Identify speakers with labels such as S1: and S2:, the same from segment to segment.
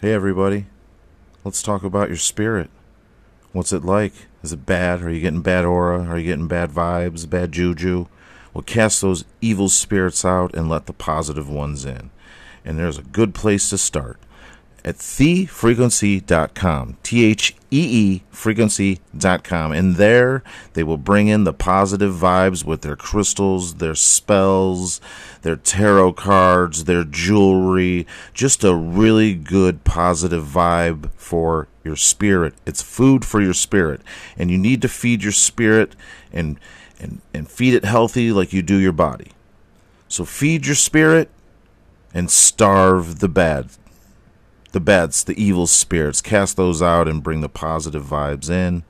S1: Hey, everybody. Let's talk about your spirit. What's it like? Is it bad? Are you getting bad aura? Are you getting bad vibes? Bad juju? Well, cast those evil spirits out and let the positive ones in. And there's a good place to start at thefrequency.com. T H E E frequency.com. And there they will bring in the positive vibes with their crystals, their spells, their tarot cards, their jewelry. Just a really good positive vibe for your spirit. It's food for your spirit. And you need to feed your spirit and and, and feed it healthy like you do your body. So feed your spirit and starve the bad the bats, the evil spirits, cast those out and bring the positive vibes in.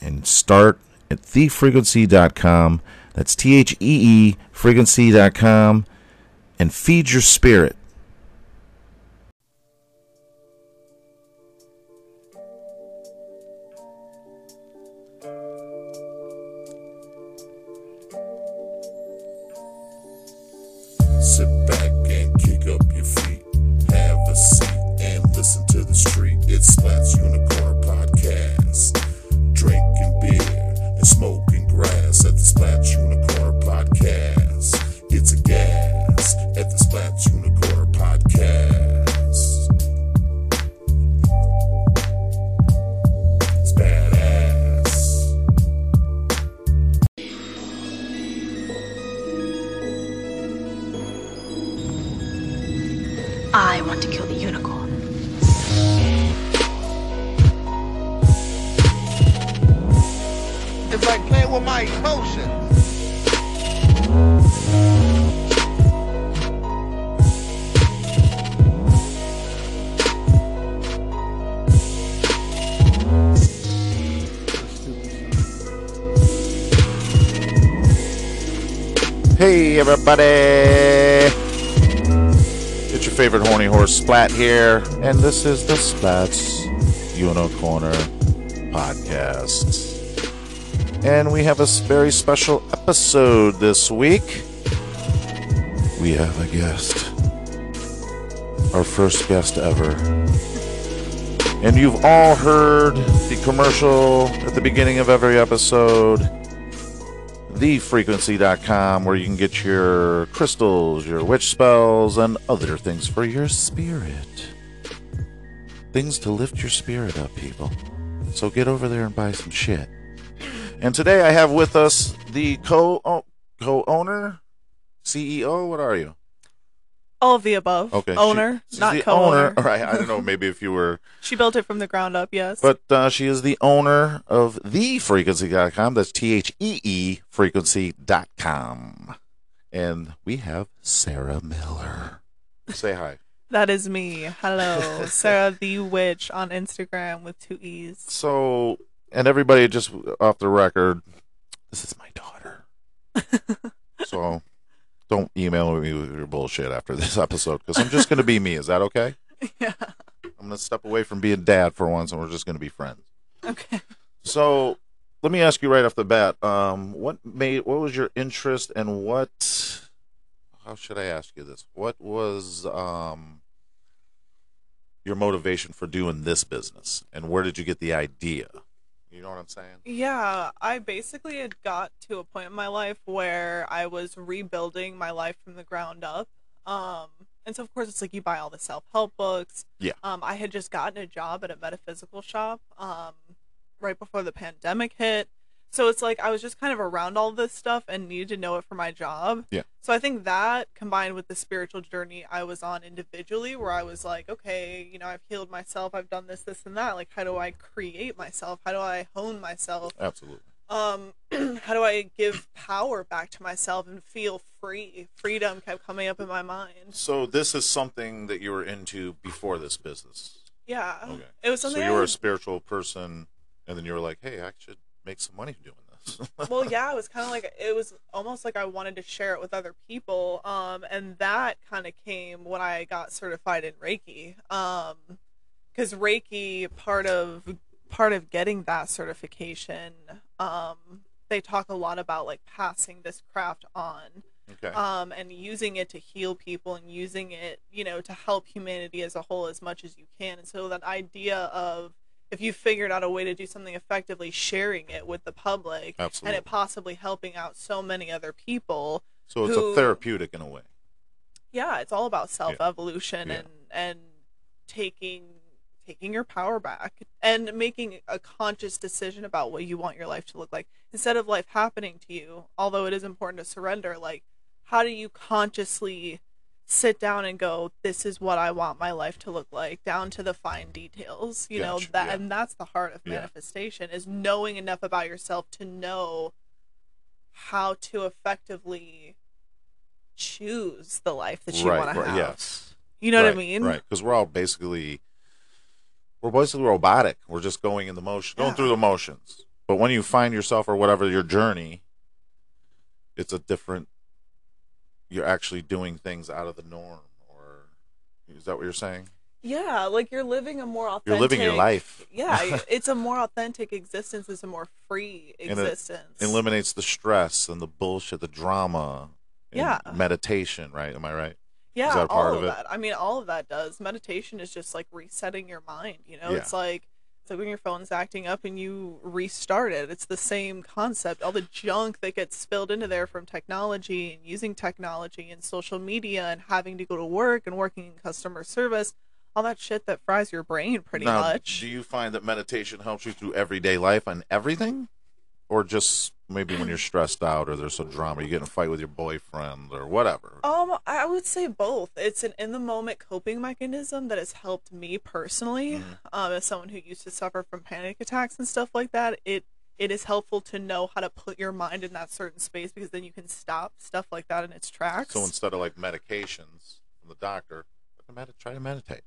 S1: And start at thefrequency.com. That's T H E E frequency.com. And feed your spirit.
S2: Sit back and kick up your feet. Have a seat and listen to the street. It's Slats Unicorn Podcast. Drinking beer and smoking grass at the Splats Unicorn Podcast. It's a gas at the Splats Unicorn Podcast. It's badass.
S3: I want to kill the unicorn.
S4: It's like playing with my emotions.
S1: Hey, everybody! It's your favorite horny horse, Splat, here. And this is the Splats Unicorner Podcast. And we have a s- very special episode this week. We have a guest. Our first guest ever. And you've all heard the commercial at the beginning of every episode thefrequency.com where you can get your crystals, your witch spells, and other things for your spirit. Things to lift your spirit up, people. So get over there and buy some shit. And today I have with us the co oh, co owner, CEO. E What are you?
S5: All of the above.
S1: Okay, she-
S5: Owner,
S1: she's
S5: not
S1: the
S5: co-owner.
S1: All right, I don't know. Maybe if you were
S5: She built it from the ground up. Yes.
S1: But uh, she is the owner of thefrequency.com. That's T H E E frequency.com. And we have Sarah Miller. Say hi.
S5: that is me. Hello, Sarah the Witch on Instagram with two e's.
S1: So, and everybody just off the record, this is my daughter. so don't email me with your bullshit after this episode because I'm just going to be me. Is that okay?
S5: yeah.
S1: I'm going to step away from being dad for once and we're just going to be friends.
S5: Okay.
S1: So let me ask you right off the bat. Um, what made what was your interest and what how should I ask you this? What was um your motivation for doing this business and where did you get the idea? You know what I'm saying?
S5: Yeah, I basically had got to a point in my life where I was rebuilding my life from the ground up. Um, and so of course it's like you buy all the self-help books.
S1: Yeah.
S5: Um, I had just gotten a job at a metaphysical shop um right before the pandemic hit. So it's like I was just kind of around all this stuff and needed to know it for my job.
S1: Yeah.
S5: So I think that combined with the spiritual journey I was on individually where I was like, okay, you know, I've healed myself, I've done this, this and that. Like how do I create myself? How do I hone myself?
S1: Absolutely.
S5: um how do i give power back to myself and feel free freedom kept coming up in my mind
S1: So this is something that you were into before this business.
S5: yeah
S1: Okay.
S5: it was something
S1: so
S5: I
S1: you were a
S5: was-
S1: spiritual person and then you were like, "Hey, I should make some money doing this."
S5: well yeah it was kind of like it was almost like i wanted to share it with other people um and that kind of came when i got certified in reiki um because reiki part of part of getting that certification um they talk a lot about like passing this craft on
S1: Okay.
S5: um, and using it to heal people and using it, you know, to help humanity as a whole as much as you can. And so that idea of if you figured out a way to do something effectively, sharing it with the public
S1: Absolutely.
S5: and it possibly helping out so many other people.
S1: so it's a
S5: who-
S1: therapeutic in a way.
S5: Yeah, it's all about self evolution
S1: Yeah.
S5: and and taking taking your power back and making a conscious decision about what you want your life to look like instead of life happening to you although it is important to surrender like how do you consciously sit down and go this is what i want my life to look like down to the fine details you know
S1: Gotcha,
S5: that
S1: yeah.
S5: and that's the heart of
S1: Yeah.
S5: manifestation is knowing enough about yourself to know how to effectively choose the life that you
S1: right.
S5: want to
S1: right.
S5: have
S1: Yes.
S5: you know what
S1: Right,
S5: i mean
S1: Right. Because we're all basically we're basically robotic. We're just going in the motion, going
S5: Yeah.
S1: through the motions. But when you find yourself or whatever your journey, it's a different. You're actually doing things out of the norm, or is that what you're saying?
S5: yeah like you're living a more authentic
S1: You're living your life.
S5: yeah it's a more authentic existence it's a more free
S1: And it
S5: existence
S1: eliminates the stress and the bullshit, the drama. and
S5: Yeah.
S1: Meditation, right? Am I right?
S5: Yeah,
S1: that a part
S5: all
S1: of
S5: of
S1: it?
S5: that. I mean, all of that does. Meditation is just like resetting your mind. You know,
S1: Yeah.
S5: it's like it's like when your phone's acting up and you restart it. It's the same concept. All the junk that gets spilled into there from technology and using technology and social media and having to go to work and working in customer service, all that shit that fries your brain pretty
S1: Now,
S5: much.
S1: Do you find that meditation helps you through everyday life and everything? Or just maybe when you're stressed out or there's some drama, you get in a fight with your boyfriend or whatever.
S5: Um, I would say both. It's an in the moment coping mechanism that has helped me personally. Um, as someone who used to suffer from panic attacks and stuff like that, it it is helpful to know how to put your mind in that certain space because then you can stop stuff like that in its tracks.
S1: So instead of like medications from the doctor, fucking med- try to meditate,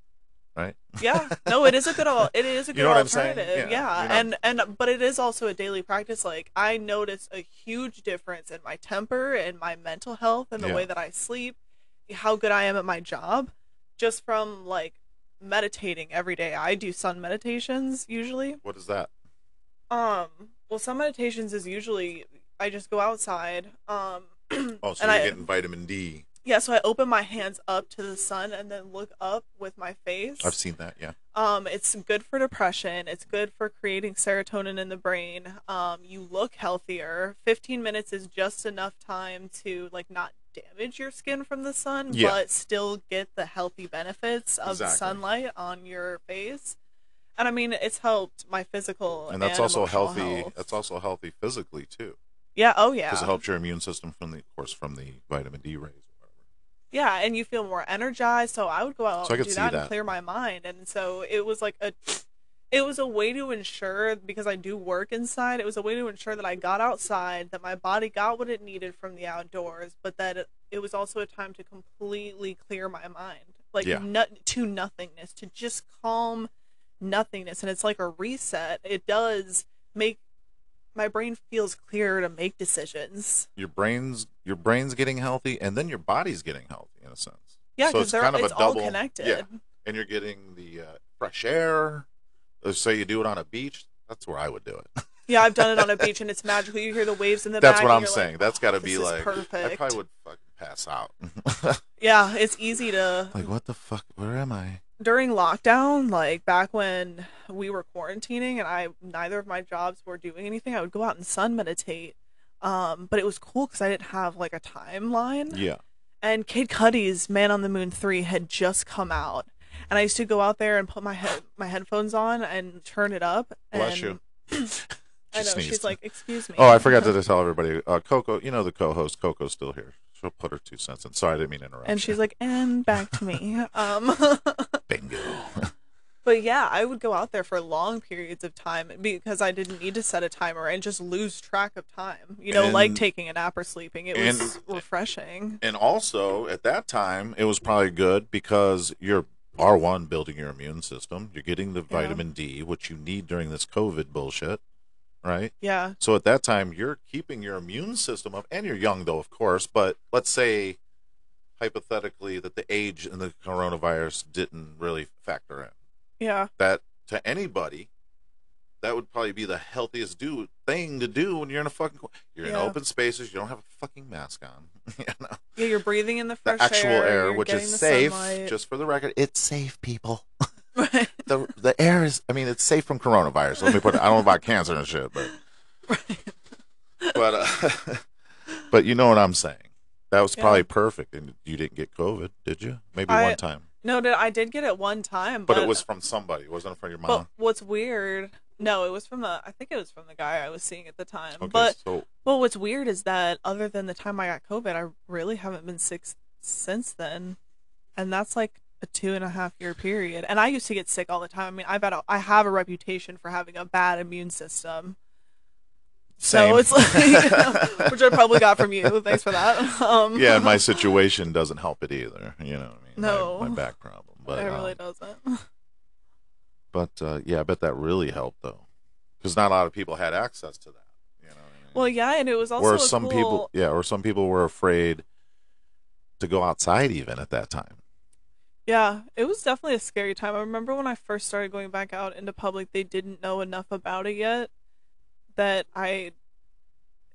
S1: right?
S5: yeah, no, it is a good al- it is a
S1: You
S5: good
S1: know what I'm saying?
S5: alternative.
S1: Yeah, you're not-
S5: yeah. and and but it is also a daily practice. Like I notice a huge difference in my temper and my mental health and the
S1: Yeah.
S5: way that I sleep, how good I am at my job, just from like meditating every day. I do sun meditations usually.
S1: What is that?
S5: Um, well, sun meditations is usually I just go outside. Um,
S1: Oh, so
S5: And
S1: you're
S5: I-
S1: getting vitamin D.
S5: yeah, so I open my hands up to the sun and then look up with my face.
S1: I've seen that, yeah.
S5: Um, it's good for depression. It's good for creating serotonin in the brain. Um, you look healthier. 15 minutes is just enough time to like not damage your skin from the sun,
S1: Yeah.
S5: but still get the healthy benefits of
S1: Exactly.
S5: sunlight on your face. And I mean, it's helped my physical
S1: And that's also
S5: emotional
S1: healthy.
S5: health.
S1: That's also healthy physically too,
S5: yeah. Oh
S1: because it
S5: yeah.
S1: helps your immune system from the, of course, from the vitamin D rays. Or
S5: Yeah, and you feel more energized. So I would go out
S1: So I
S5: and
S1: could
S5: do
S1: see
S5: that,
S1: that.
S5: and clear my mind. And so it was like a, it was a way to ensure because I do work inside. It was a way to ensure that I got outside, that my body got what it needed from the outdoors, but that it, it was also a time to completely clear my mind, like
S1: Yeah.
S5: no, to nothingness, to just calm nothingness. And it's like a reset. It does make my brain feels clearer to make decisions.
S1: your brain's your brain's getting healthy and then your body's getting healthy in a sense.
S5: Yeah,
S1: So
S5: because
S1: it's
S5: they're
S1: kind of a
S5: it's all
S1: double-
S5: connected.
S1: yeah. And you're getting the uh, fresh air. Let's say you do it on a beach. That's where I would do it.
S5: Yeah, I've done it on a beach and it's magical. You hear the waves in the
S1: That's
S5: back.
S1: what
S5: and
S1: I'm
S5: you're like,
S1: saying. That's got to
S5: "This
S1: be
S5: is
S1: like I
S5: perfect."
S1: probably would fucking pass out.
S5: Yeah, it's easy to
S1: like what the fuck? Where am I?
S5: during lockdown, like back when we were quarantining and I neither of my jobs were doing anything, I would go out and sun meditate. Um, but it was cool because I didn't have like a timeline.
S1: Yeah.
S5: And Kid Cudi's Man on the Moon 3 had just come out. And I used to go out there and put my head my headphones on and turn it up.
S1: Bless
S5: and
S1: you.
S5: I
S1: She
S5: know
S1: sneezed.
S5: she's like, "Excuse me."
S1: Oh, I forgot to tell everybody. Uh, Coco, you know the co-host. Coco's still here. She'll put her two cents in. Sorry, I didn't mean to interrupt.
S5: And she's like, "And back to me." Um
S1: bingo.
S5: But yeah, I would go out there for long periods of time because I didn't need to set a timer and just lose track of time. You know, like
S1: And-
S5: taking a nap or sleeping. It
S1: and-
S5: was refreshing.
S1: and also at that time it was probably good because you're R1 building your immune system. You're getting the
S5: Yeah.
S1: vitamin D, which you need during this COVID bullshit, right?
S5: Yeah.
S1: So at that time, you're keeping your immune system up, and you're young though, of course. But let's say hypothetically that the age and the coronavirus didn't really factor in
S5: Yeah.
S1: that to anybody. that would probably be the healthiest do thing to do when you're in a fucking qu- you're in
S5: Yeah.
S1: open spaces. You don't have a fucking mask on. you know,
S5: Yeah, you're breathing in the
S1: the
S5: fresh
S1: actual air,
S5: you're
S1: which
S5: getting
S1: is
S5: the
S1: safe.
S5: sunlight.
S1: Just for the record, it's safe, people.
S5: Right.
S1: the The air is. I mean, it's safe from coronavirus. Let me put it. I don't know about cancer and shit, but but uh, but you know what I'm saying. That was
S5: Yeah.
S1: probably perfect, and you didn't get COVID, did you? Maybe
S5: I-
S1: one time,
S5: No, did I did get it one time,
S1: but
S5: but,
S1: it was from somebody. It wasn't from your mom.
S5: But what's weird? No, it was from the. I think it was from the guy I was seeing at the time.
S1: okay,
S5: but
S1: so
S5: well, what's weird is that other than the time I got COVID, I really haven't been sick s- since then, and that's like a two and a half year period. And I used to get sick all the time. I mean, I've had a, I have a reputation for having a bad immune system.
S1: Same.
S5: So it's like, you know, which I probably got from you. Thanks for that. Um,
S1: yeah, and my situation doesn't help it either. You know, what I mean, My-
S5: No.
S1: my, back problem. But
S5: it
S1: um,
S5: really doesn't.
S1: but uh, yeah, I bet that really helped though, because not a lot of people had access to that. You know, what I mean?
S5: Well, yeah, and it was also
S1: or
S5: a
S1: some
S5: cool,
S1: people, yeah, or some people were afraid to go outside even at that time.
S5: Yeah, it was definitely a scary time. I remember when I first started going back out into public, they didn't know enough about it yet that I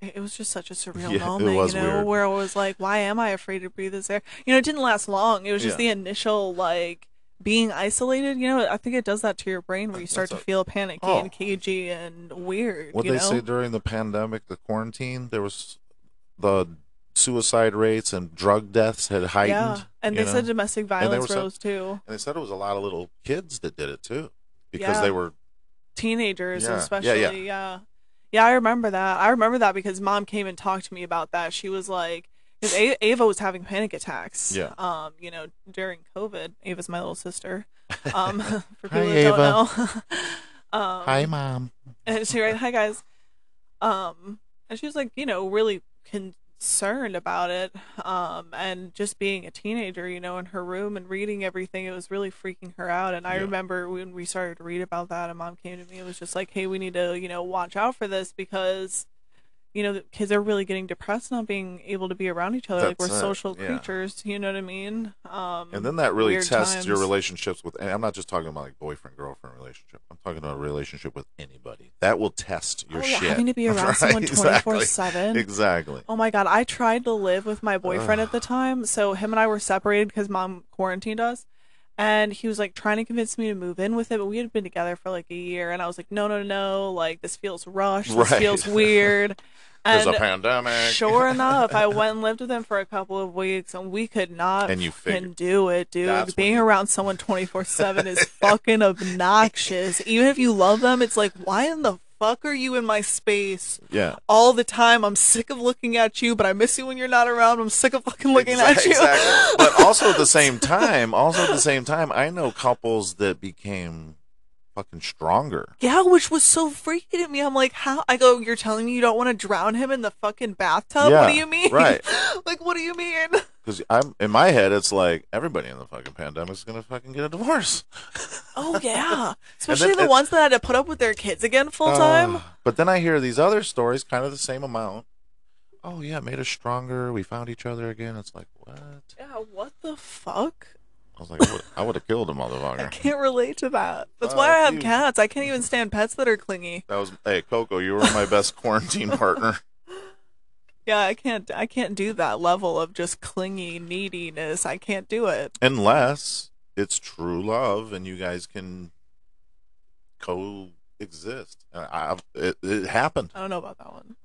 S5: it was just such a surreal
S1: Yeah, it
S5: moment,
S1: was
S5: you know,
S1: weird.
S5: where I was like, why am I afraid to breathe this air? You know, it didn't last long. It was just
S1: Yeah.
S5: the initial like being isolated, you know, I think it does that to your brain where you start to
S1: That's a-
S5: feel panicky
S1: Oh.
S5: and cagey and weird,
S1: What
S5: you
S1: they
S5: know?
S1: say during the pandemic, the quarantine, there was the suicide rates and drug deaths had heightened.
S5: Yeah. And
S1: you
S5: they
S1: know?
S5: said domestic
S1: they
S5: violence
S1: were so-
S5: rose too.
S1: and they said it was a lot of little kids that did it too, because
S5: Yeah.
S1: they were
S5: teenagers
S1: Yeah, yeah,
S5: especially
S1: yeah.
S5: yeah, yeah i remember that i remember that because mom came and talked to me about that she was like because A- ava was having panic attacks
S1: Yeah.
S5: um you know during covid ava's my little sister um for people
S1: Hi,
S5: that
S1: Ava.
S5: don't know um
S1: hi, mom.
S5: and she wrote, "Hi guys," um, and she was like, you know, really concerned about it, um, and just being a teenager, you know, in her room and reading everything, it was really freaking her out. And I
S1: Yeah.
S5: remember when we started to read about that, and mom came to me and was just like, "Hey, we need to, you know, watch out for this because." You know, the kids are really getting depressed not being able to be around each other. like
S1: That's
S5: we're
S1: it,
S5: social
S1: yeah.
S5: creatures. You know what I mean? Um,
S1: And then that really
S5: weird
S1: tests your
S5: times.
S1: relationships with. And I'm not just talking about like boyfriend girlfriend relationship. I'm talking about a relationship with anybody. That will test your
S5: Oh, yeah,
S1: shit.
S5: having to be around
S1: Right,
S5: someone
S1: exactly.
S5: 24/7.
S1: Exactly.
S5: Oh my god, I tried to live with my boyfriend at the time. So him and I were separated because mom quarantined us. And he was like trying to convince me to move in with it, but we had been together for like a year. And I was like, no, no, no. Like, this feels rushed. This
S1: Right.
S5: feels weird.
S1: There's a
S5: And
S1: pandemic.
S5: sure enough, I went and lived with him for a couple of weeks, and we could not
S1: And you
S5: fucking
S1: figured.
S5: do it, dude.
S1: That's when
S5: Being
S1: you-
S5: around someone 24 7 is fucking obnoxious. Even if you love them, it's like, why in the fuck are you in my space?
S1: yeah.
S5: all the time. I'm sick of looking at you, but I miss you when you're not around. I'm sick of fucking looking
S1: Exac-
S5: at you.
S1: Exactly. But also at the same time, also at the same time, I know couples that became fucking stronger.
S5: Yeah, which was so freaking at me. I'm like, how? I go, you're telling me you don't want to drown him in the fucking bathtub?
S1: Yeah,
S5: what do you mean?
S1: right.
S5: like, what do you mean?
S1: Because I'm in my head, it's like everybody in the fucking pandemic is gonna fucking get a divorce.
S5: Oh, yeah. Especially the
S1: it-
S5: ones that had to put up with their kids again full time.
S1: Uh, but then I hear these other stories, kind of the same amount. Oh yeah, it made us stronger. We found each other again. It's like what? I
S5: Yeah, what the fuck?
S1: was like, I would- I would have killed a
S5: I
S1: motherfucker.
S5: can't relate to that. That's why I
S1: Fuck
S5: have
S1: you.
S5: cats. I can't even stand pets that are clingy.
S1: That was hey Coco, you were my best quarantine partner.
S5: Yeah, I can't. I can't do that level of just clingy neediness. I can't do it.
S1: unless it's true love and you guys can coexist. And I, I've- it, it happened.
S5: I don't know about that one.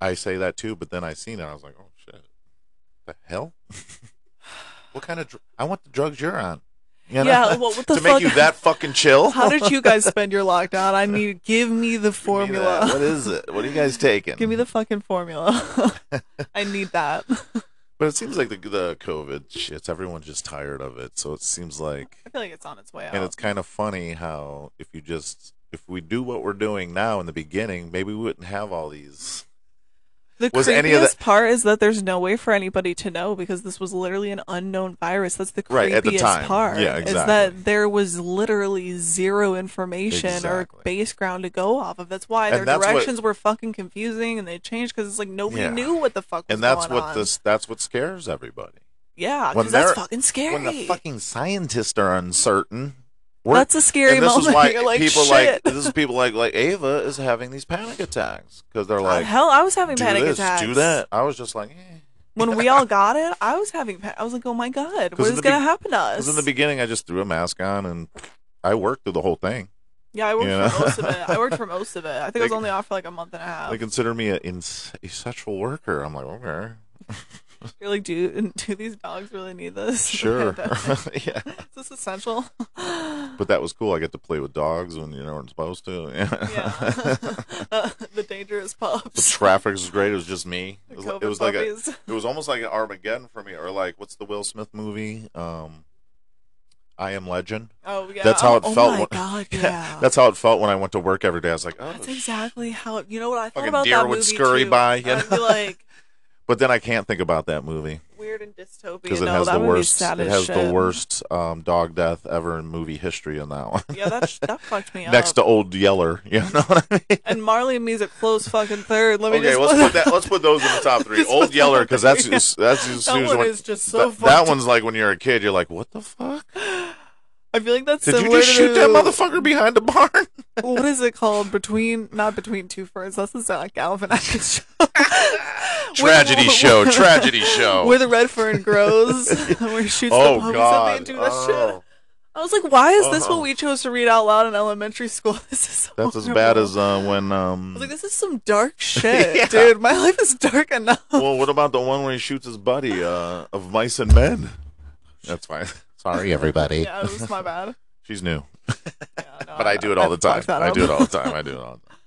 S1: I say that too, but then I seen it. I was like, oh shit, the hell? what kind of? Dr- I want the drugs you're on. You know?
S5: Yeah, well, what the
S1: to make
S5: fuck?
S1: you that fucking chill.
S5: How did you guys spend your lockdown? I need give me the
S1: Oh. Give me that.
S5: formula.
S1: What is it? What are you guys taking?
S5: Give me the fucking formula. I need that. I
S1: But it seems like the the COVID shits. Everyone's just tired of it, so it seems like
S5: feel like it's on its way out.
S1: And it's kind of funny how if you just if we do what we're doing now in the beginning, maybe we wouldn't have all these.
S5: the
S1: was
S5: creepiest
S1: any of that-
S5: part is that there's no way for anybody to know because this was literally an unknown virus. That's the creepiest
S1: Right, at the time.
S5: part.
S1: Yeah,
S5: Is
S1: exactly.
S5: that there was literally zero information
S1: Exactly.
S5: or base ground to go off of. That's why
S1: And
S5: their
S1: that's what-
S5: directions were fucking confusing and they changed because it's like nobody
S1: Yeah.
S5: knew what the fuck was
S1: And that's
S5: going
S1: what
S5: on.
S1: this that's what scares everybody.
S5: Yeah,
S1: when
S5: because that's
S1: they're-
S5: fucking scary.
S1: When the fucking scientists are uncertain, We're-
S5: That's a scary
S1: and this
S5: moment.
S1: Is why
S5: You're like,
S1: people
S5: shit.
S1: like this is people like like Ava is having these panic attacks because they're
S5: Oh,
S1: like,
S5: hell, I was having
S1: do
S5: panic
S1: this,
S5: attacks.
S1: do that. I was just like, eh.
S5: When we all got it, I was having. Pa- I was like, oh my god,
S1: 'Cause
S5: what
S1: in
S5: is
S1: the
S5: gonna
S1: be-
S5: happen to us?
S1: Because in the beginning, I just threw a mask on and I worked through the whole thing.
S5: yeah, I worked
S1: you know?
S5: for most of it. I worked for most of it. I think I was
S1: Like-
S5: only off for like a month and a half.
S1: They consider me a ins- a sexual worker. I'm like, okay,
S5: You're like, do do these dogs really need this?
S1: sure, yeah.
S5: is this essential?
S1: But that was cool. I get to play with dogs when you know I'm supposed to.
S5: yeah. Uh, the dangerous
S1: the
S5: pups.
S1: traffic was great. It was just me. It was,
S5: COVID
S1: it was like a,
S5: puppies.
S1: it was almost like an Armageddon for me, or like what's the Will Smith movie? Um, I Am Legend.
S5: oh yeah.
S1: That's how
S5: oh,
S1: it
S5: oh
S1: felt
S5: my
S1: when-
S5: god, yeah.
S1: That's how it felt when I went to work every day. I was like, oh,
S5: That's
S1: shit.
S5: exactly how. It, you know what I thought
S1: Fucking
S5: about
S1: deer
S5: that
S1: would
S5: movie
S1: scurry
S5: too.
S1: by, you
S5: I'd be
S1: know?
S5: like
S1: but then I can't think about that movie
S5: weird and dystopian.
S1: because it
S5: no,
S1: has
S5: that
S1: the
S5: movie's
S1: worst.
S5: Sad
S1: It
S5: as
S1: has the
S5: shit.
S1: worst um, dog death ever in movie history in that one.
S5: Yeah, that sh- that fucked me up.
S1: Next to Old Yeller, you know what I mean?
S5: and Marley and me's a close fucking third. Let me
S1: okay,
S5: just
S1: let's put that. Let's put those in the top three.
S5: Just put
S1: Old
S5: that
S1: Yeller,
S5: up
S1: because that's
S5: there.
S1: as- that's as
S5: That
S1: soon as
S5: one
S1: when-
S5: is just so
S1: that, that
S5: fucked.
S1: one's like when you're a kid, you're like, what the fuck?
S5: I feel like that's
S1: Did you
S5: similar
S1: just shoot
S5: to
S1: that motherfucker behind the barn?
S5: what is it called between not between two ferns that's the Zach Galifianakis show Where the-
S1: Tragedy show, tragedy show.
S5: where the red fern grows where he shoots the
S1: oh
S5: puppies
S1: god!
S5: and they do that shit
S1: Oh,
S5: I was like why is this
S1: Uh-uh.
S5: what we chose to read out loud in elementary school this is so
S1: that's as
S5: horrible.
S1: bad as uh, when
S5: I
S1: um.
S5: was like this is some dark shit
S1: Yeah.
S5: dude my life is dark enough
S1: well, what about the one where he shoots his buddy uh, of mice and men? That's fine. Sorry, everybody.
S5: yeah it was my bad
S1: She's new,
S5: yeah, no,
S1: but I do it all the time.
S5: fucked that
S1: I
S5: up.
S1: do it all the time. I do it all. The time.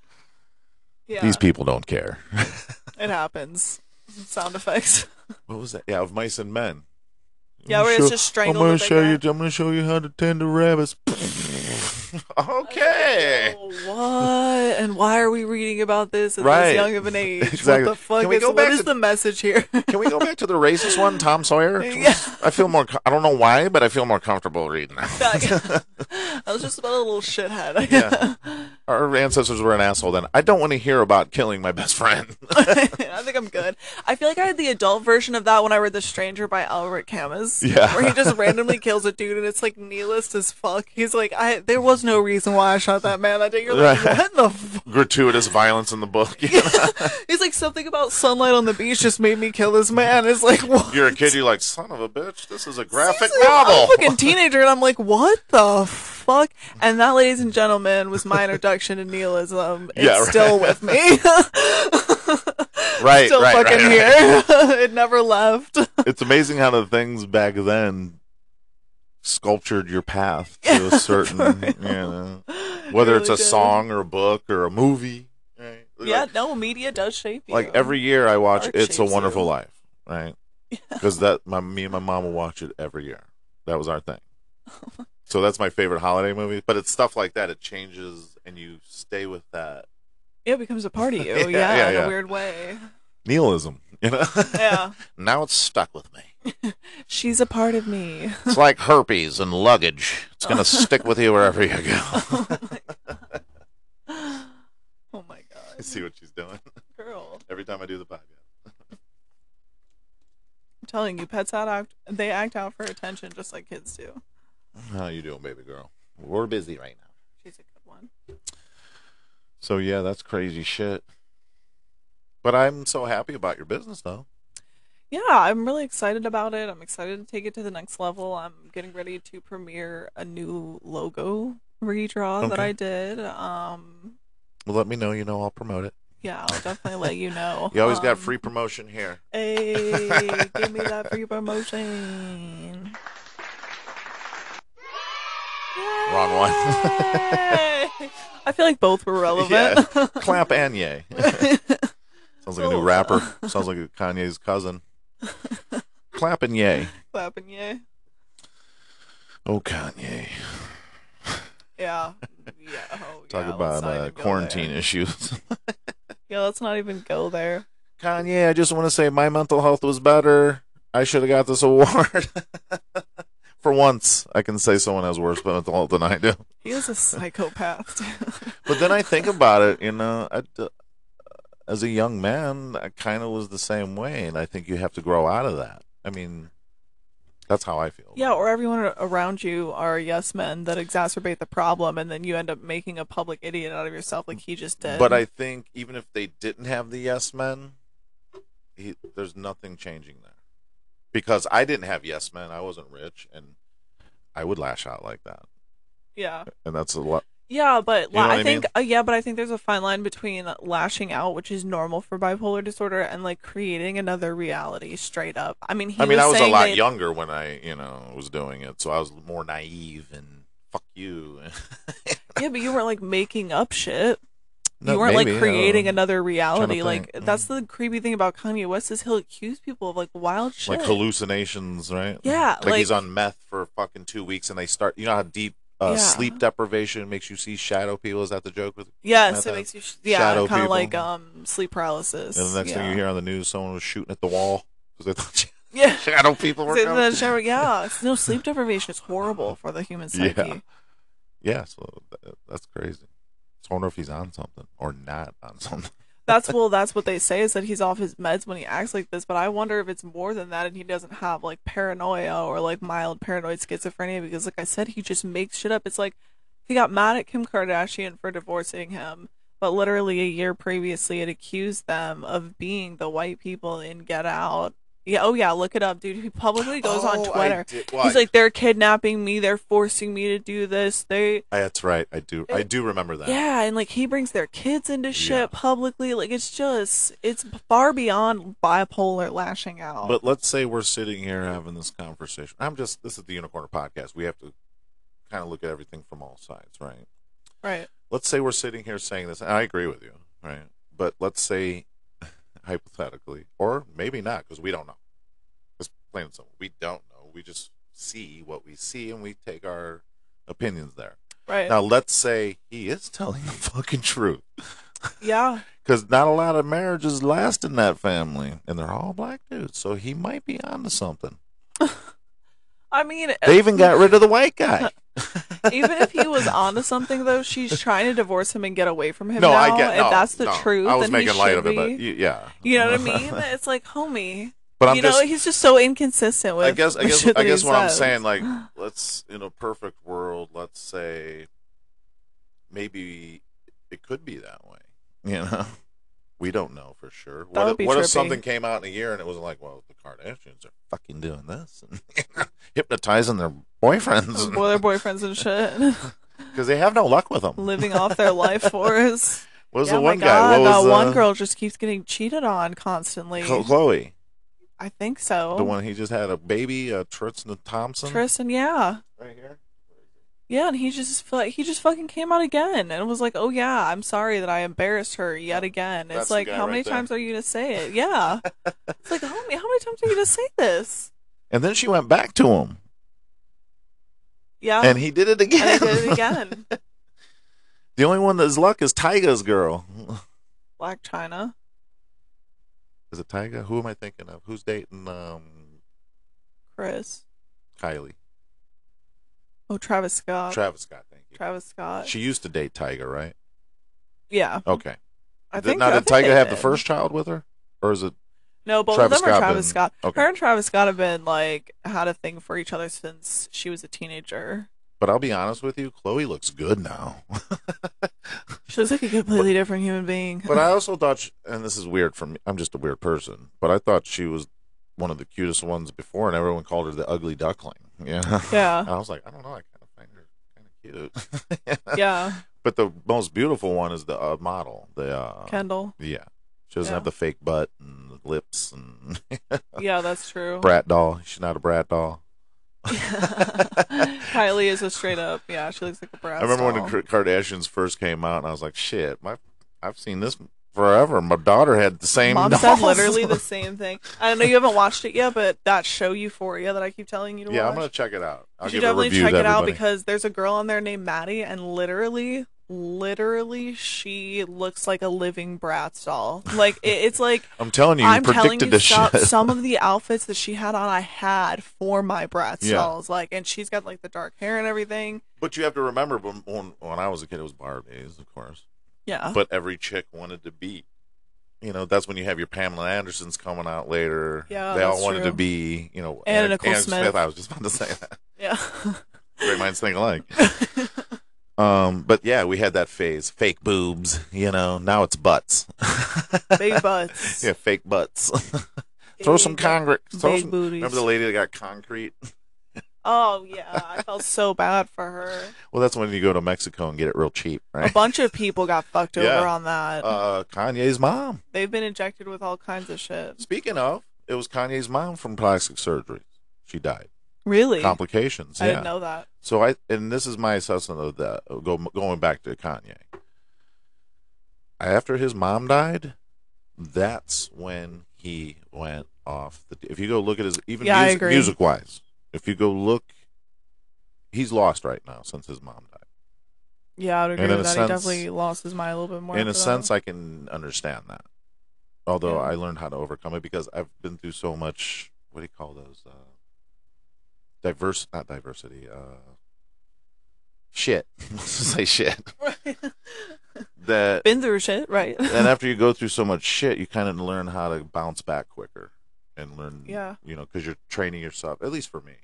S5: yeah
S1: These people don't care.
S5: it happens sound effects
S1: What was that? Yeah, of mice and men.
S5: Yeah,
S1: I'm
S5: where it's
S1: sure-
S5: just strangled
S1: I'm gonna
S5: with a
S1: show you.
S5: bat.
S1: I'm gonna show you how to tend to rabbits. okay.
S5: Oh, what and why are we reading about this at
S1: Right.
S5: this young of an age?
S1: Exactly.
S5: What the fuck
S1: Can we
S5: is,
S1: go
S5: what
S1: back
S5: is
S1: to-
S5: the message here?
S1: Can we go back to the racist one, Tom Sawyer? Can we-
S5: Yeah.
S1: I feel more. co- I don't know why, but I feel more comfortable reading that.
S5: I was just about a little shithead.
S1: Yeah. Our ancestors were an asshole. Then I don't want to hear about killing my best friend.
S5: I think I'm good. I feel like I had the adult version of that when I read The Stranger by Albert Camus.
S1: Yeah.
S5: Where he just randomly kills a dude and it's like nihilist as fuck. He's like, I there was no reason why I shot that man that day. You're like,
S1: Right.
S5: what the fuck?
S1: Gratuitous violence in the book. you know?
S5: He's like, something about sunlight on the beach just made me kill this man. It's like, what?
S1: You're a kid. You're like son of a bitch. This is a graphic
S5: Seriously, I'm-
S1: novel.
S5: I'm a fucking teenager, and I'm like, what the fuck? And that, ladies and gentlemen, was my introduction to nihilism. It's
S1: Yeah, right.
S5: still with me.
S1: right.
S5: still
S1: right, right,
S5: fucking
S1: right.
S5: here. it never left.
S1: It's amazing how the things back then sculptured your path to a certain, you know, whether
S5: It
S1: it's a
S5: really did.
S1: song or a book or a movie. Right?
S5: Yeah,
S1: Like,
S5: no, media does shape you.
S1: like every year I watch
S5: Art
S1: It's a
S5: shapes
S1: Wonderful
S5: you.
S1: Life, right? Because that my me and my mom will watch it every year. That was our thing. So that's my favorite holiday movie. But it's stuff like that. It changes and you stay with that
S5: It becomes a part of you,
S1: Yeah,
S5: yeah,
S1: yeah,
S5: in
S1: yeah.
S5: a weird way.
S1: nihilism. You know?
S5: Yeah.
S1: now it's stuck with me.
S5: She's a part of me.
S1: It's like herpes and luggage. It's gonna stick with you wherever you go.
S5: Oh my
S1: I
S5: god.
S1: see what she's doing
S5: Girl.
S1: every time I do the podcast.
S5: I'm telling you, pets out act they act out for attention just like kids do.
S1: How you doing, baby girl? We're busy right now.
S5: She's a good one.
S1: So yeah, that's crazy shit. But I'm so happy about your business though.
S5: Yeah, I'm really excited about it. I'm excited to take it to the next level. I'm getting ready to premiere a new logo redraw that
S1: Okay.
S5: I did. Um,
S1: Well, let me know. You know, I'll promote it.
S5: yeah, I'll definitely let you know.
S1: You always got
S5: Um,
S1: free promotion here.
S5: Hey, give me that free promotion.
S1: Wrong one.
S5: Yay! I feel like both were relevant.
S1: Yeah. Clap and yay. Sounds like a new
S5: Oh.
S1: rapper. Sounds like Kanye's cousin. Clap and yay.
S5: Clapping, yeah.
S1: Oh, Kanye.
S5: Yeah. Yeah. Oh,
S1: Talk
S5: yeah,
S1: about
S5: let's not
S1: uh,
S5: even go
S1: quarantine
S5: there.
S1: issues.
S5: Yeah, let's not even go there.
S1: Kanye, I just want to say my mental health was better. I should have got this award. For once, I can say someone has worse mental health than I do.
S5: He is a psychopath. dude.
S1: But then I think about it, you know, I, d- as a young man, I kind of was the same way, and I think you have to grow out of that. I mean, That's how I feel.
S5: Yeah, or everyone around you are yes men that exacerbate the problem, and then you end up making a public idiot out of yourself, like he just did.
S1: But I think even if they didn't have the yes men, he, there's nothing changing there. Because I didn't have yes men, I wasn't rich, and I would lash out like that.
S5: yeah,
S1: And that's a lot.
S5: yeah, but
S1: You know
S5: la-
S1: what
S5: I
S1: I
S5: think uh, yeah, but I think there's a fine line between lashing out, which is normal for bipolar disorder, and like creating another reality straight up. I mean, he
S1: I mean,
S5: was
S1: I was a
S5: saying
S1: lot
S5: that-
S1: younger when I, you know, was doing it, so I was more naive and fuck you.
S5: Yeah, but you weren't like making up shit.
S1: No,
S5: you weren't
S1: maybe, I
S5: like
S1: don't
S5: creating
S1: know.
S5: another reality.
S1: think. Mm.
S5: Like that's the creepy thing about Kanye West is he'll accuse people of like wild shit.
S1: like hallucinations, right?
S5: Yeah,
S1: like, he's
S5: like-
S1: on meth for fucking two weeks, and they start. You know how deep uh,
S5: Yeah.
S1: sleep deprivation makes you see shadow people. Is that the joke with?
S5: Yes,
S1: Not
S5: it
S1: that
S5: makes you sh-
S1: shadow
S5: yeah, kind of
S1: people.
S5: like um sleep paralysis.
S1: And the next
S5: yeah.
S1: thing you hear on the news, someone was shooting at the wall because they thought
S5: yeah.
S1: shadow people were
S5: So
S1: coming.
S5: the shower- yeah, it's- no sleep deprivation is horrible for the human
S1: Yeah.
S5: psyche.
S1: Yeah, so that, that's crazy. So I wonder if he's on something or not on something.
S5: That's well, that's what they say is that he's off his meds when he acts like this. But I wonder if it's more than that, and he doesn't have like paranoia or like mild paranoid schizophrenia because, like I said, he just makes shit up. It's like he got mad at Kim Kardashian for divorcing him, but literally a year previously, it accused them of being the white people in Get Out. Yeah, oh yeah, look it up, dude. He publicly goes on
S1: Oh, I
S5: Twitter.
S1: did-
S5: He's
S1: why?
S5: like, they're kidnapping me. They're forcing me to do this. They,
S1: Ah, That's right. I do. I do remember that.
S5: yeah, and like he brings their kids into shit
S1: Yeah.
S5: publicly. Like it's just, it's far beyond bipolar lashing out.
S1: But let's say we're sitting here having this conversation. I'm just. This is the Unicorn Podcast. We have to kind of look at everything from all sides, right?
S5: right.
S1: let's say we're sitting here saying this, and I agree with you, right? But let's say hypothetically, or maybe not, because we don't know. It's plain and simple. We don't know. We just see what we see, and we take our opinions there.
S5: Right.
S1: Now, let's say he is telling the fucking truth,
S5: Yeah.
S1: because not a lot of marriages last in that family, and they're all black dudes, so he might be onto something.
S5: I mean,
S1: They even got rid of the white guy.
S5: even if he was onto something though, she's trying to divorce him and get away from him
S1: No,
S5: now.
S1: I get
S5: if
S1: no,
S5: that's the
S1: no.
S5: truth,
S1: I was
S5: then he
S1: making light
S5: should
S1: of it, but
S5: be.
S1: y- yeah,
S5: you know what I mean? It's like, homie.
S1: But I'm
S5: you know,
S1: just
S5: he's just so inconsistent with.
S1: I guess I
S5: the
S1: guess
S5: shit
S1: I
S5: that he
S1: guess what I'm
S5: says.
S1: saying like let's in a perfect world let's say maybe it could be that way you know we don't know for sure
S5: That
S1: what
S5: would
S1: if,
S5: be
S1: what if
S5: trippy.
S1: something came out in a year and it was like well the Kardashians are fucking doing this and hypnotizing their boyfriends
S5: Well, their boyfriends and shit,
S1: because they have no luck with them
S5: living off their life force.
S1: what was
S5: yeah,
S1: the one
S5: Oh
S1: guy
S5: my God,
S1: what was
S5: that
S1: uh,
S5: one girl just keeps getting cheated on constantly.
S1: Chlo- Chloe
S5: I think so.
S1: the one he just had a baby uh, Tristan Thompson
S5: Tristan, yeah,
S1: right here
S5: yeah, and he just like he just fucking came out again and was like, "Oh yeah, I'm sorry that I embarrassed her yet again."
S1: That's
S5: it's
S1: the
S5: like,
S1: guy
S5: how
S1: right
S5: many
S1: there.
S5: times are you gonna say it? Yeah, it's like, homie, how many times are you gonna say this?
S1: and then she went back to him
S5: Yeah,
S1: and he did it
S5: Oh. and
S1: again
S5: I did it again.
S1: The only one that's luck is Tyga's girl.
S5: Black China.
S1: Is it Tyga? Who am I thinking of? Who's dating um
S5: Chris.
S1: Kylie?
S5: Oh, Travis Scott.
S1: Travis Scott, thank you.
S5: Travis Scott.
S1: She used to date Tyga, right?
S5: yeah.
S1: Okay.
S5: I
S1: Did-
S5: think
S1: now
S5: I
S1: did
S5: think
S1: Tyga
S5: they
S1: have the
S5: did.
S1: first child with her? Or is it
S5: No, both
S1: Travis
S5: of them are
S1: Scott
S5: Travis
S1: been-
S5: Scott.
S1: okay.
S5: Her and Travis Scott have been like had a thing for each other since she was a teenager.
S1: but I'll be honest with you, Chloe looks good now.
S5: She looks like a completely different human being.
S1: but I also thought she, and this is weird for me I'm just a weird person, but I thought she was one of the cutest ones before and everyone called her the ugly duckling. Yeah.
S5: Yeah.
S1: I was like, I don't know, I kinda find her kinda cute.
S5: yeah,
S1: But the most beautiful one is the uh, model, the uh,
S5: Kendall.
S1: Yeah. She doesn't
S5: Yeah.
S1: have the fake butt and the lips and
S5: Yeah, that's true.
S1: brat doll. She's not a brat doll.
S5: Kylie is a straight up. Yeah, she looks like a brat.
S1: I remember
S5: doll.
S1: when the Kar- Kardashians first came out, and I was like, "Shit, my, I've seen this forever." My daughter had the same.
S5: Mom
S1: dolls.
S5: said literally the same thing. I know you haven't watched it yet, but that show Euphoria that I keep telling you to
S1: yeah,
S5: watch.
S1: I'm gonna check it out. I'll
S5: you should
S1: give a
S5: definitely
S1: review
S5: check
S1: to
S5: it out
S1: everybody.
S5: because there's a girl on there named Maddie, and literally, literally, she looks like a living brat doll. Like it, it's like
S1: I'm telling you, you
S5: I'm telling
S1: predicted
S5: you,
S1: this
S5: some,
S1: shit.
S5: some of the outfits that she had on, I had for my brat
S1: Yeah.
S5: dolls. Like, and she's got like the dark hair and everything.
S1: but you have to remember, when, when when I was a kid, it was Barbies, of course.
S5: Yeah,
S1: But every chick wanted to be you know, that's when you have your Pamela Andersons coming out later.
S5: Yeah,
S1: they all
S5: that's
S1: wanted
S5: true.
S1: to be, you know,
S5: Anna
S1: Anna-
S5: Nicole
S1: Anna
S5: Smith.
S1: I was just about to say that.
S5: Yeah.
S1: Great minds think alike. um, but yeah, we had that phase. Fake boobs, you know. Now it's butts.
S5: Big butts.
S1: yeah, fake butts. throw some
S5: Big-
S1: concrete. Throw
S5: big
S1: some.
S5: booties.
S1: Remember the lady that got concrete?
S5: Oh yeah, I felt so bad for her.
S1: Well, that's when you go to Mexico and get it real cheap,
S5: A
S1: right?
S5: bunch of people got fucked
S1: Yeah.
S5: over on that.
S1: Uh, Kanye's mom.
S5: They've been injected with all kinds of shit.
S1: Speaking of, it was Kanye's mom from plastic surgery. She died.
S5: Really?
S1: Complications.
S5: I
S1: yeah.
S5: didn't know that.
S1: So I and this is my assessment of that. Go, going back to Kanye. After his mom died, that's when he went off the. If you go look at his even
S5: Yeah, I
S1: music,
S5: agree.
S1: music wise, if you go look, he's lost right now since his mom died.
S5: Yeah, I would agree
S1: And in
S5: with that.
S1: a
S5: he
S1: sense-
S5: definitely lost his mind a little bit more.
S1: In a
S5: after that.
S1: sense, I can understand that. Although
S5: Yeah.
S1: I learned how to overcome it because I've been through so much. What do you call those? Uh, diverse, not diversity. Uh, shit. Say shit. That
S5: been through shit, right?
S1: and after you go through so much shit, you kind of learn how to bounce back quicker and learn.
S5: Yeah. Mm-hmm.
S1: You know, because you're training yourself. At least for me.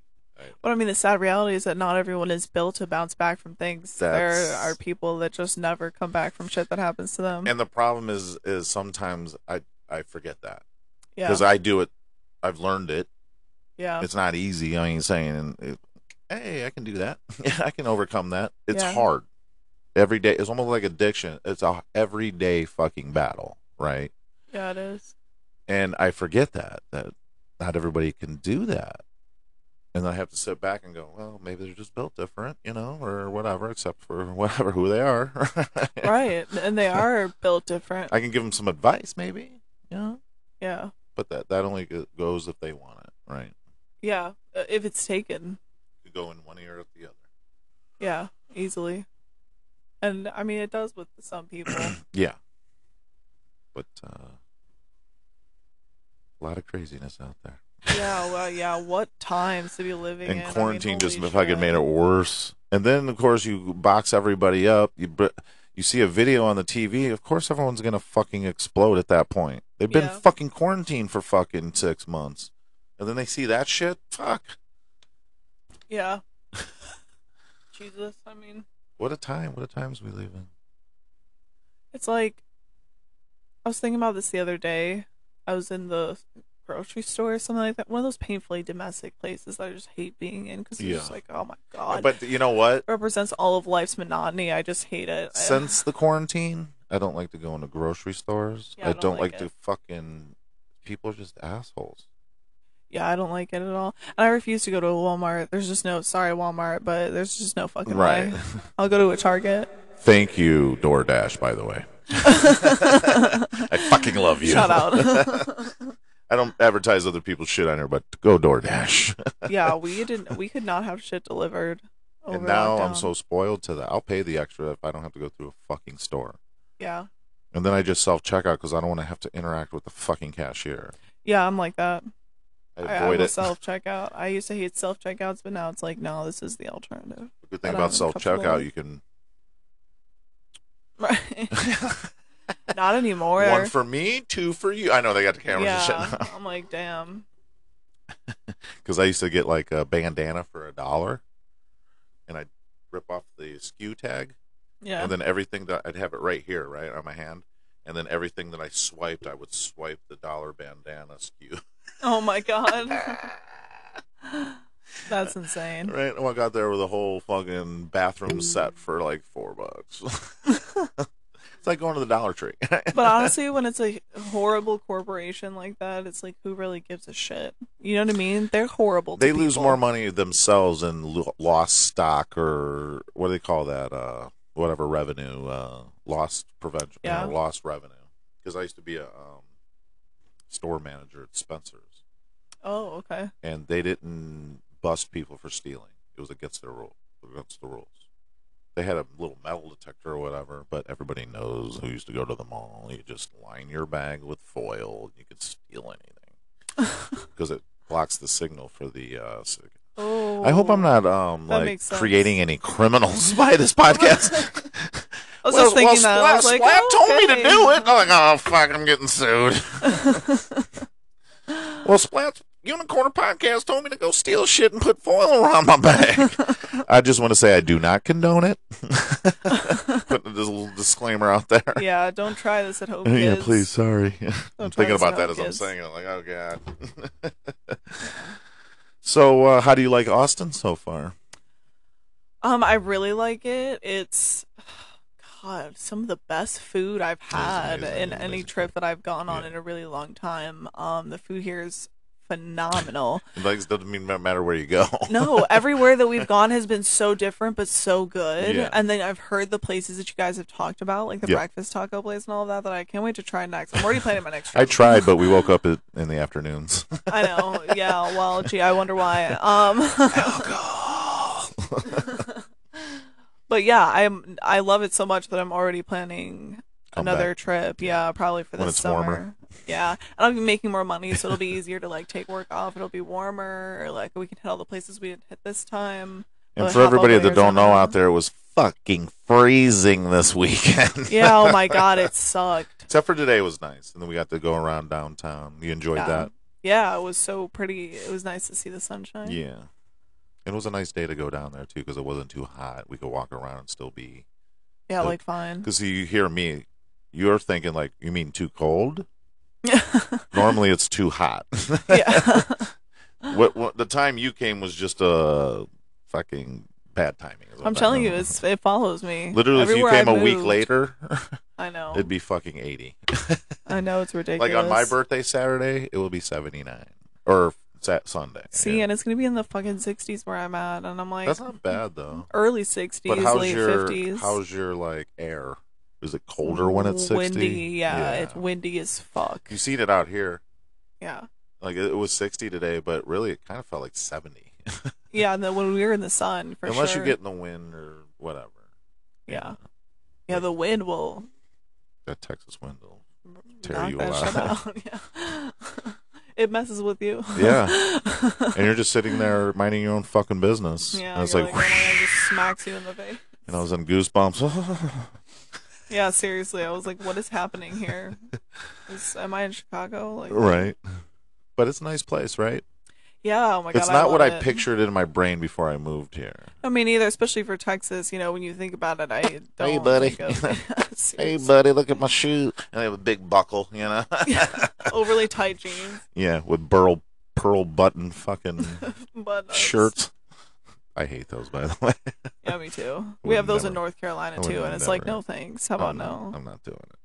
S5: But I mean, the sad reality is that not everyone is built to bounce back from things. There
S1: That's-
S5: are people that just never come back from shit that happens to them.
S1: And the problem is, is sometimes I I forget that
S5: yeah,
S1: because I do it. I've learned it.
S5: yeah,
S1: it's not easy. I ain't saying, it- hey, I can do that. I can overcome that. It's
S5: Yeah.
S1: hard. Every day, it's almost like addiction. It's a everyday fucking battle, right?
S5: yeah. It is.
S1: And I forget that that not everybody can do that, and I have to sit back and go, well, maybe they're just built different, you know, or whatever, except for whatever who they are.
S5: Right, and they are built different.
S1: I can give them some advice, maybe, you know,
S5: Yeah,
S1: but that that only go- goes if they want it, right?
S5: yeah. Uh, If it's taken,
S1: You go in one ear or the other.
S5: yeah, easily. And I mean, it does with some people.
S1: Yeah. But uh, a lot of craziness out there.
S5: yeah, well, yeah. What times to be living
S1: and
S5: in?
S1: quarantine
S5: I mean,
S1: just
S5: holy
S1: fucking
S5: shit.
S1: made it worse. And then of course you box everybody up. You br- you see a video on the TV. Of course everyone's gonna fucking explode at that point. They've been
S5: Yeah.
S1: fucking quarantined for fucking six months, and then they see that shit. Fuck.
S5: Yeah. Jesus, I mean,
S1: What a time. What a times we live in.
S5: it's like I was thinking about this the other day. I was in the grocery store or something like that. One of those painfully domestic places that I just hate being in because it's
S1: Yeah.
S5: just like, oh my god,
S1: But you know what?
S5: it represents all of life's monotony. I just hate it.
S1: Since the quarantine, I don't like to go into grocery stores.
S5: Yeah, I
S1: I
S5: don't
S1: don't,
S5: like
S1: like,
S5: it.
S1: to fucking. People are just assholes.
S5: yeah, I don't like it at all, and I refuse to go to a Walmart. There's just no sorry Walmart, but there's just no fucking
S1: Right.
S5: way. I'll go to a Target.
S1: Thank you, DoorDash, by the way. I fucking love you.
S5: Shout out.
S1: I don't advertise other people's shit on here, but go DoorDash.
S5: yeah, we didn't. We could not have shit delivered. Over
S1: and now I'm
S5: lockdown.
S1: so spoiled to that. I'll pay the extra if I don't have to go through a fucking store.
S5: yeah.
S1: And then I just self checkout because I don't want to have to interact with the fucking cashier.
S5: Yeah, I'm like that.
S1: I
S5: I,
S1: avoid
S5: I
S1: it.
S5: self checkout. I used to hate self checkouts, but now it's like, no, this is the alternative.
S1: The good thing
S5: but I'm
S1: about self
S5: comfortable.
S1: checkout, you can.
S5: Right? Not anymore.
S1: One for me, two for you. I know they got the cameras and
S5: yeah.
S1: shit now.
S5: I'm like, damn.
S1: because I used to get like a bandana for a dollar, and I'd rip off the SKU tag,
S5: Yeah.
S1: and then everything that I'd have it right here, right on my hand, and then everything that I swiped, I would swipe the dollar bandana SKU.
S5: oh my god. That's insane.
S1: Right, oh, I got there with a whole fucking bathroom set for like four bucks. it's like going to the Dollar Tree.
S5: But honestly, when it's a horrible corporation like that, it's like, who really gives a shit? You know what I mean? They're horrible. to
S1: they lose
S5: people.
S1: more money themselves in lo- lost stock or what do they call that? Uh, whatever revenue, uh, lost prevention, you know,
S5: Yeah.
S1: lost revenue. Because I used to be a um, store manager at Spencer's,
S5: Oh, okay.
S1: and they didn't bust people for stealing. It was against their rule, against the rules. They had a little metal detector or whatever, but everybody knows who used to go to the mall. You just line your bag with foil, and you could steal anything because it blocks the signal for the uh, sig-
S5: Oh.
S1: I hope I'm not um
S5: That
S1: like
S5: makes sense.
S1: creating any criminals by this podcast.
S5: Oh. I was just thinking that. I was like,
S1: Splat told me to
S5: okay.
S1: do it. I'm like, oh fuck, I'm getting sued. well, Splat's Unicorn Podcast told me to go steal shit and put foil around my bag. I just want to say I do not condone it. Putting this little disclaimer out there.
S5: Yeah, don't try this at home.
S1: Yeah,
S5: kids.
S1: please, sorry. I'm thinking
S5: try this
S1: about
S5: at
S1: that
S5: home,
S1: as I'm
S5: kids.
S1: saying it. Like, oh god. so, uh, how do you like Austin so far?
S5: Um, I really like it. It's God, some of the best food I've had
S1: amazing,
S5: in
S1: it is
S5: any
S1: amazing
S5: trip that I've gone on
S1: Yeah.
S5: in a really long time. Um, the food here is phenomenal.
S1: Like, doesn't mean no matter where you go.
S5: No, everywhere that we've gone has been so different but so good.
S1: Yeah.
S5: And then I've heard the places that you guys have talked about, like the
S1: Yeah.
S5: breakfast taco place and all of that, that I can't wait to try next. I'm already planning my next trip.
S1: I tried, but we woke up at, in the afternoons.
S5: I know. Yeah. Well, gee, I wonder why. Um, but yeah, I'm. I love it so much that I'm already planning
S1: Come
S5: another
S1: back.
S5: trip. Yeah, probably for
S1: When
S5: this
S1: it's
S5: summer.
S1: warmer.
S5: Yeah, and I'll be making more money, so it'll be easier to like take work off. It'll be warmer. Or, like we can hit all the places we didn't hit this time.
S1: And
S5: But
S1: for
S5: how
S1: everybody
S5: about
S1: that don't know
S5: Arizona?
S1: out there, it was fucking freezing this weekend.
S5: Yeah. Oh my God, it sucked.
S1: Except for today was nice, and then we got to go around downtown. You enjoyed
S5: Yeah.
S1: that,
S5: Yeah, it was so pretty. It was nice to see the sunshine.
S1: yeah. It was a nice day to go down there too, because it wasn't too hot. We could walk around and still be.
S5: Yeah,
S1: Good.
S5: like fine.
S1: Because you hear me, you're thinking like, you mean too cold? Normally it's too hot.
S5: yeah.
S1: what, what the time you came was just uh, fucking bad timing. is what
S5: I'm
S1: that-
S5: telling you, it's, it follows me.
S1: literally if you
S5: Everywhere
S1: came
S5: I
S1: a week
S5: moved.
S1: later,
S5: I know.
S1: it'd be fucking eighty.
S5: I know it's ridiculous.
S1: Like on my birthday Saturday, it will be 79 or sa- Sunday.
S5: See,
S1: Yeah.
S5: and it's gonna be in the fucking 60s where I'm at, and I'm like
S1: that's not bad though.
S5: early 60s,
S1: But how's
S5: late
S1: your
S5: 50s.
S1: how's your like air? Is it colder when it's 60?
S5: Windy, yeah, it's windy as fuck.
S1: you seen it out here.
S5: Yeah,
S1: Like it, it was 60 today, but really it kind of felt like 70.
S5: yeah. And then when we were in the sun, for
S1: Unless
S5: sure.
S1: you get in the wind or whatever.
S5: yeah, yeah, the wind will
S1: That Texas wind will tear
S5: knock
S1: you
S5: that shit
S1: out.
S5: out. yeah, it messes with you.
S1: Yeah. and you're just sitting there minding your own fucking business.
S5: yeah.
S1: and it's
S5: you're
S1: like,
S5: oh my God, it just smacks you in the face.
S1: and I was in goosebumps.
S5: Yeah, seriously, I was like, what is happening here? Is, am I in Chicago? Like,
S1: right. But it's a nice place, right?
S5: yeah. Oh my god,
S1: it's not
S5: I
S1: what
S5: love
S1: I
S5: it.
S1: pictured in my brain before I moved here.
S5: I mean, either, especially for Texas. You know, when you think about it, I don't.
S1: buddy.
S5: think of- Yeah, seriously.
S1: buddy, look at my shoe. And they have a big buckle, you know?
S5: overly tight jeans,
S1: yeah, with pearl, pearl button fucking
S5: but uh,
S1: shirts. I hate those, by the way.
S5: Yeah, me too. We have those in
S1: never-
S5: North Carolina
S1: I would
S5: too, and it's like,
S1: never.
S5: no thanks. How
S1: Oh,
S5: about
S1: no,
S5: no?
S1: I'm not doing it.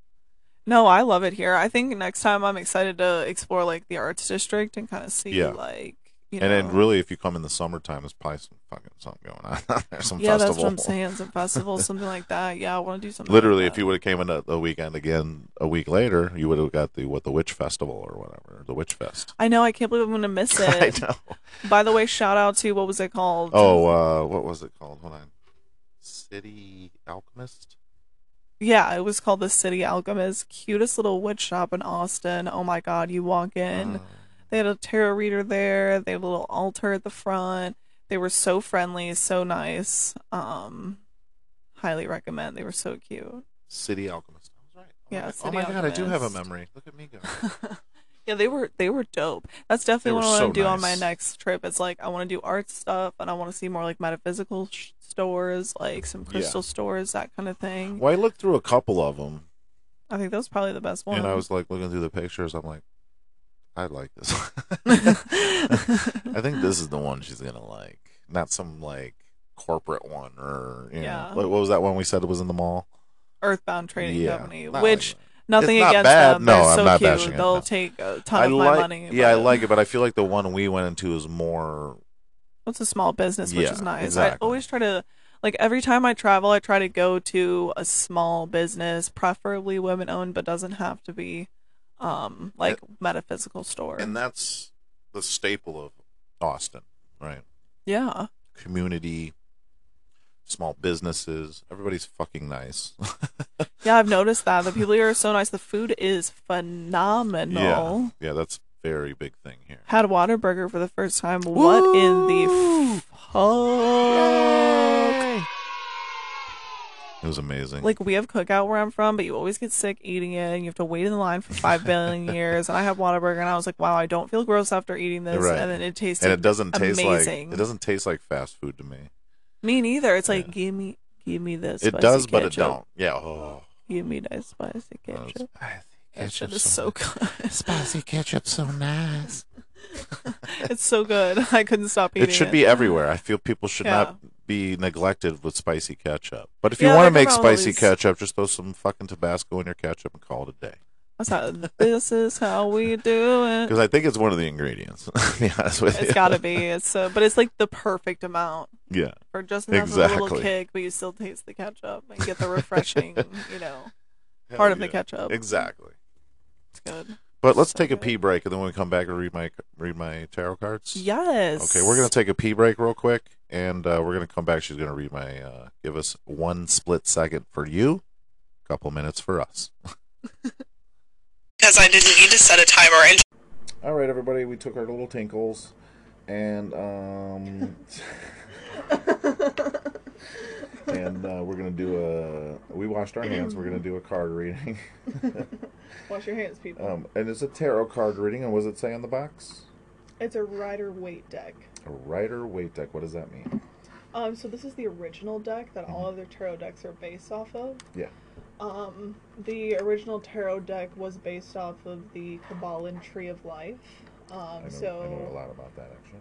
S5: No, I love it here. I think next time I'm excited to explore like the arts district and kind of see
S1: Yeah.
S5: like you
S1: and
S5: know.
S1: then, really, if you come in the summertime, there's probably some fucking something going on. There's some
S5: yeah,
S1: festival.
S5: that's what I'm saying. Some festival, something like that. Yeah, I want to do something. like
S1: Literally, if
S5: that.
S1: you would have came in a, a weekend again a week later, you would have got the what the witch festival or whatever, the witch fest.
S5: I know. I can't believe I'm gonna miss
S1: I
S5: it.
S1: know.
S5: By the way, shout out to what was it called?
S1: Oh, uh, what was it called? Hold on. City Alchemist?
S5: Yeah, it was called the City Alchemist. Cutest little wood shop in Austin. Oh my God, you walk in.
S1: Uh,
S5: They had a tarot reader there. They had a little altar at the front. They were so friendly, so nice. Um, highly recommend. They were so cute.
S1: City Alchemist. I was right. Oh
S5: Yeah,
S1: my,
S5: City
S1: oh my god, I do have a
S5: Alchemist.
S1: memory. Look at me go.
S5: Yeah, they were they were dope. That's definitely
S1: They
S5: what
S1: were
S5: I want to
S1: so
S5: do on my
S1: nice.
S5: next trip. It's like I want to do art stuff and I want to see more like metaphysical sh- stores, like some crystal stores, that kind of thing.
S1: Well, I looked through a couple of them,
S5: I think that was probably the best one.
S1: and I was like looking through the pictures. I'm like, I like this. I think this is the one she's gonna like, not some like corporate one or you
S5: Yeah.
S1: know, what what was that one we said was in the mall?
S5: Earthbound Trading
S1: Yeah,
S5: Company,
S1: not like
S5: which
S1: that.
S5: nothing
S1: It's not
S5: against
S1: bad.
S5: them.
S1: No,
S5: They're
S1: I'm
S5: so
S1: not
S5: cute.
S1: bashing it,
S5: They'll
S1: no.
S5: take a ton
S1: I
S5: of
S1: like,
S5: my money.
S1: yeah, I
S5: but-
S1: like it, but I feel like the one we went into is more
S5: it's a small business, which
S1: Yeah,
S5: is nice. I
S1: exactly.
S5: always try to like every time I travel, I try to go to a small business, preferably women owned, but doesn't have to be um like metaphysical store.
S1: and that's the staple of Austin, right?
S5: yeah.
S1: Community, small businesses, everybody's fucking nice.
S5: Yeah, I've noticed that. The people here are so nice. The food is phenomenal.
S1: Yeah, yeah, that's a very big thing here.
S5: Had Whataburger for the first time. What in the fuck?
S1: It was amazing.
S5: Like we have cookout where I'm from, but you always get sick eating it, and you have to wait in line for five billion years. And I had Whataburger, and I was like, wow, I don't feel gross after eating this,
S1: Right.
S5: and then it tasted.
S1: and it doesn't taste
S5: amazing.
S1: like it doesn't taste like fast food to me.
S5: me neither. It's like
S1: Yeah.
S5: give me, give me this.
S1: It
S5: spicy
S1: does, but it
S5: ketchup.
S1: don't. Yeah. Oh,
S5: Give me that spicy ketchup. That shit is so good.
S1: spicy ketchup's so nice.
S5: it's so good. I couldn't stop eating.
S1: It should be e- everywhere. I feel people should
S5: Yeah.
S1: not be neglected with spicy ketchup. But if you
S5: Yeah,
S1: want to
S5: there could
S1: make spicy
S5: always-
S1: ketchup, just throw some fucking Tabasco in your ketchup and call it a day.
S5: That's how, this is how we do it.
S1: Because I think it's one of the ingredients. to be honest with
S5: Uh. It's
S1: you.
S5: gotta be. It's so, but it's like the perfect amount
S1: Yeah.
S5: for just enough of a little
S1: Exactly.
S5: kick, but you still taste the ketchup and get the refreshing, you know, part of the
S1: Hell
S5: ketchup.
S1: yeah. Exactly.
S5: It's good.
S1: But let's
S5: So
S1: take a
S5: good.
S1: pee break, and then when we come back, and read my read my tarot cards.
S5: Yes.
S1: Okay, we're gonna take a pee break real quick, and uh, we're gonna come back. She's gonna read my uh, give us one split second for you, couple minutes for us.
S4: Because I didn't need to set a timer and
S1: All right, everybody, we took our little tinkles, and um, and uh, we're gonna do a. We washed our hands. We're gonna do a card reading,
S5: Wash your hands, people.
S1: um, and it's a tarot card reading. And what does it say on the box?
S5: It's a rider weight deck.
S1: A rider weight deck. What does that mean?
S5: Um, so this is the original deck that
S1: Mhm.
S5: all other tarot decks are based off of.
S1: Yeah.
S5: Um, the original tarot deck was based off of the Kabbalan Tree of Life.
S1: I know,
S5: Um,
S1: I know a
S5: so
S1: lot about that actually.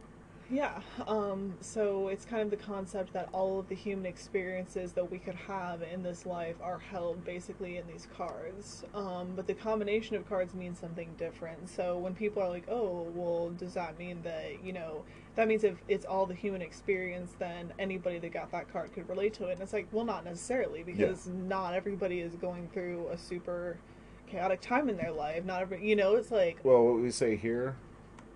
S5: yeah, um, so it's kind of the concept that all of the human experiences that we could have in this life are held basically in these cards. Um, but the combination of cards means something different. So when people are like, "Oh, well, does that mean that you know?" That means if it's all the human experience, then anybody that got that card could relate to it. And it's like, well, not necessarily, because not everybody is going through a super chaotic time in their life. Not every, you know, it's like
S1: Well, what we say here,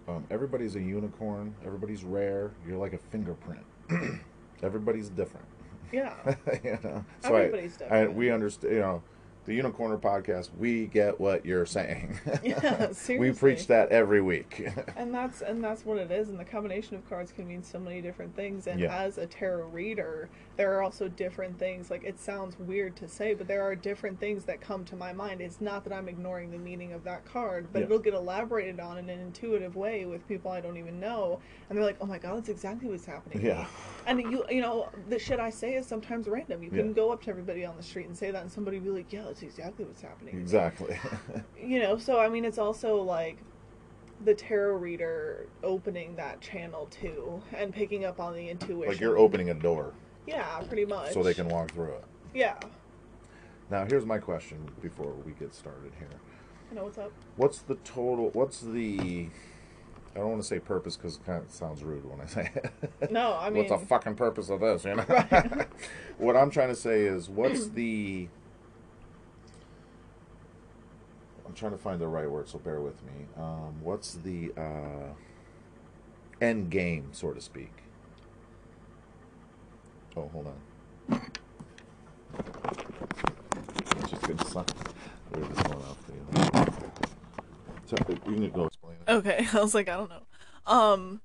S1: um, everybody's a unicorn. Everybody's rare. You're like a fingerprint. everybody's different.
S5: yeah,
S1: you know, so I-
S5: Everybody's
S1: I,
S5: different.
S1: we understand. You know, the Unicorner podcast. We get what you're saying.
S5: yeah.
S1: we
S5: seriously.
S1: preach that every week.
S5: and that's and that's what it is and the combination of cards can mean so many different things and
S1: Yeah.
S5: as a tarot reader there are also different things like it sounds weird to say but there are different things that come to my mind it's not that i'm ignoring the meaning of that card but
S1: Yeah.
S5: it'll get elaborated on in an intuitive way with people i don't even know and they're like oh my god that's exactly what's happening to me."
S1: yeah.
S5: and you you know the shit i say is sometimes random you
S1: Yeah.
S5: can go up to everybody on the street and say that and somebody will be like yeah that's exactly what's happening to me."
S1: Exactly.
S5: you know so i mean it's also like the tarot reader opening that channel too and picking up on the intuition
S1: like you're opening a door
S5: yeah pretty much
S1: so they can walk through it.
S5: yeah
S1: Now, here's my question before we get started here.
S5: you know what's up
S1: What's the total? What's the? I don't want to say purpose because it kind of sounds rude when I say it.
S5: no i mean
S1: what's the fucking purpose of this? You know. what I'm trying to say is, what's the? I'm trying to find the right word, so bear with me. Um, what's the uh, end game, so to speak? Oh, hold on. It's just gonna suck. We're just going off the. So, you can go explain it.
S5: okay i was like i don't know um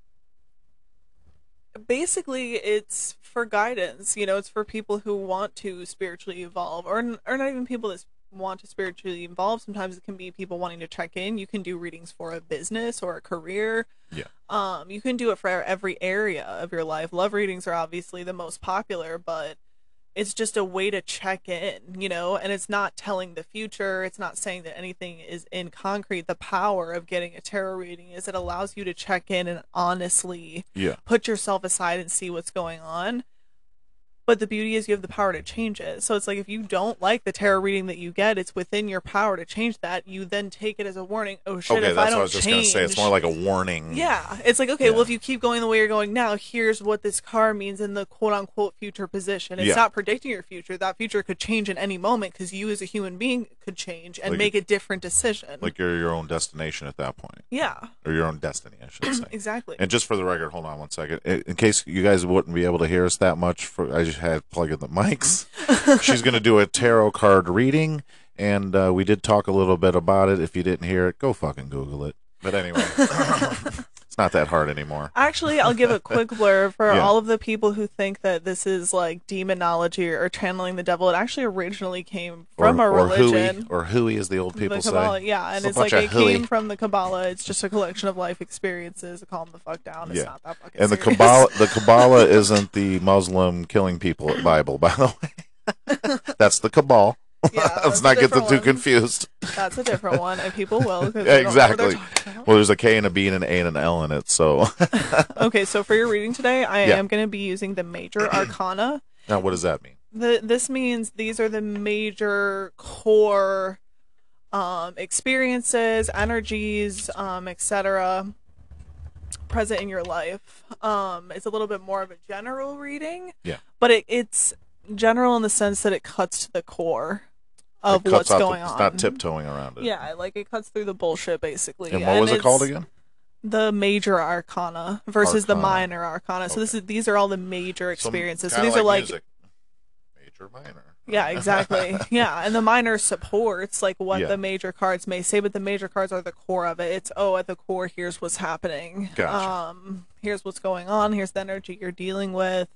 S5: basically it's for guidance you know it's for people who want to spiritually evolve or, n- or not even people that s- want to spiritually evolve sometimes it can be people wanting to check in you can do readings for a business or a career
S1: Yeah.
S5: um you can do it for every area of your life love readings are obviously the most popular but it's just a way to check in, you know, and it's not telling the future. It's not saying that anything is in concrete. The power of getting a tarot reading is it allows you to check in and honestly
S1: Yeah.
S5: put yourself aside and see what's going on. But the beauty is you have the power to change it. So it's like if you don't like the tarot reading that you get, it's within your power to change that. You then take it as a warning. Oh shit!
S1: okay,
S5: if
S1: that's
S5: I
S1: what
S5: don't
S1: I was just gonna say. It's
S5: change-
S1: more like a warning.
S5: yeah, it's like okay,
S1: Yeah.
S5: well, if you keep going the way you're going now, here's what this car means in the quote unquote future position. It's
S1: Yeah.
S5: not predicting your future. That future could change in any moment because you, as a human being, could change and
S1: Like-
S5: make a different decision.
S1: like you're your own destination at that point,
S5: yeah,
S1: or your own destiny, I should say.
S5: exactly.
S1: And just for the record, hold on one second. I- In case you guys wouldn't be able to hear us that much, for I just had plug in the mics. She's going to do a tarot card reading, and uh, we did talk a little bit about it. If you didn't hear it, go fucking Google it. But anyway, It's not that hard anymore.
S5: Actually, I'll give a quick blurb for
S1: Yeah.
S5: all of the people who think that this is like demonology or channeling the devil. It actually originally came from
S1: or,
S5: a
S1: or
S5: religion.
S1: hooey, or hooey, as the old people
S5: the Kabbalah,
S1: say.
S5: yeah, and
S1: a
S5: it's
S1: bunch
S5: like
S1: of
S5: it
S1: hooey.
S5: came from the Kabbalah. It's just a collection of life experiences. Calm the fuck down. It's
S1: Yeah.
S5: not that fucking
S1: And the
S5: serious.
S1: Kabbalah, the Kabbalah isn't the Muslim killing people Bible, by the way. That's the Cabal.
S5: Yeah,
S1: Let's
S5: that's
S1: not
S5: a
S1: get them
S5: different
S1: too
S5: one.
S1: confused.
S5: That's a different one, and people will. 'cause
S1: Yeah,
S5: they don't know what they're
S1: exactly.
S5: talking about.
S1: Well, there's a K and a B and an A and an L in it, so
S5: Okay, so for your reading today, I
S1: Yeah.
S5: am going to be using the major arcana.
S1: now what does that mean?
S5: The, this means these are the major core um, experiences, energies, um, etc., present in your life. Um, it's a little bit more of a general reading.
S1: Yeah.
S5: But it, it's general in the sense that it cuts to the core of
S1: It cuts
S5: what's
S1: out the-
S5: going on.
S1: It's not tiptoeing around it.
S5: Yeah, like it cuts through the bullshit basically.
S1: And what was it called
S5: it's-
S1: again?
S5: the major arcana versus the
S1: Arcana.
S5: minor arcana. So this is these are all the major experiences. So,
S1: kinda
S5: these are like
S1: music. major, minor.
S5: yeah, exactly. yeah, and the minor supports like what
S1: Yeah.
S5: the major cards may say, but the major cards are the core of it. It's oh, at the core, here's what's happening.
S1: Gotcha.
S5: Um, here's what's going on. Here's the energy you're dealing with.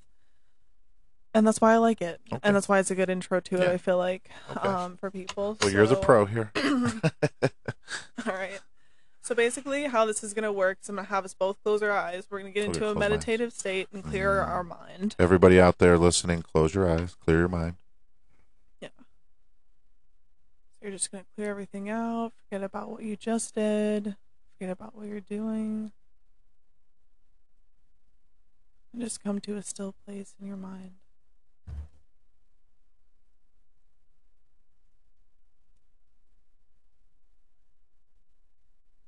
S5: And that's why I like it,
S1: Okay.
S5: and that's why it's a good intro to it.
S1: Yeah.
S5: I feel like,
S1: Okay.
S5: um, for people.
S1: Well, you're the
S5: So-
S1: pro here.
S5: All right. So basically, how this is gonna work is I'm gonna have us both close our eyes. We're gonna get
S1: Okay,
S5: into
S1: close
S5: a
S1: my eyes. Mm-hmm.
S5: meditative state and clear our mind.
S1: Everybody out there listening, close your eyes, clear your mind.
S5: You're just gonna clear everything out. Forget about what you just did. Forget about what you're doing. And just come to a still place in your mind.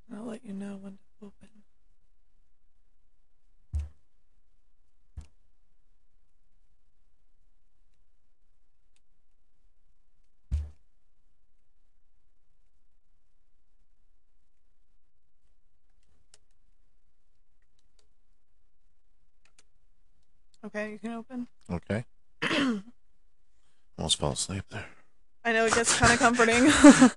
S5: And I'll let you know when to open. Okay, you can open.
S1: Okay. Almost fell asleep there.
S5: I know it gets kind of comforting.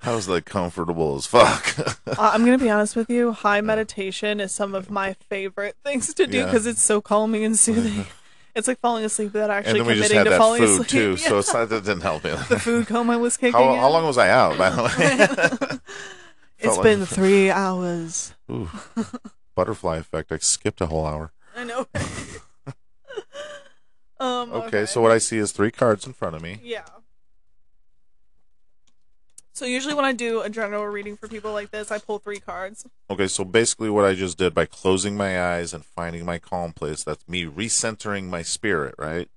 S1: I was like comfortable as fuck.
S5: Uh, I'm gonna be honest with you. High meditation is some of my favorite things to do
S1: Yeah.
S5: because it's so calming and soothing. It's like falling asleep without
S1: and
S5: actually
S1: then we just
S5: committing
S1: had that
S5: to falling
S1: food
S5: asleep.
S1: too,
S5: Yeah.
S1: so it's not, that didn't help me.
S5: the food coma was kicking.
S1: How, how
S5: in.
S1: long was I out, by the way?
S5: It's
S1: felt
S5: been
S1: like-
S5: three hours.
S1: Ooh, butterfly effect. I skipped a whole hour.
S5: I know. um.
S1: Okay, so what I see is three cards in front of me.
S5: Yeah. So usually when I do a general reading for people like this, I pull three cards.
S1: Okay, so basically what I just did by closing my eyes and finding my calm place, that's me recentering my spirit, right?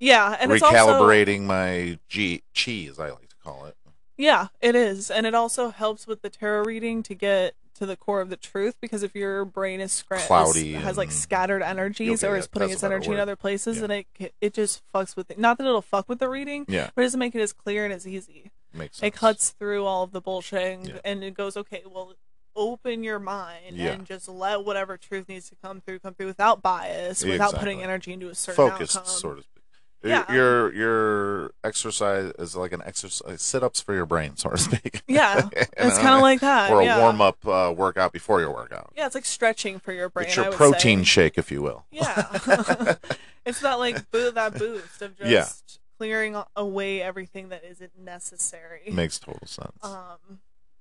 S5: Yeah, and it's also
S1: Recalibrating my G- chi, as I like to call it.
S5: Yeah, it is. And it also helps with the tarot reading to get to the core of the truth because if your brain is scra- is-
S1: Cloudy
S5: has like
S1: and-
S5: scattered energies
S1: Okay,
S5: or
S1: yeah,
S5: is putting
S1: that's
S5: its
S1: a better
S5: energy in
S1: word.
S5: other places,
S1: Yeah.
S5: then it c- it just fucks with it. Not that it'll fuck with the reading,
S1: Yeah,
S5: but it doesn't make it as clear and as easy.
S1: makes sense.
S5: It cuts through all of the bullshit and,
S1: Yeah.
S5: and it goes, okay, well, open your mind
S1: Yeah.
S5: and just let whatever truth needs to come through come through without bias, without putting
S1: Exactly.
S5: energy into a certain
S1: focused,
S5: outcome.
S1: sort of. speak.
S5: Yeah.
S1: Your your exercise is like an exercise sit ups for your brain, so to speak.
S5: Yeah,
S1: You
S5: it's
S1: know?
S5: kind of like that.
S1: uh, or a
S5: yeah.
S1: warm up uh, workout before your workout.
S5: Yeah, it's like stretching for your brain.
S1: it's
S5: I
S1: your
S5: would
S1: protein
S5: say.
S1: shake, if you will.
S5: Yeah. it's that like boo that boost of just
S1: Yeah.
S5: clearing a- away everything that isn't necessary.
S1: Makes total sense.
S5: um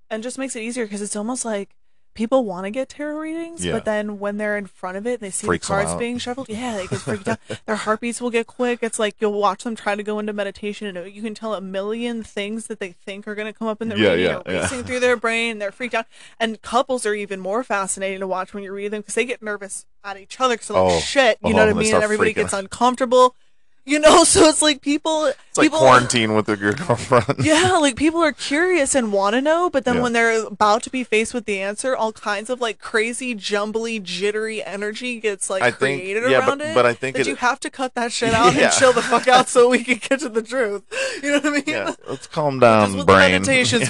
S5: and just makes it easier because it's almost like people want to get tarot readings,
S1: Yeah.
S5: but then when they're in front of it and they see
S1: Freaks
S5: the
S1: 'em
S5: cards
S1: out.
S5: being shuffled, yeah, they get freaked out. Their heartbeats will get quick. It's like you'll watch them try to go into meditation, and you can tell a million things that they think are going to come up in the
S1: Yeah,
S5: reading
S1: yeah,
S5: are
S1: yeah.
S5: racing through their brain. They're freaked out, and couples are even more fascinating to watch when you read them because they get nervous at each other because they're like,
S1: Oh,
S5: shit,
S1: oh,
S5: you know what I
S1: and they
S5: mean,
S1: start
S5: and everybody
S1: freaking
S5: gets uncomfortable. You know, so it's like people.
S1: it's like
S5: people,
S1: quarantine with your girlfriend.
S5: yeah, like people are curious and want to know, but then
S1: Yeah.
S5: when they're about to be faced with the answer, all kinds of like crazy, jumbly, jittery energy gets like
S1: I think-
S5: created
S1: yeah,
S5: around
S1: but-
S5: it.
S1: but I think
S5: that
S1: it-
S5: you have to cut that shit out
S1: Yeah.
S5: and chill the fuck out so we can get to the truth. You know what I mean?
S1: Yeah, let's calm
S5: That's
S1: down,
S5: what
S1: brain.
S5: the meditation's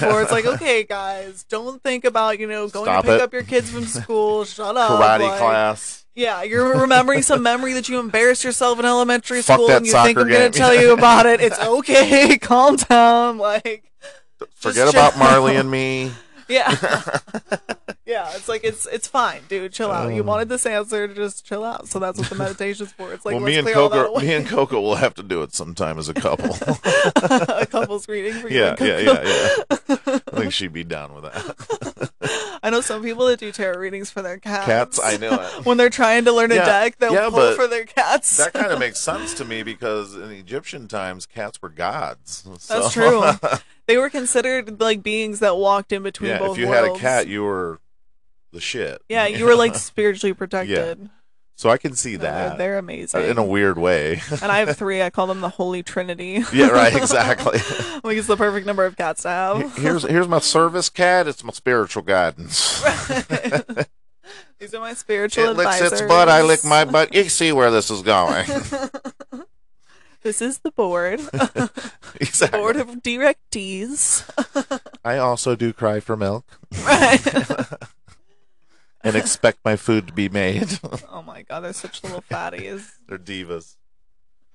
S1: Yeah.
S5: for. It's like, okay, guys, don't think about you know going
S1: Stop
S5: to pick
S1: it.
S5: up your kids from school. Shut up.
S1: karate
S5: like-
S1: class.
S5: yeah, you're remembering some memory that you embarrassed yourself in elementary
S1: Fuck
S5: school,
S1: that
S5: and you think
S1: soccer
S5: I'm gonna
S1: game.
S5: tell you about it. It's okay, calm down. Like,
S1: Forget
S5: chill.
S1: about Marley and me.
S5: yeah, Yeah, it's like it's it's fine, dude. Chill out.
S1: Um.
S5: You wanted this answer, just chill out. So that's what the meditation's for. It's like
S1: well,
S5: let's
S1: me and
S5: clear all that
S1: Coco,
S5: away.
S1: me and Coco will have to do it sometime as a couple.
S5: a couple's reading for you.
S1: yeah,
S5: and
S1: yeah,
S5: Coco.
S1: yeah, yeah. I think she'd be down with that.
S5: I know some people that do tarot readings for their cats.
S1: Cats, I knew it.
S5: when they're trying to learn a
S1: Yeah,
S5: deck, they'll
S1: yeah,
S5: pull
S1: but
S5: for their cats.
S1: That kind of makes sense to me because in Egyptian times, cats were gods. So,
S5: That's true. they were considered like beings that walked in between
S1: Yeah,
S5: both
S1: if you
S5: worlds.
S1: had a cat, you were the shit.
S5: yeah, you were like spiritually protected.
S1: So I can see
S5: No, they're-
S1: that Uh,
S5: they're amazing.
S1: in a weird way.
S5: and I have three. I call them the Holy Trinity.
S1: yeah, right. Exactly.
S5: like it's the perfect number of cats to have.
S1: here's here's my service cat. It's my spiritual guidance.
S5: These are my spiritual
S1: it licks
S5: advisors.
S1: its butt. I lick my butt. You see where this is going.
S5: This is the board,
S1: exactly.
S5: board of directees.
S1: I also do cry for milk
S5: right.
S1: and expect my food to be made.
S5: Oh my god, they're such little fatties.
S1: They're divas.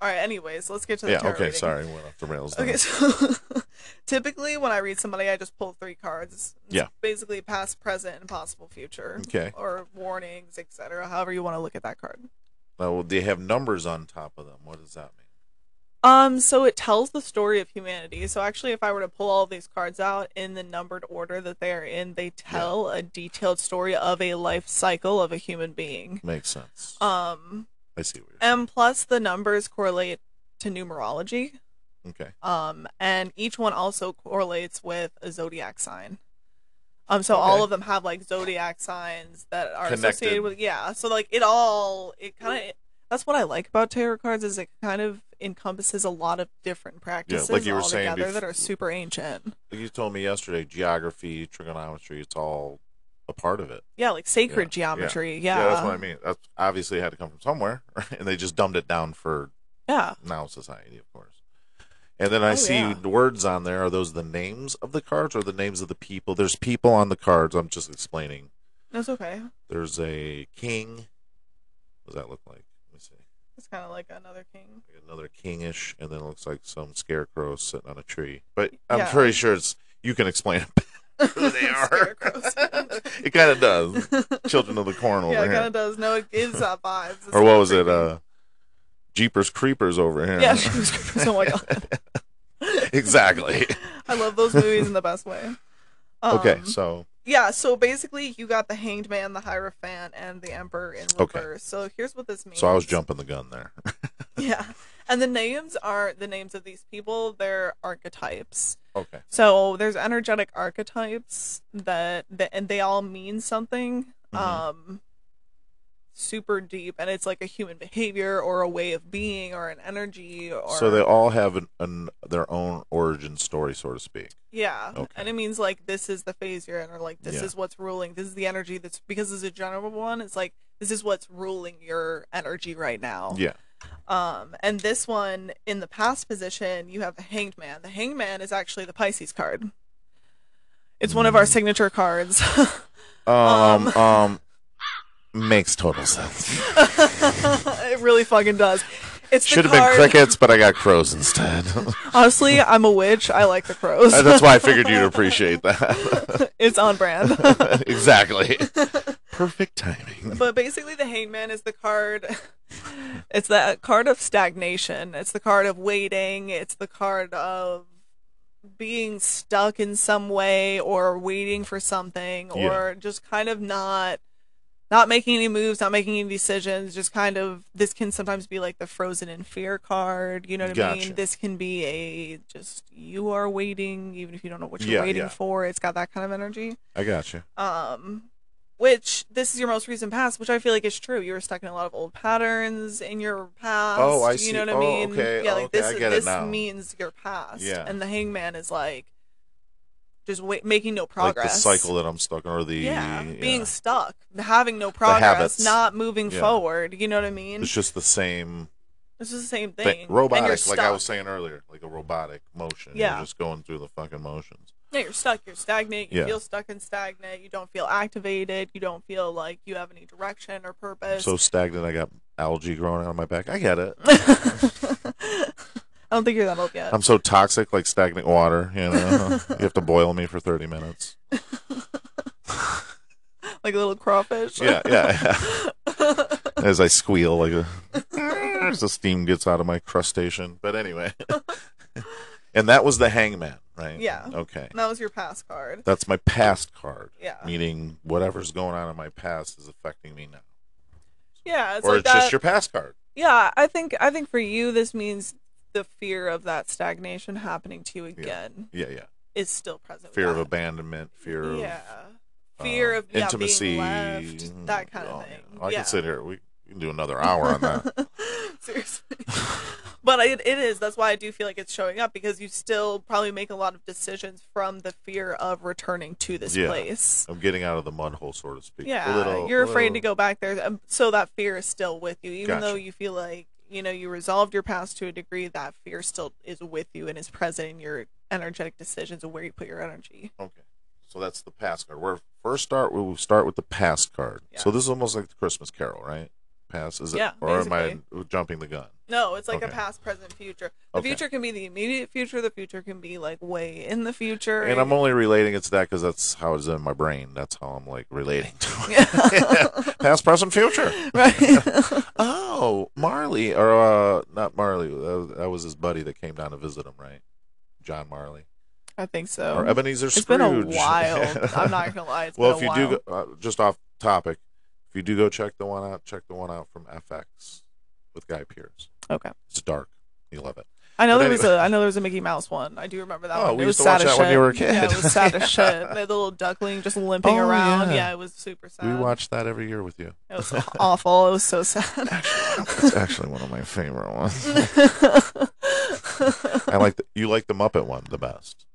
S5: All right. Anyways, let's get to the
S1: Yeah.
S5: tarot
S1: Okay.
S5: reading.
S1: Sorry, went off the rails. there.
S5: Okay, so typically when I read somebody, I just pull three cards. It's
S1: Yeah.
S5: Basically, past, present, and possible future.
S1: Okay.
S5: Or warnings, etc. However you want to look at that card.
S1: Now, well, they have numbers on top of them. What does that mean?
S5: Um, so it tells the story of humanity. So actually, if I were to pull all of these cards out in the numbered order that they are in, they tell a detailed story of a life cycle of a human being.
S1: Makes sense.
S5: Um,
S1: I see what you're
S5: and plus the numbers correlate to numerology.
S1: Okay.
S5: Um, and each one also correlates with a zodiac sign. Um, so all
S1: Okay.
S5: of them have like zodiac signs that are
S1: Connected.
S5: associated with yeah. So like it all it kind of that's what I like about tarot cards is it kind of encompasses a lot of different practices
S1: you were
S5: all
S1: saying
S5: together
S1: bef-
S5: that are super ancient.
S1: You told me yesterday geography, trigonometry, it's all a part of it.
S5: Yeah, like sacred
S1: Yeah, yeah.
S5: geometry. Yeah.
S1: that's what I mean. That's obviously had to come from somewhere, and they just dumbed it down for
S5: Yeah.
S1: now society, of course. And then I
S5: Oh,
S1: see
S5: yeah.
S1: the words on there. Are those the names of the cards or the names of the people? There's people on the cards. I'm just explaining.
S5: That's okay.
S1: There's a king. What does that look like? Let me see.
S5: It's kind of like another king.
S1: Like another kingish, and then it looks like some scarecrow sitting on a tree. But I'm
S5: Yeah.
S1: pretty sure it's you can explain who they are.
S5: Scarecrows.
S1: it kind of does. Children of the Corn over
S5: yeah, it
S1: here.
S5: kind of does. No, it gives that vibes. It's
S1: or
S5: not
S1: what was it?
S5: creepy.
S1: Uh, Jeepers Creepers over here.
S5: yeah, oh my god.
S1: exactly.
S5: I love those movies in the best way. Um,
S1: okay, so
S5: Yeah, so basically, you got the Hanged Man, the Hierophant, and the Emperor in
S1: Okay.
S5: reverse. So here's what this means.
S1: so I was jumping the gun there.
S5: Yeah, and the names are the names of these people. They're archetypes.
S1: okay.
S5: So there's energetic archetypes that, that and they all mean something.
S1: Mhm.
S5: Um, super deep, and it's like a human behavior or a way of being or an energy or
S1: So they all have an, an their own origin story, so to speak.
S5: Yeah.
S1: Okay.
S5: And it means like this is the phase you're in or like this
S1: Yeah.
S5: is what's ruling. This is the energy that's because it's a general one, it's like this is what's ruling your energy right now.
S1: Yeah.
S5: Um and this one in the past position you have the hanged man. The hanged man is actually the Pisces card. It's one of
S1: Mm.
S5: our signature cards.
S1: Um. Um. makes total sense.
S5: it really fucking does. It's the
S1: Should have been
S5: card-
S1: crickets, but I got crows instead.
S5: Honestly, I'm a witch. I like the crows.
S1: Uh, That's why I figured you'd appreciate that.
S5: it's on brand.
S1: exactly. Perfect timing.
S5: But basically, the hanged man is the card. It's the card of stagnation. It's the card of waiting. It's the card of being stuck in some way or waiting for something
S1: Yeah.
S5: or just kind of not not making any moves, not making any decisions, just kind of this can sometimes be like the frozen in fear card, you know what I
S1: Gotcha.
S5: mean? This can be a just you are waiting even if you don't know what you're
S1: Yeah,
S5: waiting
S1: yeah.
S5: for. It's got that kind of energy
S1: I got you.
S5: um which this is your most recent past which i feel like is true you were stuck in a lot of old patterns in your past
S1: Oh, I
S5: you
S1: see.
S5: know what
S1: Oh,
S5: i mean
S1: okay.
S5: yeah
S1: Oh,
S5: like
S1: okay.
S5: this
S1: I get it
S5: this
S1: now.
S5: means your past
S1: Yeah.
S5: and the hangman is like just wait, making no
S1: Like the
S5: progress
S1: cycle that I'm stuck in, or the
S5: yeah,
S1: yeah.
S5: being stuck having no progress
S1: habits.
S5: not moving
S1: Yeah.
S5: forward you know what i mean
S1: It's just the same
S5: it's just the same thing
S1: thing.
S5: And you're
S1: Robotic, like I
S5: stuck.
S1: was saying earlier, like a robotic motion.
S5: Yeah.
S1: You're just going through the fucking motions.
S5: Yeah, you're stuck. You're stagnant. You
S1: Yeah.
S5: feel stuck and stagnant. You don't feel activated. You don't feel like you have any direction or purpose.
S1: so stagnant, I got algae growing out of my back. I get it.
S5: I don't think you're that old yet.
S1: I'm so toxic, like stagnant water. You know, you have to boil me for 30 minutes.
S5: like a little crawfish.
S1: Yeah, yeah. As I squeal like a as the steam gets out of my crustacean. But anyway. and that was the hangman, right?
S5: Yeah.
S1: Okay.
S5: And that was your pass card.
S1: That's my past card.
S5: Yeah.
S1: Meaning whatever's going on in my past is affecting me now.
S5: Yeah, it's
S1: or
S5: like
S1: it's
S5: that.
S1: just your past card.
S5: yeah, I think I think for you this means the fear of that stagnation happening to you again
S1: Yeah, yeah.
S5: is still present. with
S1: Fear of
S5: that.
S1: abandonment, fear of
S5: yeah, fear
S1: um,
S5: of yeah,
S1: intimacy,
S5: being left, that kind
S1: Oh,
S5: of
S1: yeah.
S5: thing.
S1: I
S5: yeah.
S1: can sit here. We can do another hour on that.
S5: Seriously. but it, it is. That's why I do feel like it's showing up because you still probably make a lot of decisions from the fear of returning to this
S1: Yeah.
S5: place.
S1: I'm getting out of the mud hole, so to speak. A
S5: Yeah.
S1: little-
S5: you're afraid to
S1: little-
S5: go back there. um, So that fear is still with you. Even though
S1: Gotcha.
S5: you feel like, you know, you resolved your past to a degree, that fear still is with you and is present in your energetic decisions of where you put your energy.
S1: Okay. So that's the pass card. We're first start. We will start with the pass card.
S5: Yeah.
S1: So this is almost like the Christmas Carol, right? Pass is it?
S5: Yeah,
S1: or am I jumping the gun?
S5: No, it's like a
S1: Okay.
S5: past, present, future. The
S1: Okay.
S5: future can be the immediate future. The future can be like way in the future.
S1: And I'm only relating it to that because that's how it's in my brain. That's how I'm like relating to it.
S5: Yeah.
S1: Past, present, future.
S5: right.
S1: Oh, Marley, or uh, not Marley. That was, that was his buddy that came down to visit him, right? John Marley
S5: I think so.
S1: or Ebenezer
S5: Um, It's
S1: Scrooge.
S5: been a while. I'm not gonna lie. It's
S1: well, if
S5: been a
S1: you
S5: while.
S1: do, go, uh, just off topic, if you do go check the one out, check the one out from FX with Guy Pearce.
S5: okay.
S1: It's dark. You love it.
S5: I know
S1: But
S5: there was a I know there was a Mickey Mouse one. I do remember that
S1: Oh,
S5: one.
S1: we
S5: it was
S1: used to watch
S5: sad as
S1: that when
S5: shit.
S1: you were a kid.
S5: Yeah, it was sad as shit. The little duckling just limping
S1: Oh,
S5: around.
S1: yeah.
S5: Yeah. it was super sad.
S1: We watch that every year with you.
S5: It was awful. It was so sad.
S1: It's actually one of my favorite ones. I like the, you like the Muppet one the best,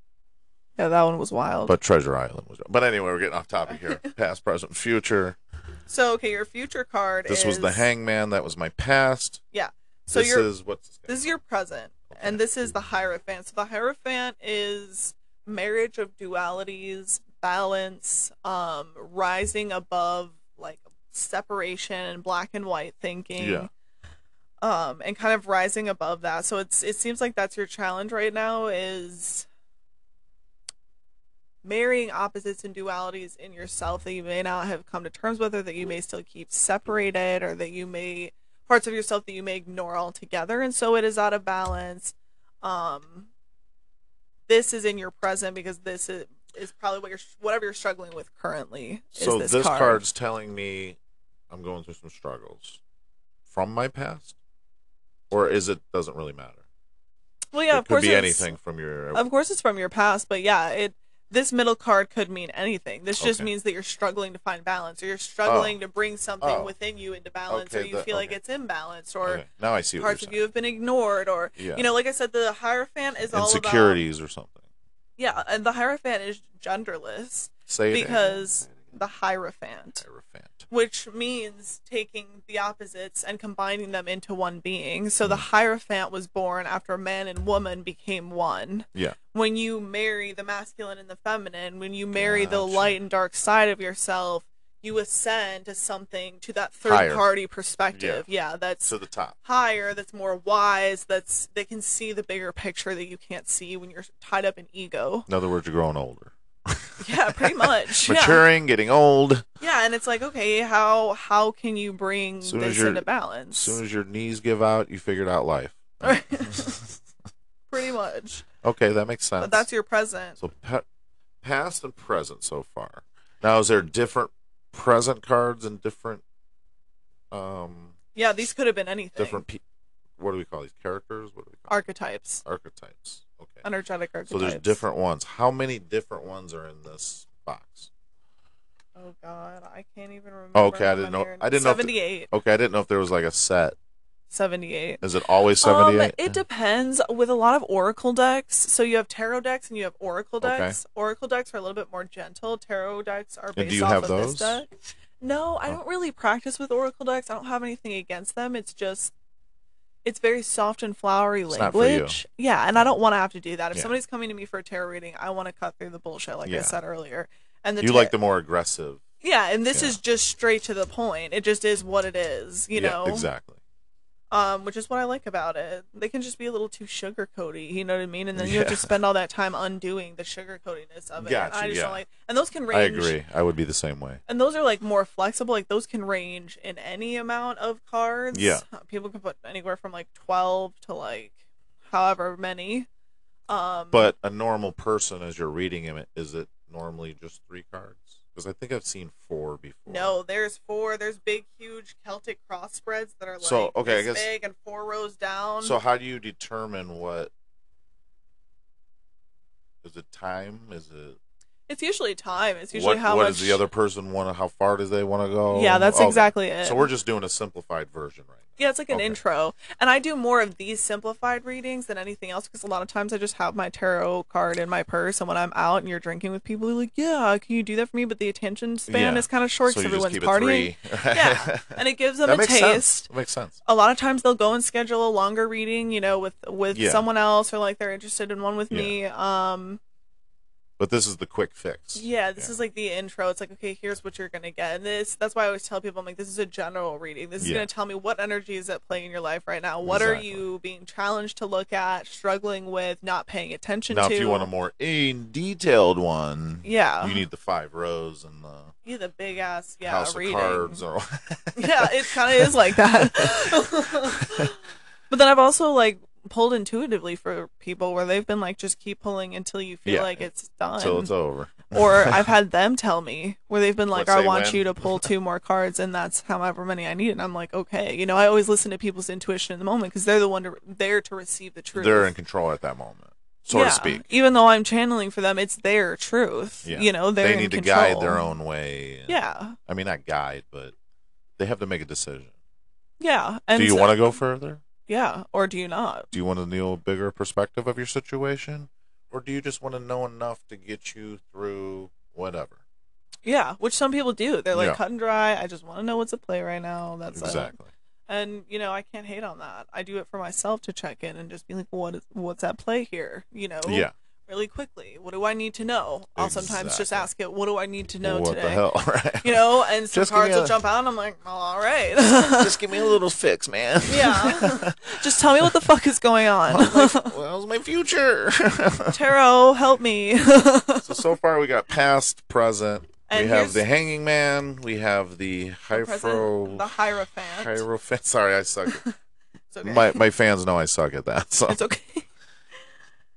S5: yeah, that one was wild.
S1: but Treasure Island was. But anyway, we're getting off topic here. Past, present, future.
S5: so okay, your future card.
S1: This was
S5: is-
S1: the Hangman. That was my past.
S5: Yeah. So
S1: this
S5: your
S1: is what's this guy?
S5: this is your present, and this is the Hierophant. So the Hierophant is marriage of dualities, balance, um, rising above like separation and black and white thinking.
S1: Yeah.
S5: Um, and kind of rising above that. So it's it seems like that's your challenge right now is marrying opposites and dualities in yourself that you may not have come to terms with or that you may still keep separated or that you may parts of yourself that you may ignore altogether and so it is out of balance um this is in your present because this is is probably what you're whatever you're struggling with currently is
S1: So
S5: this,
S1: this
S5: card.
S1: card's telling me I'm going through some struggles from my past, or is it doesn't really matter?
S5: well yeah
S1: it
S5: of
S1: could
S5: course
S1: be
S5: it's-
S1: anything from your.
S5: of course it's from your past but yeah it this middle card could mean anything this just
S1: Okay.
S5: means that you're struggling to find balance or you're struggling to bring something
S1: Oh.
S5: within you into balance or
S1: Okay,
S5: you
S1: the-
S5: feel like
S1: okay.
S5: it's imbalanced or
S1: okay. Now I see what
S5: parts
S1: you're
S5: of you have been ignored or
S1: Yeah.
S5: you know like i said the hierophant is
S1: saying.
S5: all about
S1: insecurities or something.
S5: yeah and the hierophant is genderless
S1: Say it again.
S5: because the hierophant
S1: Hierophant.
S5: which means taking the opposites and combining them into one being so the hierophant was born after man and woman became one
S1: Yeah.
S5: when you marry the masculine and the feminine, when you marry the
S1: Gotcha.
S5: light and dark side of yourself, you ascend to something to that third
S1: Higher.
S5: party perspective. Yeah, that's
S1: To the top.
S5: higher, that's more wise, that's they can see the bigger picture that you can't see when you're tied up in ego.
S1: In other words, you're growing older,
S5: Yeah, pretty much. yeah.
S1: maturing, getting old.
S5: yeah, and it's like, okay, how how can you bring
S1: Soon as
S5: this
S1: you're-
S5: into
S1: As
S5: balance?
S1: soon as your knees give out, you figured out life.
S5: pretty much.
S1: Okay, that makes sense.
S5: But that's your present.
S1: So pa- past and present so far. Now is there different present cards and different um
S5: Yeah, these could have been anything.
S1: different pe- what do we call these characters? What do we call
S5: archetypes.
S1: them? archetypes? Okay.
S5: Energetic archetypes.
S1: So there's different ones. How many different ones are in this box?
S5: Oh God, I can't even remember.
S1: Oh, okay, I
S5: how
S1: didn't
S5: many
S1: know-
S5: are-
S1: I didn't know if the-
S5: 78,
S1: Okay, I didn't know if there was like a set.
S5: 78.
S1: Is it always
S5: Um,
S1: 78?
S5: it depends with a lot of oracle decks. So you have tarot decks and you have oracle
S1: Okay.
S5: decks. Oracle decks are a little bit more gentle. Tarot decks are based
S1: do you
S5: off
S1: have
S5: of
S1: those? Oh.
S5: this deck. No, I don't really practice with oracle decks. I don't have anything against them. It's just it's very soft and flowery
S1: It's not for you.
S5: language. Yeah, and I don't want to have to do that. If
S1: Yeah.
S5: somebody's coming to me for a tarot reading, I want to cut through the bullshit like
S1: Yeah.
S5: I said earlier. And the
S1: you
S5: tar-
S1: like the more aggressive.
S5: Yeah, and this
S1: Yeah.
S5: is just straight to the point. It just is what it is, you
S1: yeah,
S5: know.
S1: Exactly.
S5: um, which is what I like about it. They can just be a little too sugar coaty, you know what I mean? And then you have
S1: Yeah.
S5: to spend all that time undoing the sugar coatiness of it.
S1: Gotcha,
S5: I just
S1: yeah.
S5: don't like, and those can range.
S1: I agree. I would be the same way.
S5: And those are like more flexible. Like those can range in any amount of cards.
S1: Yeah.
S5: Uh, People can put anywhere from like twelve to like however many. Um,
S1: But a normal person, as you're reading him, is it normally just three cards? Because I think I've seen four before.
S5: No, there's four. There's big, huge Celtic cross spreads that are like
S1: So, okay, I
S5: this
S1: guess-
S5: big and four rows down.
S1: So how do you determine what? Is it time? Is it
S5: it's usually time. It's usually
S1: what?
S5: how
S1: what
S5: much
S1: does the other person want? to How far does they want to go?
S5: Yeah, that's
S1: Okay.
S5: exactly it.
S1: So we're just doing a simplified version, right?
S5: yeah, it's like an
S1: okay.
S5: intro, and I do more of these simplified readings than anything else because a lot of times I just have my tarot card in my purse, and when I'm out and you're drinking with people, you're like, "Yeah, can you do that for me?" But the attention span
S1: Yeah.
S5: is kind of short
S1: so
S5: because
S1: you
S5: everyone's
S1: just keep
S5: partying.
S1: It three.
S5: yeah, and it gives them
S1: that
S5: a
S1: makes
S5: taste.
S1: sense. That makes sense.
S5: a lot of times they'll go and schedule a longer reading, you know, with with
S1: Yeah.
S5: someone else or like they're interested in one with
S1: Yeah.
S5: me. Um
S1: But this is the quick fix.
S5: yeah, this
S1: Yeah.
S5: is like the intro. It's like, okay, here's what you're gonna get. And this that's why I always tell people I'm like, this is a general reading. This is
S1: Yeah.
S5: gonna tell me what energy is at play in your life right now. What
S1: Exactly.
S5: are you being challenged to look at, struggling with, not paying attention
S1: Now,
S5: to
S1: if you want a more in detailed one,
S5: Yeah.
S1: you need the five rows and the
S5: You the big ass Uh-huh. yeah
S1: house
S5: reading.
S1: of cards, or
S5: yeah, it kind of is like that. but then I've also like pulled intuitively for people where they've been like, just keep pulling until you feel
S1: Yeah,
S5: like it's done.
S1: until it's over.
S5: or I've had them tell me where they've been like,
S1: Let's
S5: I
S1: say
S5: want
S1: when.
S5: you to pull two more cards, and that's however many I need. And I'm like, okay, you know, I always listen to people's intuition in the moment because they're the one to, there to receive the truth.
S1: They're in control at that moment, so
S5: Yeah.
S1: to speak.
S5: Even though I'm channeling for them, it's their truth.
S1: Yeah.
S5: You know, they're
S1: they
S5: in
S1: need to
S5: control.
S1: guide their own way. and-
S5: Yeah,
S1: I mean, not guide, but they have to make a decision.
S5: yeah. And
S1: do you want to go further?
S5: Yeah, or do you not?
S1: Do you want to know a bigger perspective of your situation? Or do you just want to know enough to get you through whatever?
S5: Yeah, which some people do. They're like
S1: Yeah.
S5: cut and dry. I just want to know what's at play right now. That's it."
S1: exactly.
S5: And you know, I can't hate on that. I do it for myself to check in and just be like, what is what's at play here? You know,
S1: Yeah.
S5: really quickly. What do I need to know? I'll sometimes just
S1: Exactly.
S5: ask it. What do I need to know
S1: what
S5: today?
S1: the hell, right?
S5: You know, and some
S1: Just give me
S5: cards will
S1: a-
S5: jump out. and I'm like, well, all right,
S1: just give me a little fix, man.
S5: yeah. just tell me what the fuck is going on.
S1: How's my future? so
S5: Tarot, help me.
S1: so far we got past, present.
S5: And
S1: we have
S5: here's-
S1: the Hanging Man. We have the Hyphro.
S5: Present the Hierophant.
S1: Hierophant. Sorry, I suck. at-
S5: It's okay.
S1: My my fans know I suck at that. So
S5: It's okay.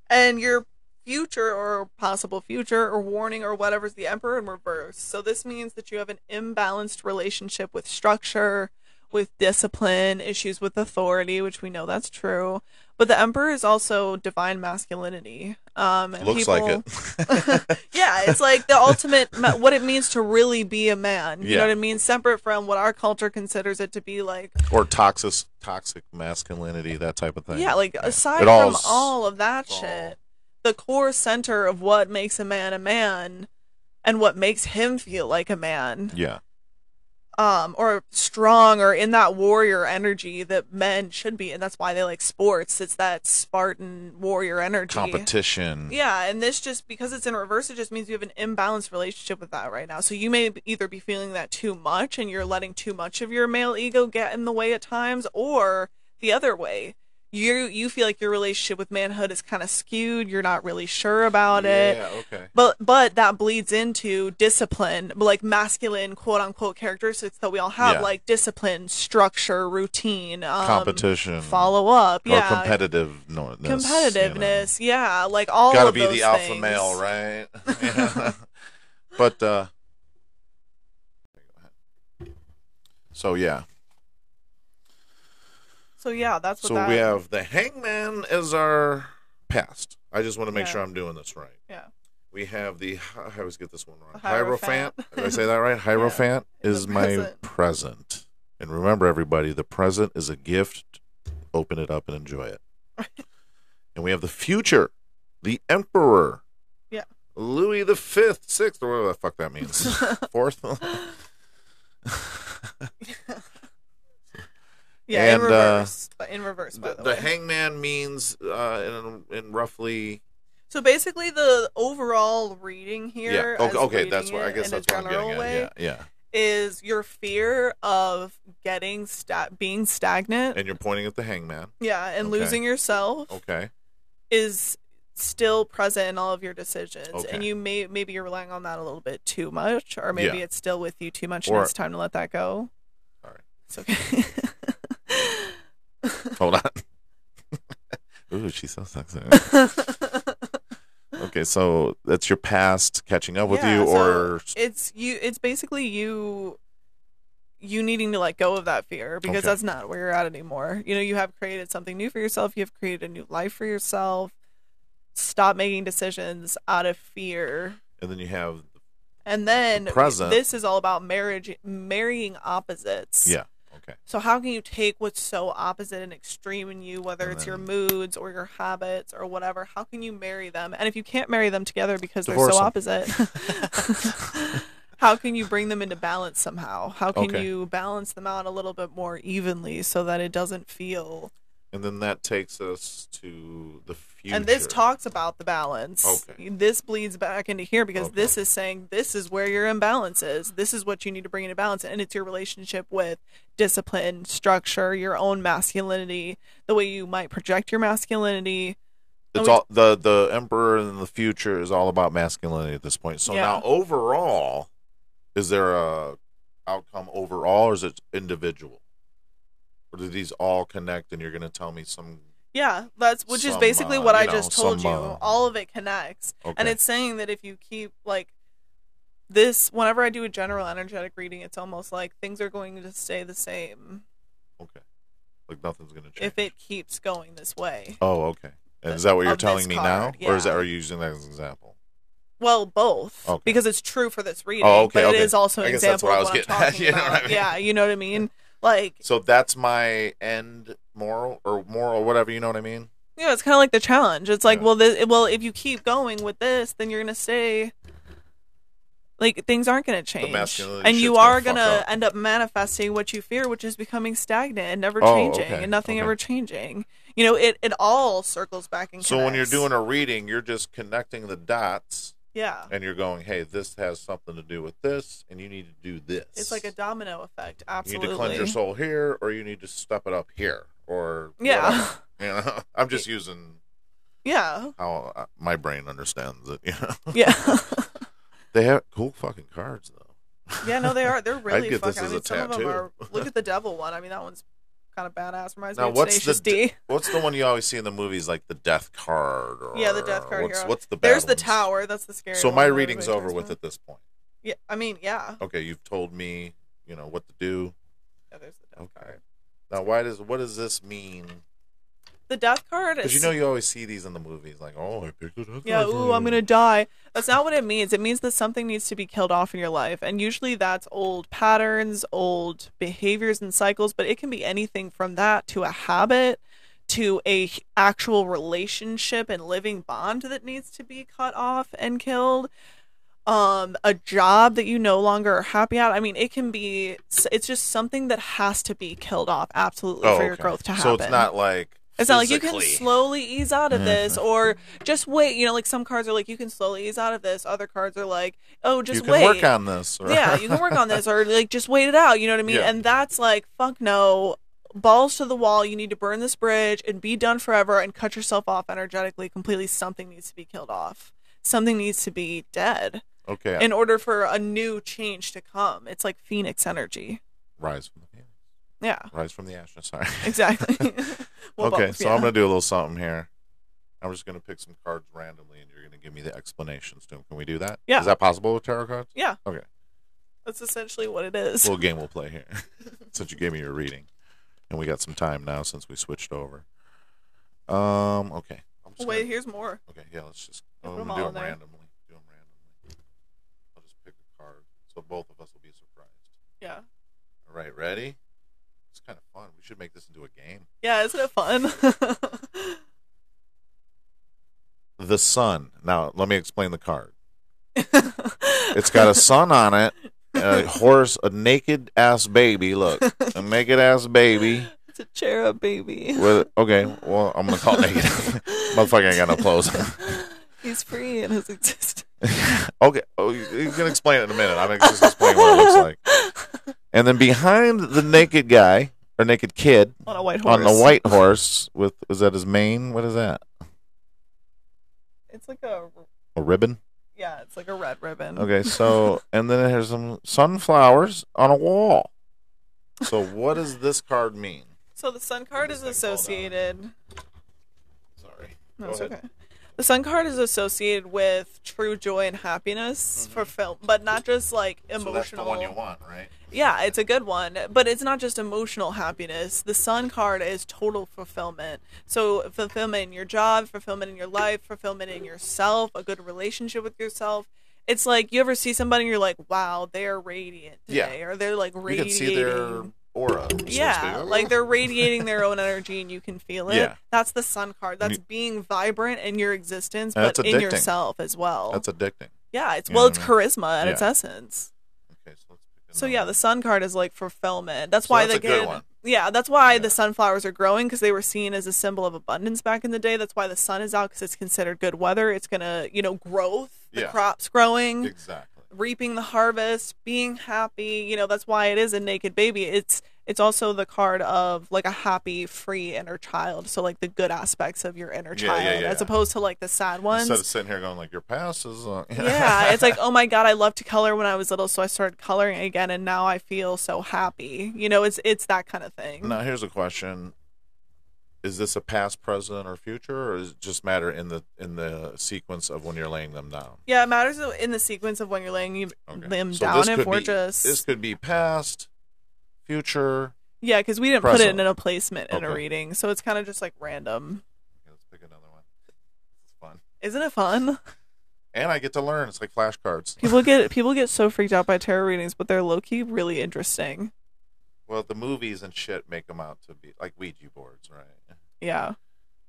S5: and your future or possible future or warning or whatever's the emperor in reverse. So this means that you have an imbalanced relationship with structure, with discipline, issues with authority, which we know that's true. But the emperor is also divine masculinity. Um, and
S1: looks
S5: people,
S1: like it.
S5: yeah, it's like the ultimate ma- what it means to really be a man. You
S1: Yeah.
S5: know what I mean? Separate from what our culture considers it to be like
S1: or toxic toxic masculinity, that type of thing.
S5: yeah, like aside
S1: It all
S5: from
S1: s-
S5: all of that
S1: all-
S5: shit, the core center of what makes a man a man and what makes him feel like a man,
S1: Yeah.
S5: um, or strong or in that warrior energy that men should be, and that's why they like sports. It's that Spartan warrior energy.
S1: Competition.
S5: Yeah, and this just because it's in reverse, it just means you have an imbalanced relationship with that right now. So you may either be feeling that too much and you're letting too much of your male ego get in the way at times, or the other way. You you feel like your relationship with manhood is kind of skewed, you're not really sure about it.
S1: Yeah, okay.
S5: But but that bleeds into discipline, like masculine quote unquote characteristics that we all have,
S1: Yeah.
S5: like discipline, structure, routine, um,
S1: Competition.
S5: follow up,
S1: Or
S5: yeah,
S1: competitive competitiveness. you know.
S5: competitiveness, yeah, like all
S1: Gotta
S5: of
S1: be
S5: those
S1: the alpha
S5: things.
S1: male, right? Yeah. but uh So yeah.
S5: So yeah, that's what
S1: So
S5: that,
S1: we have the hangman as our past. I just want to make
S5: Yeah.
S1: sure I'm doing this right.
S5: Yeah.
S1: We have the I always get this one wrong.
S5: The Hierophant.
S1: Did I say that right? Hierophant
S5: the
S1: is my
S5: present.
S1: present. And remember everybody, the present is a gift. Open it up and enjoy it. and we have the future, the emperor.
S5: Yeah.
S1: Louis the fifth, sixth, or whatever the fuck that means. Fourth.
S5: yeah
S1: and,
S5: in
S1: uh,
S5: reverse, but in reverse by
S1: the,
S5: the,
S1: the
S5: way.
S1: hangman means uh, in, in roughly
S5: so basically, the overall reading here,
S1: Yeah. Okay.
S5: as
S1: okay
S5: reading
S1: that's what I
S5: it
S1: guess
S5: in a
S1: that's what I'm
S5: general
S1: getting
S5: way,
S1: at. Yeah. Yeah.
S5: is your fear of getting sta- being stagnant
S1: And you're pointing at the hangman.
S5: yeah and
S1: Eh, Okay.
S5: losing yourself
S1: Okay.
S5: is still present in all of your decisions and
S1: Okay.
S5: you may maybe you're relying on that a little bit too much or maybe
S1: Yeah.
S5: it's still with you too much
S1: Or-
S5: and it's time to let that go
S1: All right.
S5: it's okay
S1: Hold on. Ooh, she sounds sexy. okay, so that's your past catching up with
S5: Yeah,
S1: you,
S5: so
S1: or
S5: it's you it's basically you you needing to let go of that fear because
S1: Okay.
S5: that's not where you're at anymore you know you have created something new for yourself you have created a new life for yourself stop making decisions out of fear
S1: and then you have
S5: and then
S1: Present.
S5: this is all about marriage marrying opposites
S1: yeah. Okay.
S5: so how can you take what's so opposite and extreme in you whether
S1: And
S5: it's your
S1: then-
S5: moods or your habits or whatever how can you marry them and if you can't marry them together because
S1: Divorce 'em.
S5: they're so opposite how can you bring them into balance somehow how can
S1: Okay.
S5: you balance them out a little bit more evenly so that it doesn't feel
S1: And then that takes us to the future.
S5: and this talks about the balance
S1: Okay.
S5: this bleeds back into here because
S1: Okay.
S5: this is saying this is where your imbalance is this is what you need to bring into balance and it's your relationship with discipline structure your own masculinity the way you might project your masculinity
S1: It's all the the emperor in the future is all about masculinity at this point. So
S5: Yeah.
S1: now overall, is there a outcome overall, or is it individual, or do these all connect? And you're going to tell me some.
S5: yeah that's which is
S1: Some,
S5: basically
S1: uh,
S5: what
S1: you
S5: i
S1: know,
S5: just told
S1: some,
S5: you
S1: uh,
S5: all of it connects
S1: Okay.
S5: And it's saying that if you keep like this, whenever I do a general energetic reading, it's almost like things are going to stay the same
S1: okay. Like nothing's going to change.
S5: if it keeps going this way.
S1: Oh, okay. And is that what you're
S5: of this
S1: telling me
S5: card,
S1: now, or is that
S5: yeah.
S1: are you using that as an example?
S5: Well, both
S1: Okay.
S5: because it's true for this reading,
S1: Oh, okay,
S5: but it
S1: okay.
S5: is also an
S1: I guess that's
S5: example
S1: what I
S5: of
S1: was
S5: what
S1: getting at,
S5: I'm talking
S1: you know
S5: about.
S1: what I mean?
S5: Yeah, you know what I mean. Like,
S1: So that's my end moral or moral or whatever. You know what I mean?
S5: you know, it's kind of like the challenge. It's like,
S1: Yeah.
S5: well, this, well, if you keep going with this, then you're gonna stay. Like things aren't going to change,
S1: masculinity
S5: and
S1: shit's
S5: you
S1: gonna
S5: are
S1: fuck
S5: going to
S1: up.
S5: end up manifesting what you fear, which is becoming stagnant and never
S1: Oh,
S5: changing,
S1: okay,
S5: and nothing
S1: okay.
S5: ever changing. You know, it it all circles back and.
S1: So when you're
S5: connects.
S1: doing a reading, you're just connecting the dots,
S5: yeah,
S1: and you're going, "Hey, this has something to do with this, and you need to do this."
S5: it's like a domino effect.
S1: you
S5: Absolutely,
S1: need to cleanse your soul here, or you need to step it up here, or
S5: Yeah,
S1: whatever, you know, I'm just using
S5: yeah,
S1: how uh, my brain understands it. You know,
S5: yeah,
S1: they have cool fucking cards though.
S5: yeah. No, they are. They're really
S1: get
S5: fucking.
S1: this
S5: I
S1: as
S5: mean,
S1: a
S5: some of
S1: tattoo.
S5: them are. Look at the devil one. I mean, that one's kind of badass. Reminds
S1: Now,
S5: me of
S1: what's the
S5: Tenacious
S1: d-
S5: D.
S1: What's the one you always see in the movies, like the death card? Or
S5: Yeah, the death card
S1: What's,
S5: hero.
S1: what's the bad
S5: There's the
S1: ones?
S5: tower. That's the scary.
S1: So
S5: one
S1: my
S5: that
S1: reading's
S5: everybody
S1: over
S5: talks
S1: with
S5: about.
S1: at this point.
S5: Yeah, I mean, yeah.
S1: Okay, you've told me, you know, what to do.
S5: Yeah, there's the death
S1: Okay.
S5: card.
S1: Now, why does what does this mean?
S5: The death card
S1: Because you
S5: is.
S1: know you always see these in the movies, like, oh, I picked a death
S5: yeah,
S1: card
S5: ooh, I'm
S1: for
S5: gonna die. That's not what it means. It means that something needs to be killed off in your life, and usually that's old patterns, old behaviors and cycles. But it can be anything from that to a habit, to a h- actual relationship and living bond that needs to be cut off and killed. Um, a job that you no longer are happy at. I mean, it can be. It's just something that has to be killed off absolutely
S1: Oh,
S5: for your
S1: okay.
S5: growth to happen.
S1: So it's not like
S5: It's not like you can
S1: physically-
S5: slowly ease out of this
S1: Mm-hmm.
S5: or just wait. You know, like some cards are like, you can slowly ease out of this. Other cards are like, oh,
S1: You
S5: just
S1: can
S5: wait.
S1: work on this. or-
S5: yeah, you can work on this or like just wait it out. You know what I mean?
S1: Yeah.
S5: And that's like, fuck no. Balls to the wall. You need to burn this bridge and be done forever and cut yourself off energetically completely. Something needs to be killed off. Something needs to be dead
S1: okay.
S5: in order for a new change to come. It's like phoenix energy.
S1: rise from the yeah,
S5: Yeah,
S1: rise from the ashes. Sorry.
S5: exactly. Well,
S1: okay,
S5: both,
S1: so
S5: yeah.
S1: I'm gonna do a little something here. I'm just gonna pick some cards randomly, and you're gonna give me the explanations to them. Can we do that?
S5: Yeah.
S1: Is that possible with tarot cards?
S5: Yeah.
S1: Okay.
S5: That's essentially what it is.
S1: little game we'll play here. since you gave me your reading, and we got some time now since we switched over. Um. Okay. I'm just
S5: Wait,
S1: gonna-
S5: here's more.
S1: Okay. Yeah. Let's just.
S5: Yeah,
S1: I'm
S5: put 'em
S1: gonna do
S5: all
S1: them
S5: in there.
S1: randomly. Do them randomly. I'll just pick a card, so both of us will be surprised.
S5: Yeah.
S1: All right. Ready? It's kind of fun. We should make this into a game.
S5: Yeah, isn't it fun?
S1: The sun. Now, let me explain the card. It's got a sun on it, a horse, a naked ass baby. Look, a naked ass baby.
S5: it's a cherub baby.
S1: With okay, well, I'm gonna call it naked. Motherfucker ain't got no clothes.
S5: He's free in his existence.
S1: okay, oh, you you can explain it in a minute. I'm gonna just explain what it looks like. And then behind the naked guy or naked kid
S5: on a white horse.
S1: on the white horse with is that his mane? What is that?
S5: It's like a
S1: A ribbon?
S5: yeah, it's like a red ribbon.
S1: Okay, so and then there's some sunflowers on a wall. So what does this card mean?
S5: So the sun card is associated.
S1: Sorry.
S5: No,
S1: Go
S5: it's
S1: ahead.
S5: okay. The sun card is associated with true joy and happiness for film, but not just like emotional.
S1: want, right?
S5: Yeah, it's a good one, but it's not just emotional happiness. The sun card is total fulfillment. So, fulfillment in your job, fulfillment in your life, fulfillment in yourself, a good relationship with yourself. It's like you ever see somebody and you're like, wow, they're radiant
S1: Yeah.
S5: today, or they're like
S1: You
S5: radiating.
S1: can see their aura. so to
S5: yeah,
S1: speak.
S5: like they're radiating their own energy and you can feel it.
S1: Yeah.
S5: That's the sun card. That's
S1: You-
S5: being vibrant in your existence,
S1: That's
S5: but in
S1: addicting.
S5: yourself as well.
S1: that's addicting.
S5: yeah, it's
S1: you
S5: well,
S1: know
S5: it's
S1: what I
S5: charisma at its
S1: Yeah.
S5: essence.
S1: Okay, so let's pick
S5: So
S1: another
S5: yeah,
S1: one.
S5: the sun card is like fulfillment. That's
S1: So
S5: why
S1: that's
S5: they
S1: a good
S5: get.
S1: one.
S5: Yeah, that's why
S1: Yeah.
S5: the sunflowers are growing because they were seen as a symbol of abundance back in the day. That's why the sun is out because it's considered good weather. It's gonna, you know, growth, the
S1: Yeah.
S5: crops growing,
S1: exactly.
S5: reaping the harvest, being happy. You know, that's why it is a naked baby. It's it's also the card of like a happy, free inner child. So like the good aspects of your inner
S1: Yeah, yeah,
S5: child, as
S1: yeah.
S5: opposed to like the sad ones.
S1: Instead of sitting here going like your past is uh,
S5: Yeah, it's like, oh my god, I loved to color when I was little, so I started coloring again, and now I feel so happy. You know, it's it's that kind of thing.
S1: Now here's a question: Is this a past, present, or future, or does it just matter in the in the sequence of when you're laying them down?
S5: Yeah, it matters in the sequence of when you're laying you- them
S1: So
S5: down.
S1: this
S5: If
S1: could
S5: we're
S1: be-
S5: just
S1: this could be past, future.
S5: yeah, because we didn't put
S1: present.
S5: it in a placement in a
S1: Okay.
S5: reading, so it's kind of just like random.
S1: Okay, let's pick another one. It's fun,
S5: Isn't it fun?
S1: and I get to learn. It's like flashcards.
S5: People get people get so freaked out by tarot readings, but they're low key really interesting.
S1: well, the movies and shit make them out to be like Ouija boards, right?
S5: Yeah,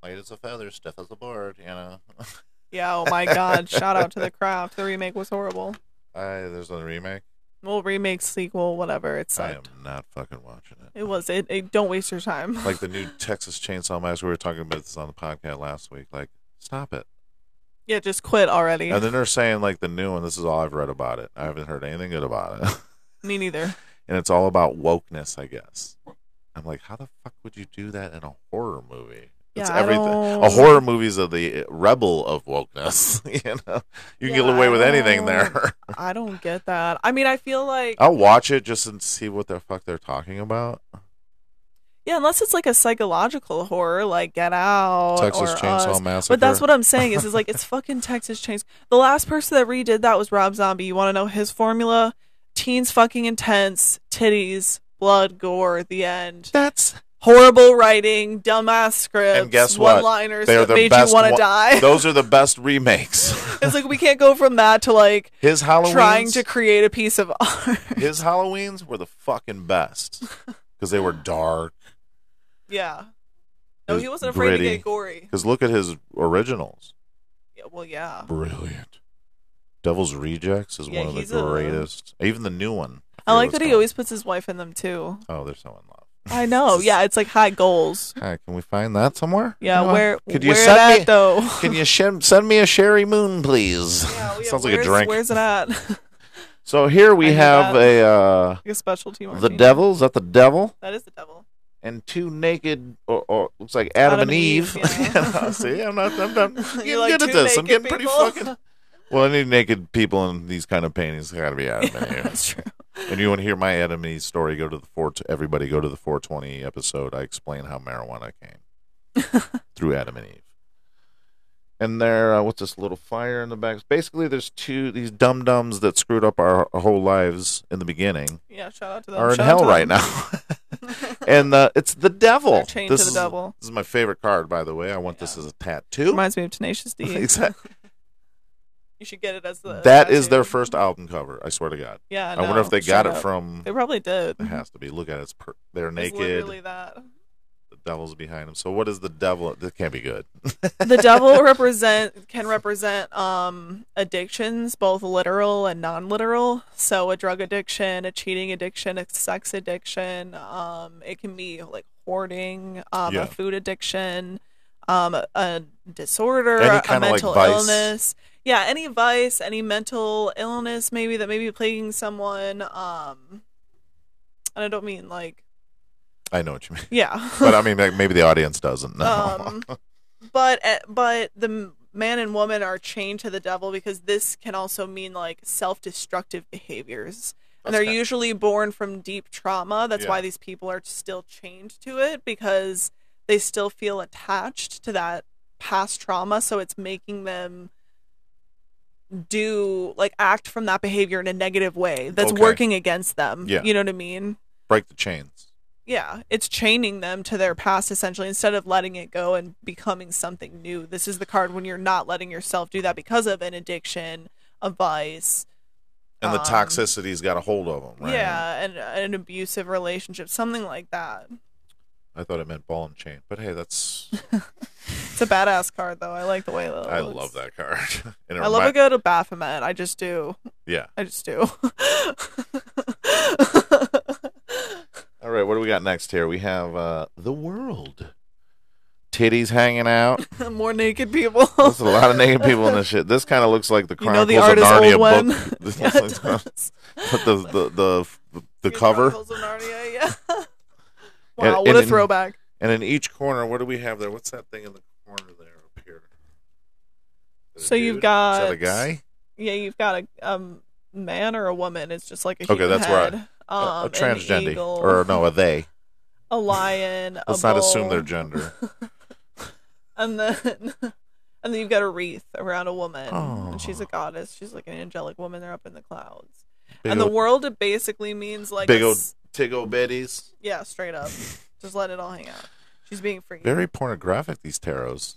S1: Light as a feather, stiff as a board. You know,
S5: yeah. Oh my god! Shout out to the craft. The remake was horrible.
S1: I, there's a remake.
S5: Well, remake, sequel, whatever. It
S1: I am
S5: sucked.
S1: not fucking watching it.
S5: It was. It, it. Don't waste your time.
S1: like the new Texas Chainsaw Massacre. We were talking about this on the podcast last week. Like, stop it.
S5: Yeah, just quit already.
S1: And then they're saying like the new one. This is all I've read about it. I haven't heard anything good about it.
S5: Me neither.
S1: and it's all about wokeness, I guess. I'm like, how the fuck would you do that in a horror movie? It's
S5: Yeah, I
S1: everything. A
S5: don't-
S1: horror movie's are the rebel of wokeness. you know, you can
S5: Yeah,
S1: get away with
S5: I
S1: anything
S5: don't-
S1: there.
S5: I don't get that. I mean, I feel like
S1: I'll watch it just and see what the fuck they're talking about.
S5: yeah, unless it's like a psychological horror, like Get Out,
S1: Texas
S5: or
S1: Chainsaw
S5: Us.
S1: Massacre.
S5: But that's what I'm saying is, is like it's fucking Texas Chainsaw. The last person that redid that was Rob Zombie. You want to know his formula? Teens fucking intense, titties, blood, gore, the end.
S1: that's
S5: Horrible writing, dumbass scripts,
S1: and guess what?
S5: one-liners
S1: They're
S5: that
S1: the
S5: made you
S1: best
S5: want to
S1: one-
S5: die.
S1: Those are the best remakes.
S5: it's like we can't go from that to like
S1: His Halloween
S5: trying to create a piece of art.
S1: his Halloweens were the fucking best because they were dark.
S5: Yeah.
S1: It
S5: No,
S1: was
S5: he wasn't afraid to
S1: gritty.
S5: get gory.
S1: Because look at his originals,
S5: Yeah, well, yeah.
S1: brilliant. Devil's Rejects is
S5: Yeah,
S1: one of
S5: he's
S1: the
S5: a-
S1: greatest. Even the new one.
S5: I like that
S1: forget
S5: he
S1: what it's
S5: always puts his wife in them too.
S1: called. Oh, they're so in love.
S5: I know. Yeah, it's like high goals.
S1: Hi, can we find that somewhere?
S5: Yeah,
S1: Come on.
S5: where
S1: could you
S5: where
S1: send
S5: that
S1: me?
S5: though?
S1: Can you shem- send me a Sherry Moon, please?
S5: Yeah, we-
S1: Sounds like a
S5: where's-
S1: drink.
S5: Where's it at? like
S1: So here we
S5: I knew
S1: have a uh,
S5: a specialty martini.
S1: the devil. Is that the devil?
S5: That is the devil.
S1: and two naked, or, or looks like Adam, and Eve.
S5: yeah.
S1: See, I'm not, I'm, I'm getting
S5: You like
S1: good at
S5: two
S1: this. I'm
S5: naked
S1: getting pretty
S5: people?
S1: fucking. Well, any naked people in these kind of paintings got to be Adam and Eve.
S5: That's true.
S1: And you want to hear my Adam and Eve story? Go to the four. Everybody, go to the 420 episode. I explain how marijuana came through Adam and Eve. And there, uh, what's this little fire in the back? Basically, there's two these dum dums that screwed up our, our whole lives in the beginning
S5: Yeah, shout out to them.
S1: are in
S5: Shout out
S1: hell
S5: to
S1: right
S5: them.
S1: now. and uh, it's the devil.
S5: They're chained
S1: this
S5: to the
S1: is,
S5: devil.
S1: This is my favorite card, by the way. I want this as a tattoo.
S5: Reminds me of Tenacious D.
S1: Exact-
S5: you should get it as the.
S1: that is their
S5: tattoo.
S1: first album cover. I swear to God.
S5: Yeah,
S1: I,
S5: no,
S1: wonder if they got
S5: straight
S1: it
S5: up.
S1: from.
S5: They probably did.
S1: It has to be. Look at it. It's per- they're
S5: It's
S1: naked.
S5: literally that.
S1: The devil's behind them. So what is the devil? This can't be good.
S5: the devil represent can represent um addictions both literal and non-literal so a drug addiction a cheating addiction a sex addiction um it can be like hoarding um
S1: Yeah.
S5: a food addiction um a, a disorder
S1: Any
S5: a
S1: kinda, like,
S5: mental
S1: vice.
S5: illness yeah any vice any mental illness maybe that may be plaguing someone um and I don't mean like
S1: I know what you mean.
S5: yeah.
S1: But I mean, like, maybe the audience doesn't know.
S5: Um, but eh, but the m- man and woman are chained to the devil because this can also mean like self-destructive behaviors. And
S1: That's
S5: they're
S1: kind-
S5: usually born from deep trauma. That's
S1: Yeah.
S5: why these people are still chained to it because they still feel attached to that past trauma, so it's making them do like act from that behavior in a negative way that's
S1: Okay.
S5: working against them.
S1: Yeah.
S5: You know what I mean?
S1: break the chains.
S5: yeah, it's chaining them to their past essentially instead of letting it go and becoming something new. This is the card when you're not letting yourself do that because of an addiction, a vice,
S1: And the
S5: Um,
S1: toxicity's got a hold of them, right?
S5: yeah, and an abusive relationship, something like that.
S1: I thought it meant ball and chain, but hey, that's
S5: It's a badass card though. I like the way that it
S1: I
S5: looks.
S1: love that card. And it
S5: I love
S1: remi-
S5: a go to Baphomet. I just do.
S1: Yeah.
S5: I just do.
S1: All right, what do we got next here? We have uh the world. Titties hanging out.
S5: More naked people.
S1: There's a lot of naked people in this shit. This kind of looks like the
S5: You know
S1: Chronicles of
S5: the artist
S1: Narnia
S5: old one.
S1: book. This
S5: Yeah,
S1: looks like
S5: it does.
S1: the the the, the, the, cover.
S5: Chronicles of Narnia, yeah.
S1: And-
S5: wow,
S1: and
S5: what a
S1: in-
S5: throwback.
S1: And in each corner, what do we have there? What's that thing in the corner there up here? Is it a
S5: So you've
S1: dude? Is that a
S5: got-
S1: guy?
S5: yeah, you've got a um man or a woman. It's just like a
S1: Okay,
S5: human
S1: that's
S5: head.
S1: right. A-
S5: Um,
S1: a
S5: an
S1: transgender.
S5: eagle,
S1: Or no, a they.
S5: a lion.
S1: Let's
S5: a
S1: not assume
S5: bull,
S1: their gender.
S5: And then, and then you've got a wreath around a woman, and she's a
S1: Oh.
S5: goddess. She's like an angelic woman. They're up in the clouds,
S1: Big
S5: and the
S1: old-
S5: world it basically means like
S1: big
S5: a
S1: old
S5: s-
S1: Tiggo Betties.
S5: yeah, straight up. Just let it all hang out. She's being free.
S1: Very pornographic, these tarots.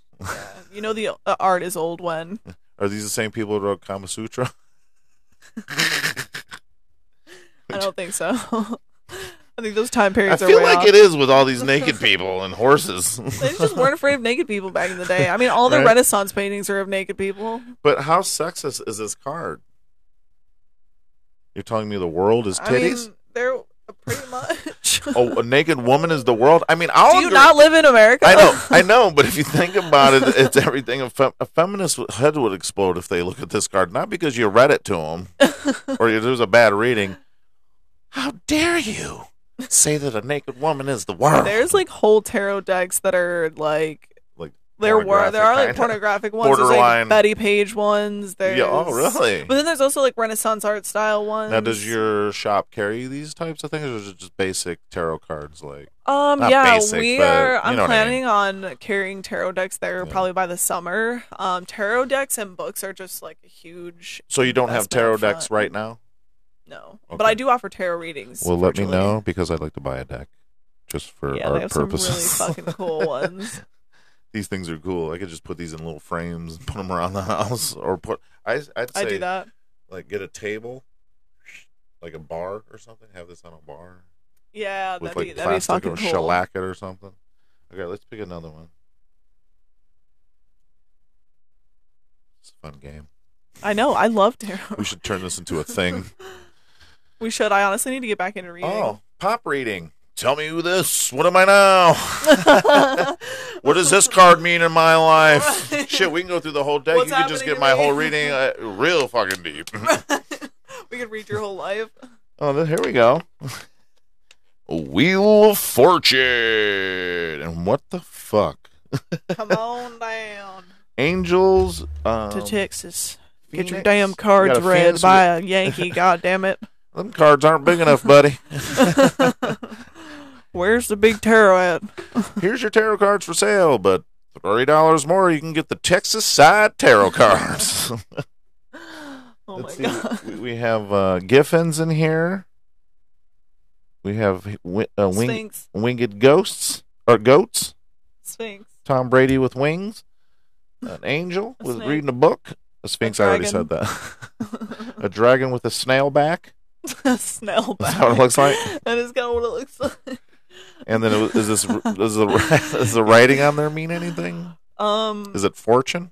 S5: You know the uh, art is old one.
S1: Are these the same people who wrote Kama Sutra?
S5: I don't think so. I think those time
S1: I
S5: periods are
S1: feel
S5: way
S1: like
S5: off.
S1: it is with all these naked people and horses.
S5: They just weren't afraid of naked people back in the day. I mean, all the
S1: Right.
S5: Renaissance paintings are of naked people.
S1: but how sexist is this card? You're telling me the world is
S5: I mean,
S1: titties?
S5: they're pretty much.
S1: oh, a naked woman is the world? I mean, I'll
S5: Do you
S1: agree-
S5: not live in America?
S1: I know, I know, but if you think about it, it's everything. A, fem- a feminist w- head would explode if they look at this card, not because you read it to them or it was a bad reading. How dare you say that a naked woman is the world?
S5: There's like whole tarot decks that are like
S1: like
S5: there were there are like
S1: pornographic kinda-
S5: pornographic ones. There's
S1: Borderline.
S5: like Betty Page ones. There's
S1: Yeah, oh, really?
S5: But then there's also like Renaissance art style ones.
S1: Now, does your shop carry these types of things, or is it just basic tarot cards? Like,
S5: um
S1: not
S5: yeah
S1: basic,
S5: we
S1: but
S5: are
S1: you
S5: I'm
S1: know what I
S5: planning on carrying tarot decks there
S1: Yeah.
S5: probably by the summer. Um tarot decks and books are just like a huge
S1: so you don't have
S5: That's
S1: tarot
S5: not fun.
S1: decks right now?
S5: no. But
S1: Okay.
S5: I do offer tarot readings.
S1: Well, let me
S5: virtually.
S1: know because I'd like to buy a deck just for
S5: Yeah, they
S1: art
S5: have
S1: purposes.
S5: some really fucking cool ones.
S1: these things are cool. I could just put these in little frames and put them around the house, or put I I'd say
S5: I do that.
S1: like get a table, like a bar or something. Have this on a bar
S5: Yeah,
S1: with
S5: Oh, that'd
S1: like
S5: be that'd be
S1: plastic
S5: fucking
S1: or
S5: cool.
S1: shellac it or something. Okay, let's pick another one. It's a fun game.
S5: I know. I love tarot.
S1: We should turn this into a thing.
S5: We should. I honestly need to get back into reading.
S1: oh, pop reading. Tell me who this. What am I now? what does this card mean in my life?
S5: Right.
S1: Shit, we can go through the whole deck.
S5: What's
S1: you could just
S5: happening
S1: get
S5: to
S1: my
S5: me?
S1: whole reading uh, real fucking deep.
S5: we could read your whole life.
S1: Oh, th- here we go. Wheel of Fortune. And what the fuck?
S5: Come on down
S1: Angels. Um,
S5: to Texas. Get your
S1: Phoenix?
S5: damn
S1: You
S5: cards
S1: got a
S5: read
S1: Phoenix
S5: by a Yankee. God damn it!
S1: with- Them cards aren't big enough, buddy.
S5: Where's the big tarot at?
S1: Here's your tarot cards for sale, but $30 more, you can get the Texas Side Tarot cards.
S5: Oh
S1: Let's
S5: my god!
S1: see. We, we have uh, Giffins in here. We have wi- uh, wing-
S5: Sphinx.
S1: winged ghosts or goats.
S5: Sphinx.
S1: Tom Brady with wings, an angel
S5: A
S1: with
S5: snake.
S1: reading a book, a sphinx. I already said that. a dragon with a snail back,
S5: Snell.
S1: That's what it looks like?
S5: That is kind of what it looks like.
S1: and then it was- is this does the does the writing on there mean anything?
S5: Um.
S1: Is it fortune?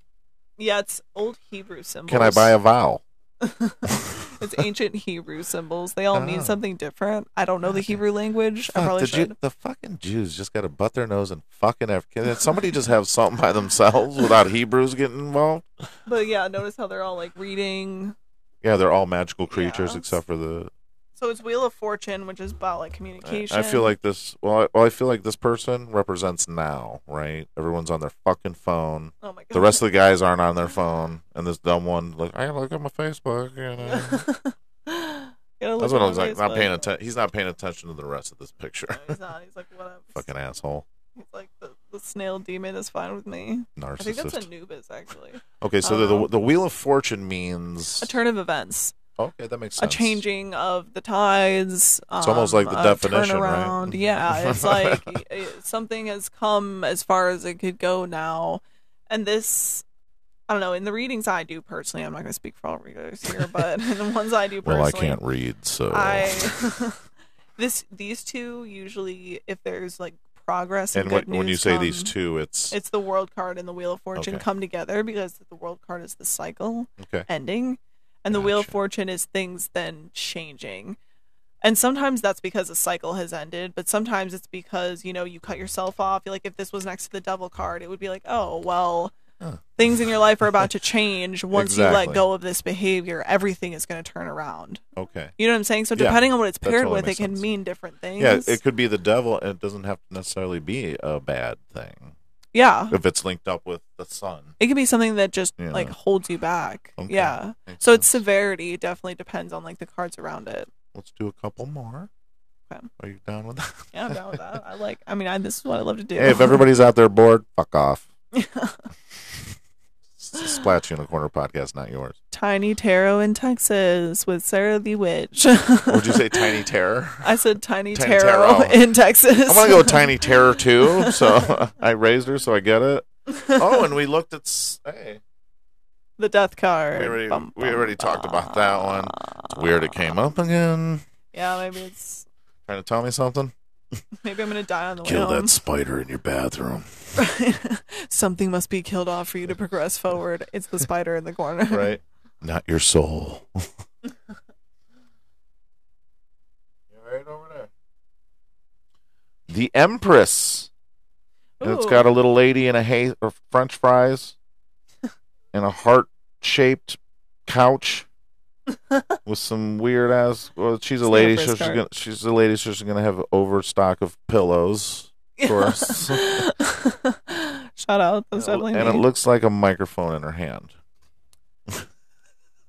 S5: yeah, it's old Hebrew symbols.
S1: Can I buy a vowel?
S5: It's ancient Hebrew symbols. They all
S1: Oh.
S5: mean something different. I don't know the Hebrew language. I
S1: Fuck,
S5: probably
S1: the, Jew-
S5: should.
S1: the fucking Jews just got to butt their nose and fucking have. Can somebody just have something by themselves without Hebrews getting involved?
S5: But yeah, notice how they're all like reading.
S1: Yeah, they're all magical creatures
S5: Yeah.
S1: except for the
S5: So it's Wheel of Fortune, which is about like communication.
S1: I, I feel like this. Well I, well, I feel like this person represents now, right? Everyone's on their fucking phone.
S5: oh my god.
S1: The rest of the guys aren't on their phone, and this dumb one, like, I gotta look at my Facebook. You know, that's what I was like. Not paying attention. He's not paying attention to the rest of this picture.
S5: He's not. He's like whatever.
S1: fucking asshole,
S5: He's like the, the snail demon is fine with me. I think that's
S1: narcissist.
S5: Anubis actually.
S1: Okay, so
S5: I don't
S1: the
S5: know.
S1: the wheel of fortune means
S5: A turn of events,
S1: okay, that makes sense.
S5: a changing of the tides. Um,
S1: almost like the
S5: a
S1: definition, right? Mm-hmm.
S5: turnaround. Yeah, it's like eh, something has come as far as it could go now, and this. I don't know. In the readings I do personally, I'm not going to speak for all readers here, but in the ones I do personally,
S1: Well, I can't read, so
S5: I this these two usually if there's like progress and,
S1: and when,
S5: good
S1: when you
S5: news
S1: say these
S5: come,
S1: two, it's,
S5: it's the world card and the wheel of fortune
S1: Okay.
S5: come together because the world card is the cycle
S1: okay.
S5: ending and the wheel of
S1: Gotcha.
S5: fortune is things then changing and sometimes that's because a cycle has ended but sometimes it's because you know you cut yourself off You're like if this was next to the devil card it would be like oh well
S1: Huh.
S5: things in your life are about to change once you
S1: Exactly.
S5: let go of this behavior everything is going to turn around
S1: Okay.
S5: you know what I'm saying? So
S1: Yeah,
S5: depending on what it's
S1: that
S5: paired
S1: totally
S5: with,
S1: makes
S5: it can
S1: sense.
S5: mean different things.
S1: Yeah, it could be the devil, and it doesn't have to necessarily be a bad thing
S5: yeah.
S1: if it's linked up with the sun.
S5: It could be something that just
S1: Yeah.
S5: like holds you back.
S1: Okay,
S5: Yeah.
S1: makes
S5: So its
S1: sense.
S5: severity definitely depends on like the cards around it.
S1: Let's do a couple more.
S5: Okay.
S1: Are you down with that?
S5: Yeah, I'm down with that. I like. I mean, I, this is what I love to do.
S1: Hey, if everybody's out there bored, fuck off. S- Splats Unicorner podcast, not yours.
S5: Tiny Tarot in Texas with Sarah the Witch.
S1: Would you say Tiny Terror?
S5: I said Tiny
S1: Tiny
S5: Tarot
S1: Tarot.
S5: in Texas.
S1: I'm gonna go Tiny Terror too. So I raised her, so I get it. Oh, and we looked at. s- Hey,
S5: the Death card.
S1: we already
S5: Bum,
S1: we
S5: bum,
S1: already talked
S5: bum.
S1: about that one. It's weird it came up again.
S5: Yeah, maybe it's
S1: Trying to tell me something?
S5: maybe I'm gonna die on the
S1: Kill
S5: way home.
S1: that spider in your bathroom.
S5: Something must be killed off for you to progress forward. It's the spider in the corner.
S1: Right? Not your soul. you right over there. The Empress. And it's
S5: Ooh.
S1: got a little lady in a hay or French fries and a heart shaped couch with some weird ass. Well, she's a
S5: It's
S1: lady,
S5: the
S1: so she's
S5: Empress card.
S1: gonna, she's a lady, so she's gonna have overstock of pillows. Of course.
S5: Shout out. That's definitely
S1: and it
S5: me.
S1: looks like a microphone in her hand.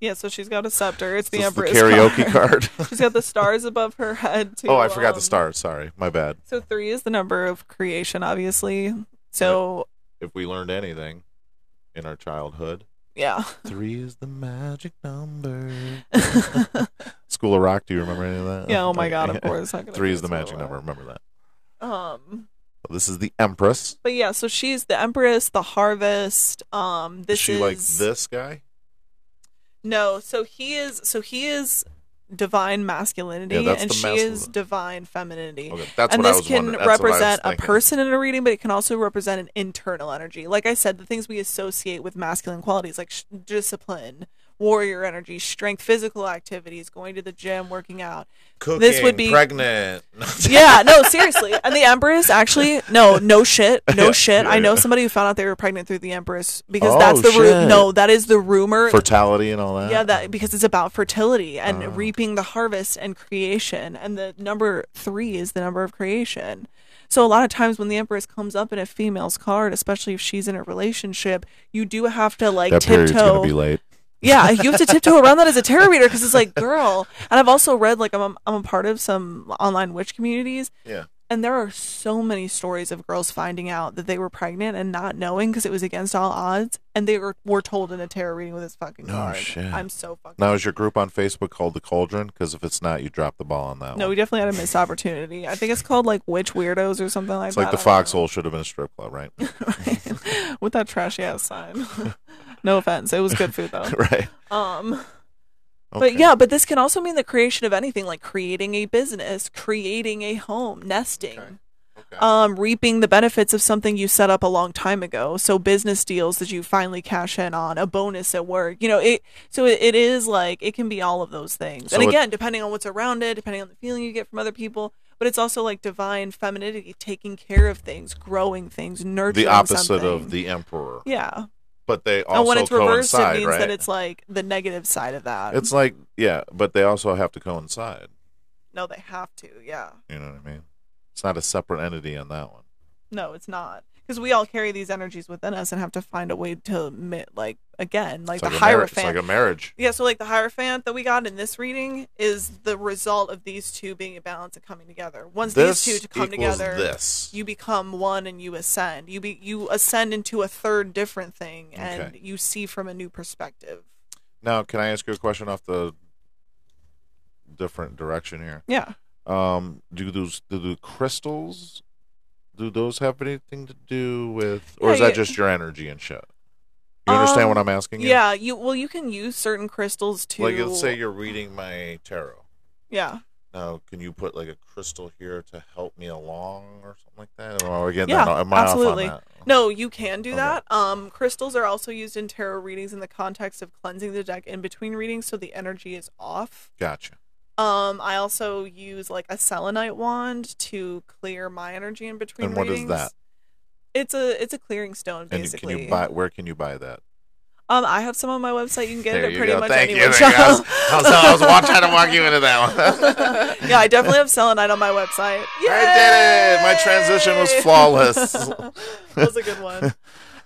S5: yeah, so she's got a scepter. It's the
S1: This is
S5: Emperor's
S1: karaoke card.
S5: she's got the stars above her head too.
S1: oh, I forgot
S5: um,
S1: the stars. Sorry, my bad.
S5: So three is the number of creation, obviously. So
S1: If we learned anything in our childhood,
S5: yeah.
S1: three is the magic number. School of Rock. Do you remember any of that?
S5: yeah. Oh my god. Of course. I'm gonna
S1: Three is
S5: do
S1: the
S5: this
S1: magic
S5: all
S1: number.
S5: out.
S1: Remember that.
S5: Um.
S1: This is the Empress.
S5: But yeah, so she's the Empress, the Harvest. Um. This
S1: is she
S5: is
S1: like this guy?
S5: No, so he is so he is divine masculinity
S1: Yeah, that's
S5: and
S1: the
S5: she
S1: masculine.
S5: is divine femininity.
S1: Okay, that's
S5: and
S1: what I
S5: this
S1: was
S5: can
S1: wondering. That's what I was
S5: represent a
S1: thinking.
S5: person in a reading, but it can also represent an internal energy. Like I said, the things we associate with masculine qualities like sh- discipline, warrior energy, strength, physical activities, going to the gym, working out.
S1: Cooking,
S5: This would be-
S1: pregnant.
S5: Yeah, no, seriously. And the Empress actually, no, no shit, no
S1: Yeah,
S5: shit.
S1: yeah,
S5: I know
S1: yeah.
S5: somebody who found out they were pregnant through the Empress because
S1: Oh,
S5: that's the ru-
S1: shit.
S5: no, that is the rumor.
S1: Fertility and all that.
S5: Yeah, that because it's about fertility and
S1: Oh.
S5: reaping the harvest and creation, and the number three is the number of creation. So a lot of times when the empress comes up in a female's card, especially if she's in a relationship, you do have to like
S1: that period's gonna
S5: tiptoe.
S1: be late.
S5: yeah, you have to tiptoe around that as a tarot reader because it's like, girl. And I've also read like I'm I'm a part of some online witch communities.
S1: Yeah.
S5: And there are so many stories of girls finding out that they were pregnant and not knowing because it was against all odds, and they were were told in a tarot reading with this fucking
S1: No
S5: card.
S1: shit.
S5: I'm so fucking.
S1: Now is your group on Facebook called the Cauldron? Because if it's not, you drop the ball on that.
S5: No,
S1: one.
S5: we definitely had a missed opportunity. I think it's called like Witch Weirdos or something like
S1: it's like
S5: that.
S1: the
S5: I don't know.
S1: foxhole should have been a strip club, right?
S5: with that trashy ass sign. no offense, it was good food though.
S1: right.
S5: Um,
S1: Okay.
S5: but yeah, but this can also mean the creation of anything, like creating a business, creating a home, nesting.
S1: Okay.
S5: Um, reaping the benefits of something you set up a long time ago. So business deals that you finally cash in on, a bonus at work. You know, it so it, it is like it can be all of those things.
S1: So
S5: and
S1: it-
S5: again, depending on what's around it, depending on the feeling you get from other people, but it's also like divine femininity, taking care of things, growing things, nurturing
S1: the opposite
S5: something.
S1: of the emperor,
S5: Yeah.
S1: but they also
S5: and when it's reversed
S1: coincide,
S5: it means
S1: right?
S5: that it's like the negative side of that.
S1: It's like yeah, but they also have to coincide.
S5: No, they have to. Yeah.
S1: You know what I mean? It's not a separate entity on that one.
S5: No, it's not. Because we all carry these energies within us and have to find a way to admit, like, again, like
S1: It's
S5: the
S1: like a mar-
S5: Hierophant.
S1: It's like a marriage.
S5: yeah, so like the Hierophant that we got in this reading is the result of these two being in balance and coming together. Once
S1: this
S5: these two to come
S1: equals
S5: together,
S1: This.
S5: you become one and you ascend. You be you ascend into a third different thing and
S1: Okay.
S5: you see from a new perspective.
S1: Now, can I ask you a question off the different direction here?
S5: Yeah.
S1: Um, do those do the crystals? Do those have anything to do with, or is
S5: Yeah,
S1: that
S5: you-
S1: just your energy and shit? You understand what
S5: Um,
S1: I'm asking? you?
S5: Yeah, you well you can use certain crystals to
S1: Like, let's say you're reading my tarot.
S5: Yeah.
S1: Now, can you put like a crystal here to help me along or something like that? Or again,
S5: Yeah,
S1: no, am I off on
S5: absolutely.
S1: that?
S5: No, you can do
S1: Okay.
S5: that. Um crystals are also used in tarot readings in the context of cleansing the deck in between readings so the energy is off.
S1: Gotcha.
S5: Um I also use like a selenite wand to clear my energy in between
S1: And what is
S5: readings.
S1: that?
S5: It's a it's a clearing stone
S1: And you- can
S5: basically.
S1: you buy? Where can you buy that?
S5: Um, I have some on my website. You can get
S1: There
S5: it
S1: you
S5: at pretty
S1: go.
S5: much
S1: Thank you.
S5: anywhere.
S1: There you go. I was, I was, I was wa- trying to walk you into that one.
S5: yeah, I definitely have selenite on my website. Yay!
S1: I did it! My transition was flawless.
S5: that was a good one.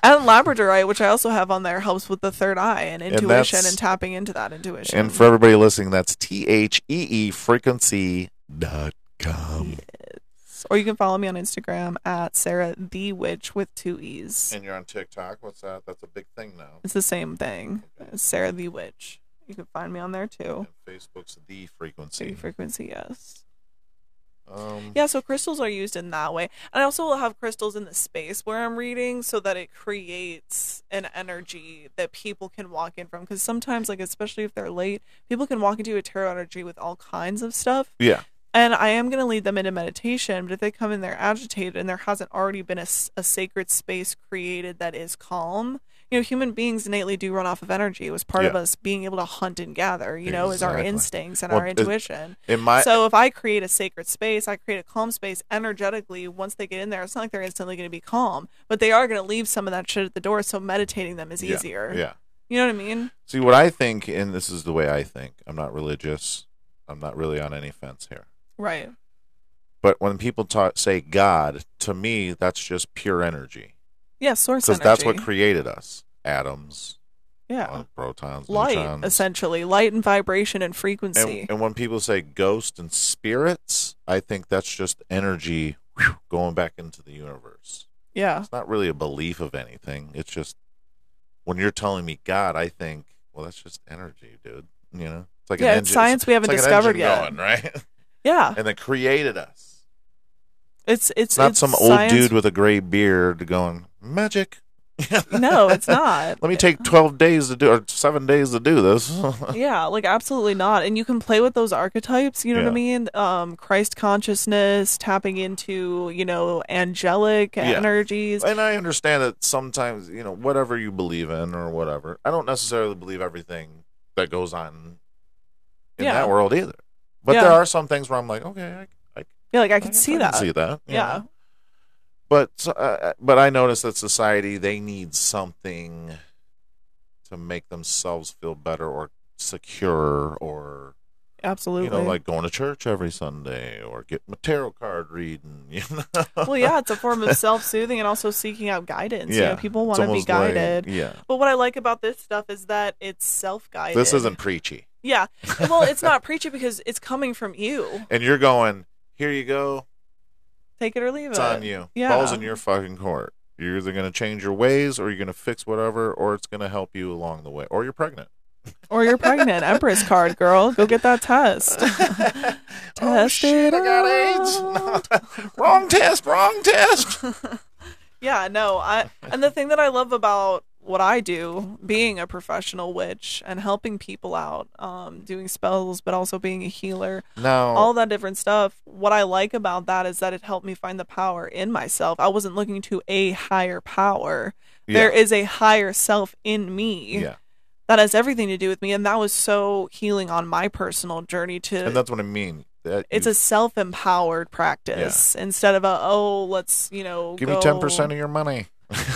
S5: And labradorite, which I also have on there, helps with the third eye and intuition and,
S1: that's-
S5: tapping into that intuition.
S1: And for everybody listening, that's T H E E frequency dot com.
S5: or you can follow me on Instagram at Sarah the Witch with two e's.
S1: And you're on TikTok. What's that? That's a big thing now.
S5: It's the same thing. Sarah the Witch. You can find me on there too.
S1: And Facebook's the
S5: Same
S1: frequency.
S5: frequency, yes.
S1: Um,
S5: Yeah, so crystals are used in that way. And I also will have crystals in the space where I'm reading so that it creates an energy that people can walk in from. Because sometimes, like, especially if they're late, people can walk into a tarot energy with all kinds of stuff.
S1: yeah.
S5: And I am going to lead them into meditation, but if they come in there agitated and there hasn't already been a, s- a sacred space created that is calm, you know, human beings innately do run off of energy. It was part of
S1: Yeah.
S5: us being able to hunt and gather, you know, is our
S1: Exactly.
S5: instincts and
S1: Well,
S5: our
S1: it-
S5: intuition
S1: In my
S5: so if I create a sacred space, I create a calm space energetically. Once they get in there, it's not like they're instantly going to be calm, but they are going to leave some of that shit at the door. So meditating them is
S1: Yeah,
S5: easier.
S1: Yeah.
S5: You know what I mean?
S1: See what I think, and this is the way I think. I'm not religious. I'm not really on any fence here.
S5: Right.
S1: But when people talk, say God, to me, that's just pure energy
S5: Yeah. Source
S1: because
S5: energy.
S1: that's what created us: atoms,
S5: yeah.
S1: uh, protons,
S5: Light,
S1: neutrons.
S5: essentially, light and vibration and frequency.
S1: And, and when people say ghost and spirits, I think that's just energy whew, going back into the universe.
S5: yeah.
S1: It's not really a belief of anything. It's just when you're telling me God, I think, well, that's just energy, dude. You know, it's like
S5: Yeah,
S1: an
S5: it's
S1: engine,
S5: science we haven't
S1: it's like an
S5: discovered
S1: engine
S5: yet.
S1: going, right?
S5: Yeah.
S1: and then created us.
S5: It's it's
S1: It's not
S5: it's
S1: some old
S5: science-
S1: dude with a gray beard going magic.
S5: no, it's not.
S1: Let me take twelve days to do or seven days to do this.
S5: Yeah, like absolutely not. And you can play with those archetypes, you know what I
S1: Yeah.
S5: mean? Um Christ consciousness, tapping into, you know, angelic
S1: Yeah.
S5: energies.
S1: and I understand that sometimes you know whatever you believe in or whatever. I don't necessarily believe everything that goes on in
S5: Yeah.
S1: that world either. But
S5: Yeah.
S1: there are some things where I'm like, okay, I, I,
S5: Yeah, like I
S1: I
S5: could see
S1: can
S5: that.
S1: see that. you
S5: Yeah.
S1: know. But uh, but I notice that society they need something to make themselves feel better or secure or
S5: Absolutely.
S1: you know like going to church every Sunday or getting a tarot card reading. You know.
S5: well, yeah, it's a form of self-soothing and also seeking out guidance. You know, people
S1: It's
S5: want to be
S1: almost like-
S5: guided.
S1: yeah.
S5: But what I like about this stuff is that it's self-guided.
S1: This isn't preachy.
S5: Yeah. Well, it's not preachy because it's coming from you.
S1: And you're going, here you go.
S5: Take it or leave
S1: It's
S5: it.
S1: on you.
S5: Yeah.
S1: Ball's in your fucking court. You're either going to change your ways or you're going to fix whatever or it's going to help you along the way. Or you're pregnant.
S5: Or you're pregnant. Empress card, girl. Go get that test.
S1: oh,
S5: Test
S1: shit,
S5: it
S1: I got AIDS. wrong test, wrong test.
S5: Yeah, no, I and the thing that I love about what I do, being a professional witch and helping people out, um, doing spells, but also being a healer,
S1: Now,
S5: all that different stuff. What I like about that is that it helped me find the power in myself. I wasn't looking to a higher power.
S1: yeah,
S5: There is a higher self in me
S1: yeah.
S5: that has everything to do with me, and that was so healing on my personal journey to
S1: And that's what I mean. That
S5: it's
S1: you-
S5: a self empowered practice instead of a oh let's you know
S1: give
S5: go-
S1: me 10% of your money.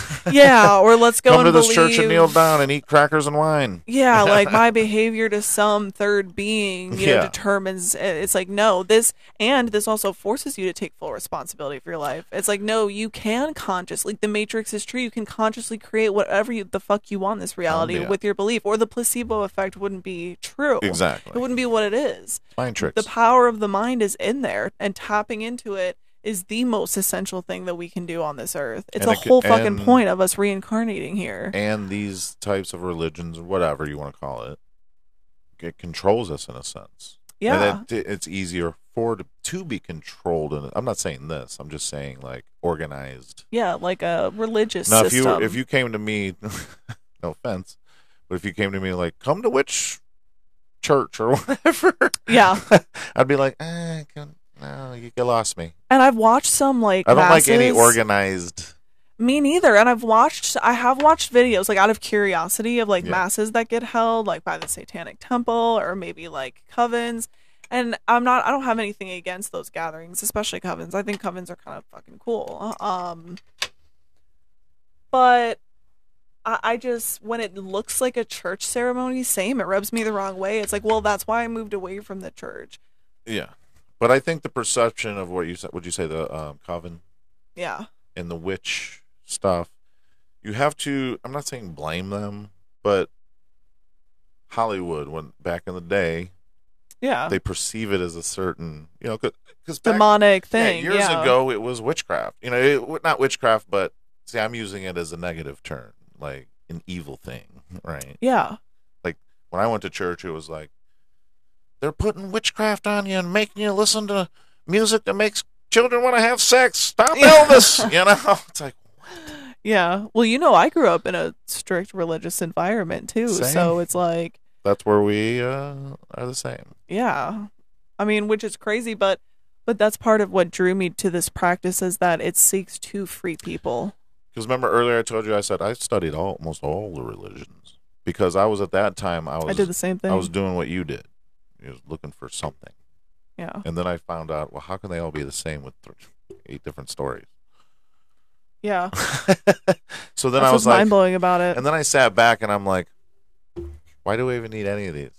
S5: yeah, or let's go
S1: Come
S5: and
S1: to this
S5: believe,
S1: church and kneel down and eat crackers and wine.
S5: Yeah, like my behavior to some third being, you know,
S1: Yeah.
S5: determines. It's like no, this and this also forces you to take full responsibility for your life. It's like no, you can consciously. Like the Matrix is true. You can consciously create whatever you, the fuck you want in this reality
S1: yeah.
S5: with your belief, or the placebo effect wouldn't be true.
S1: Exactly.
S5: It wouldn't be what it is.
S1: Mind tricks.
S5: The power of the mind is in there, and tapping into it is the most essential thing that we can do on this earth. It's
S1: And
S5: the
S1: it c-
S5: whole fucking
S1: and-
S5: point of us reincarnating here.
S1: and these types of religions, or whatever you want to call it, it controls us in a sense. And
S5: yeah.
S1: it- it's easier for to, to be controlled. And I'm not saying this. I'm just saying like organized.
S5: yeah, like a religious
S1: now, if
S5: system.
S1: you if you came to me, no offense, but if you came to me like, come to which church or whatever,
S5: yeah.
S1: I'd be like, eh, can, no, you you lost me.
S5: And I've watched some like
S1: I don't like any
S5: masses.
S1: organized.
S5: Me neither. And I've watched I have watched videos like out of curiosity of like
S1: Yeah.
S5: masses that get held like by the Satanic Temple or maybe like covens. And I'm not I don't have anything against those gatherings, especially covens. I think covens are kind of fucking cool. Um but I, I just when it looks like a church ceremony, same, it rubs me the wrong way. It's like, well, that's why I moved away from the church.
S1: Yeah, but I think the perception of what you said. Would you say the um, coven?
S5: Yeah.
S1: and the witch stuff, you have to. I'm not saying blame them, but Hollywood, when back in the day,
S5: Yeah.
S1: they perceive it as a certain, you know, because
S5: demonic thing.
S1: years
S5: yeah.
S1: ago, it was witchcraft. You know, it, w- not witchcraft, but see, I'm using it as a negative term, like an evil thing, right?
S5: Yeah.
S1: When I went to church, it was like they're putting witchcraft on you and making you listen to music that makes children want to have sex. Stop
S5: Yeah.
S1: Elvis, you know. It's like.
S5: Yeah. Well, you know, I grew up in a strict religious environment too.
S1: Same.
S5: So it's like,
S1: that's where we uh, are the same.
S5: yeah. I mean, which is crazy, but but that's part of what drew me to this practice is that it seeks to free people.
S1: Because remember earlier I told you I said I studied all, almost all the religions because I was at that time I was
S5: I did the same thing.
S1: I was doing what you did. I was looking for something,
S5: yeah.
S1: and then I found out well how can they all be the same with th- eight different stories?
S5: Yeah.
S1: so then I was
S5: That's what's
S1: like,
S5: mind blowing about it.
S1: and then I sat back and I'm like, why do we even need any of these?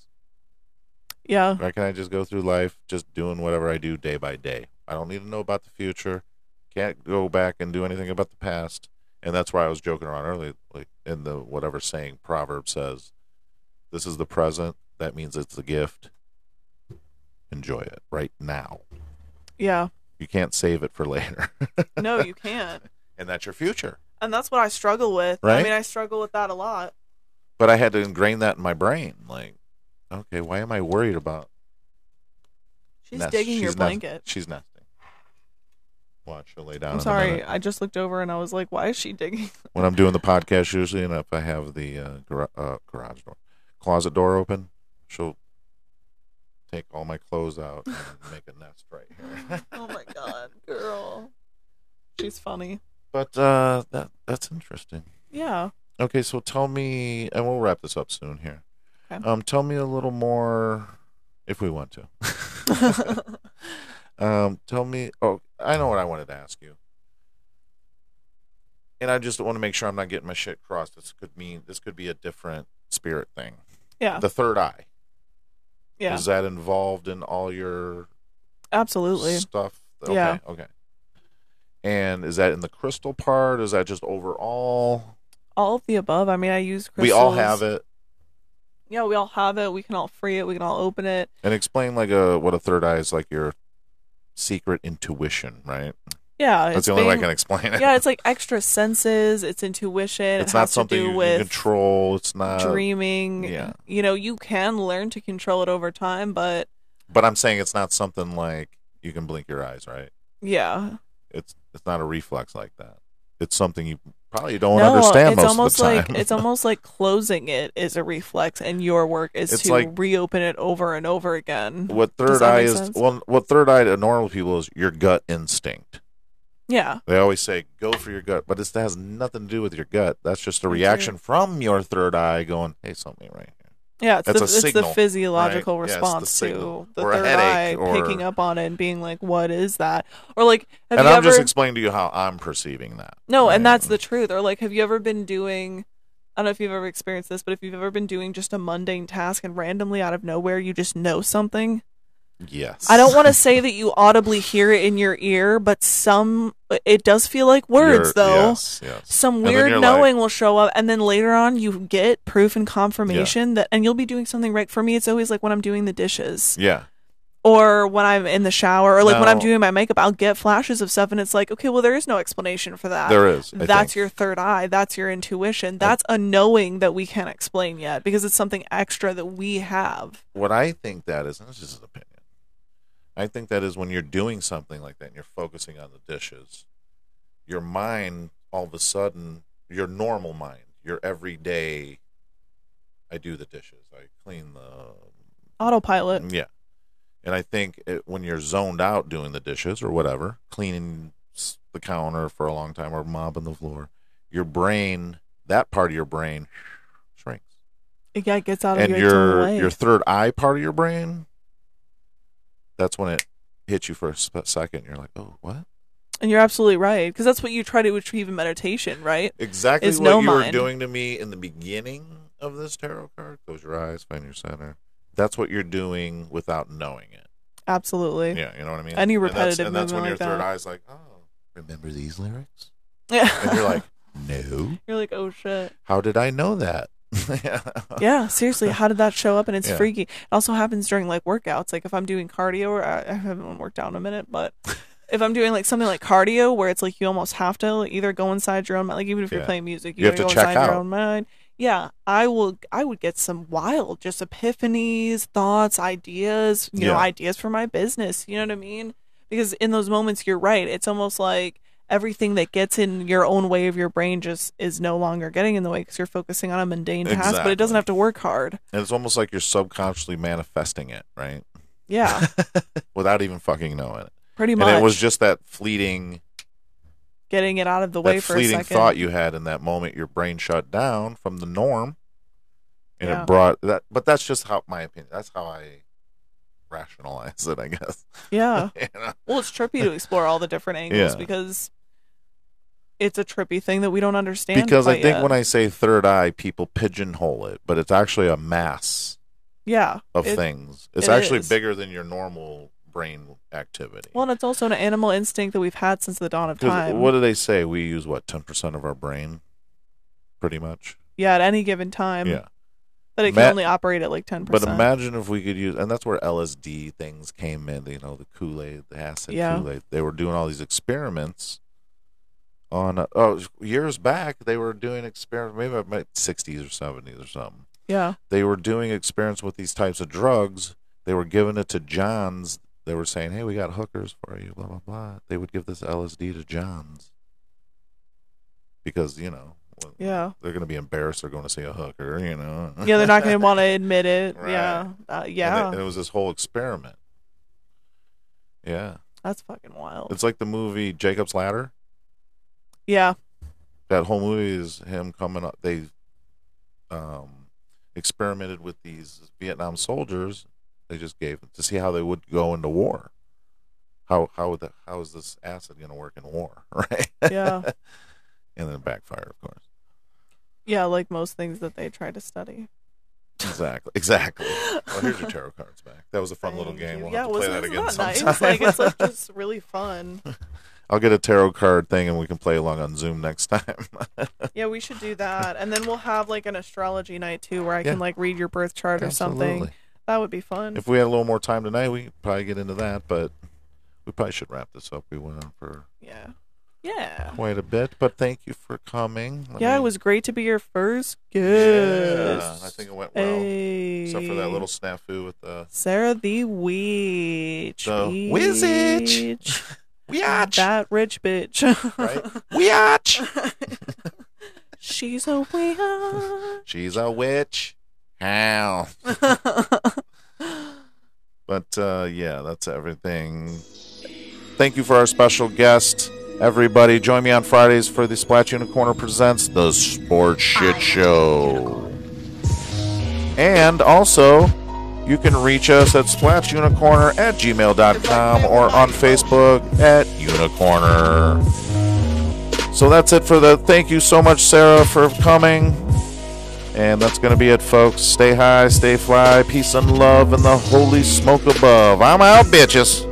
S5: yeah.
S1: Why can't I just go through life just doing whatever I do day by day? I don't need to know about the future. Can't go back and do anything about the past. And that's why I was joking around earlier, like in the whatever saying proverb says, "This is the present. That means it's a gift. Enjoy it right now.
S5: Yeah.
S1: You can't save it for later,
S5: No, you can't.
S1: and that's your future."
S5: And that's what I struggle with. I
S1: Right?
S5: mean, I struggle with that a lot.
S1: But I had to ingrain that in my brain. Like, okay, why am I worried about?
S5: She's
S1: nest-
S5: digging your
S1: she's nest-
S5: blanket.
S1: she's nesting. Watch, she'll lay down.
S5: I'm
S1: in a minute.
S5: sorry. I just looked over and I was like, why is she digging?
S1: when I'm doing the podcast usually, and if I have the uh, gar- uh, garage door, closet door open, she'll take all my clothes out and make a nest right here.
S5: oh my God, girl. She's funny.
S1: but uh, that that's interesting.
S5: Yeah.
S1: Okay, so tell me, and we'll wrap this up soon here.
S5: Okay.
S1: Um, tell me a little more, if we want to. um, tell me. Oh, I know what I wanted to ask you, and I just want to make sure I'm not getting my shit crossed. This could mean this could be a different spirit thing.
S5: Yeah.
S1: The third eye
S5: Yeah.
S1: is that involved in all your
S5: Absolutely.
S1: stuff? Okay,
S5: Yeah.
S1: Okay. And is that in the crystal part? Is that just overall?
S5: All of the above. I mean, I use crystals.
S1: We all have it.
S5: Yeah, we all have it. We can all free it. We can all open it.
S1: And explain like a what a third eye is like your secret intuition, right?
S5: Yeah.
S1: That's
S5: it's
S1: the only way I
S5: being-
S1: can explain it.
S5: Yeah, it's like extra senses. It's intuition.
S1: It's
S5: it
S1: not
S5: has
S1: something
S5: to do
S1: you
S5: with
S1: can control. It's not.
S5: dreaming.
S1: yeah.
S5: You know, you can learn to control it over time, but
S1: But I'm saying it's not something like you can blink your eyes, right?
S5: yeah.
S1: It's it's not a reflex like that. It's something you probably don't
S5: no,
S1: understand
S5: it's
S1: most
S5: almost
S1: of the time.
S5: like it's almost like closing it is a reflex, and your work is
S1: It's
S5: to
S1: like-
S5: reopen it over and over again.
S1: what third
S5: that
S1: eye
S5: make
S1: is.
S5: sense?
S1: Well, what third eye to normal people is your gut instinct.
S5: Yeah,
S1: They always say go for your gut, but it has nothing to do with your gut. That's just a
S5: That's
S1: reaction from your third eye going, "Hey, something ain't right here."
S5: Yeah, it's,
S1: That's a
S5: the, it's
S1: signal,
S5: the physiological
S1: right? Yeah, it's the
S5: response
S1: signal.
S5: to the
S1: Or a
S5: third eye
S1: headache, or-
S5: picking up on it and being like, "What is that?" Or like, have
S1: and
S5: you
S1: I'm
S5: ever?
S1: just explaining to you how I'm perceiving that.
S5: no, and
S1: Right.
S5: that's the truth. Or like, have you ever been doing? I don't know if you've ever experienced this, but if you've ever been doing just a mundane task and randomly out of nowhere you just know something,
S1: yes.
S5: I don't want to say that you audibly hear it in your ear, but some it does feel like words
S1: You're-
S5: though.
S1: Yes, yes.
S5: Some
S1: And then
S5: weird
S1: you're
S5: knowing will show up, and then later on you get proof and confirmation that, and you'll be doing something right. For me, it's always like when I'm doing the dishes.
S1: Like, yeah.
S5: or when I'm in the shower or like when I'm
S1: No.
S5: doing my makeup, I'll get flashes of stuff and it's like, okay, well, there is no explanation for that.
S1: There is. I
S5: Uh, That's
S1: think.
S5: your third eye. That's your intuition. That's a knowing that we can't explain yet because it's something extra that we have.
S1: what I think that is, and this is an opinion. I think that is when you're doing something like that and you're focusing on the dishes, your mind all of a sudden, your normal mind, your everyday, I do the dishes, I clean the
S5: Autopilot.
S1: yeah. And I think it, when you're zoned out doing the dishes or whatever, cleaning s- the counter for a long time or mopping the floor, your brain, that part of your brain, shrinks.
S5: It yeah, it gets out of
S1: And
S5: your, its own
S1: your
S5: way.
S1: your third eye part of your brain, that's when it hits you for a sp- second. You're like, oh, what?
S5: and you're absolutely right because that's what you try to achieve in meditation, right?
S1: Exactly
S5: It's
S1: what
S5: no
S1: you were
S5: mind.
S1: doing to me in the beginning of this tarot card. Close your eyes, find your center. That's what you're doing without knowing it.
S5: Absolutely.
S1: Yeah, you know what I mean.
S5: Any
S1: And that's-
S5: repetitive
S1: and that's,
S5: movement like
S1: when your
S5: that.
S1: third eye's like, oh, remember these lyrics?
S5: Yeah.
S1: And you're like, no,
S5: you're like, oh shit.
S1: how did I know that?
S5: yeah seriously how did that show up and it's
S1: Yeah.
S5: freaky it also happens during like workouts like if i'm doing cardio or uh, i I haven't worked out in a minute but if i'm doing like something like cardio where it's like you almost have to either go inside your own mind like even if you're
S1: Yeah.
S5: playing music you,
S1: You have
S5: gotta
S1: to
S5: go
S1: check
S5: inside your
S1: out.
S5: own mind yeah i will i would get some wild just epiphanies thoughts ideas you know
S1: Yeah.
S5: ideas for my business you know what i mean because in those moments you're right it's almost like everything that gets in your own way of your brain just is no longer getting in the way because you're focusing on a mundane task but it
S1: Exactly.
S5: doesn't have to work hard
S1: And it's almost like you're subconsciously manifesting it, right?
S5: yeah
S1: Without even fucking knowing it.
S5: pretty
S1: And
S5: much
S1: it was just that fleeting,
S5: getting it out of the way
S1: that
S5: for a
S1: fleeting
S5: second
S1: thought you had in that moment. Your brain shut down from the norm, and
S5: Yeah.
S1: it brought that. But that's just how my opinion. That's how I rationalize it, I guess.
S5: yeah
S1: You know?
S5: well it's trippy to explore all the different angles
S1: Yeah.
S5: because it's a trippy thing that we don't understand
S1: Because I
S5: quite
S1: think
S5: yet.
S1: when I say third eye, people pigeonhole it, but it's actually a mass
S5: yeah
S1: of
S5: it-
S1: things. It's
S5: it
S1: actually
S5: is.
S1: bigger than your normal brain activity.
S5: well and it's also an animal instinct that we've had since the dawn of
S1: 'Cause
S5: time
S1: what do they say? We use what ten percent of our brain, pretty much.
S5: yeah at any given time
S1: yeah,
S5: that it can
S1: Ma-
S5: only operate at like 10%
S1: but imagine if we could use, and that's where LSD things came in. You know, the Kool Aid, the acid
S5: Yeah.
S1: Kool Aid. They were doing all these experiments. On uh, oh, years back they were doing experiments. Maybe about sixties or seventies or something.
S5: yeah
S1: they were doing experiments with these types of drugs. They were giving it to Johns. They were saying, "Hey, we got hookers for you." Blah blah blah. They would give this LSD to Johns because you know, well,
S5: Yeah.
S1: they're going to be embarrassed. They're going to see a hooker, you know.
S5: yeah they're not going to want to admit it
S1: Right.
S5: yeah uh,
S1: And they-
S5: yeah
S1: and it was this whole experiment. Yeah,
S5: that's fucking wild
S1: it's like the movie Jacob's Ladder.
S5: yeah
S1: That whole movie is him coming up. They um, experimented with these Vietnam soldiers. They just gave them to see how they would go into war. How how would the, how is this acid going to work in war, right?
S5: Yeah.
S1: and then it backfired, of course.
S5: yeah like most things that they try to study
S1: Exactly, exactly. Well, here's your tarot cards back. That was a fun little
S5: Thank
S1: game.
S5: you.
S1: We'll
S5: yeah,
S1: have to play
S5: wasn't
S1: that
S5: isn't
S1: again
S5: that
S1: sometime.
S5: Nice? Like it's like just really fun.
S1: I'll get a tarot card thing and we can play along on Zoom next time.
S5: Yeah, we should do that, and then we'll have like an astrology night too, where I
S1: Yeah.
S5: can like read your birth chart or something.
S1: Absolutely.
S5: That would be fun.
S1: If we had a little more time tonight, we could probably get into that, but we probably should wrap this up. We went on for
S5: yeah, yeah,
S1: quite a bit, but thank you for coming. Let
S5: yeah.
S1: me-
S5: It was great to be your first
S1: Yeah,
S5: guest.
S1: I think it went well, except for that
S5: Hey.
S1: little snafu with the
S5: Sarah the witch.
S1: The wizard.
S5: bitch.
S1: weatch,
S5: That rich bitch.
S1: right? Weatch.
S5: She's a witch.
S1: She's a witch. How? But uh, yeah, that's everything. Thank you for our special guest, everybody. Join me on Fridays for the Splat Unicorner presents the Sports Shit
S6: I-
S1: Show. And also, you can reach us at splatchunicorner at gmail.com or on Facebook at unicorner. So that's it for the. Thank you so much, Sarah, for coming. And that's going to be it, folks. Stay high, stay fly, peace and love, and the holy smoke above. I'm out, bitches.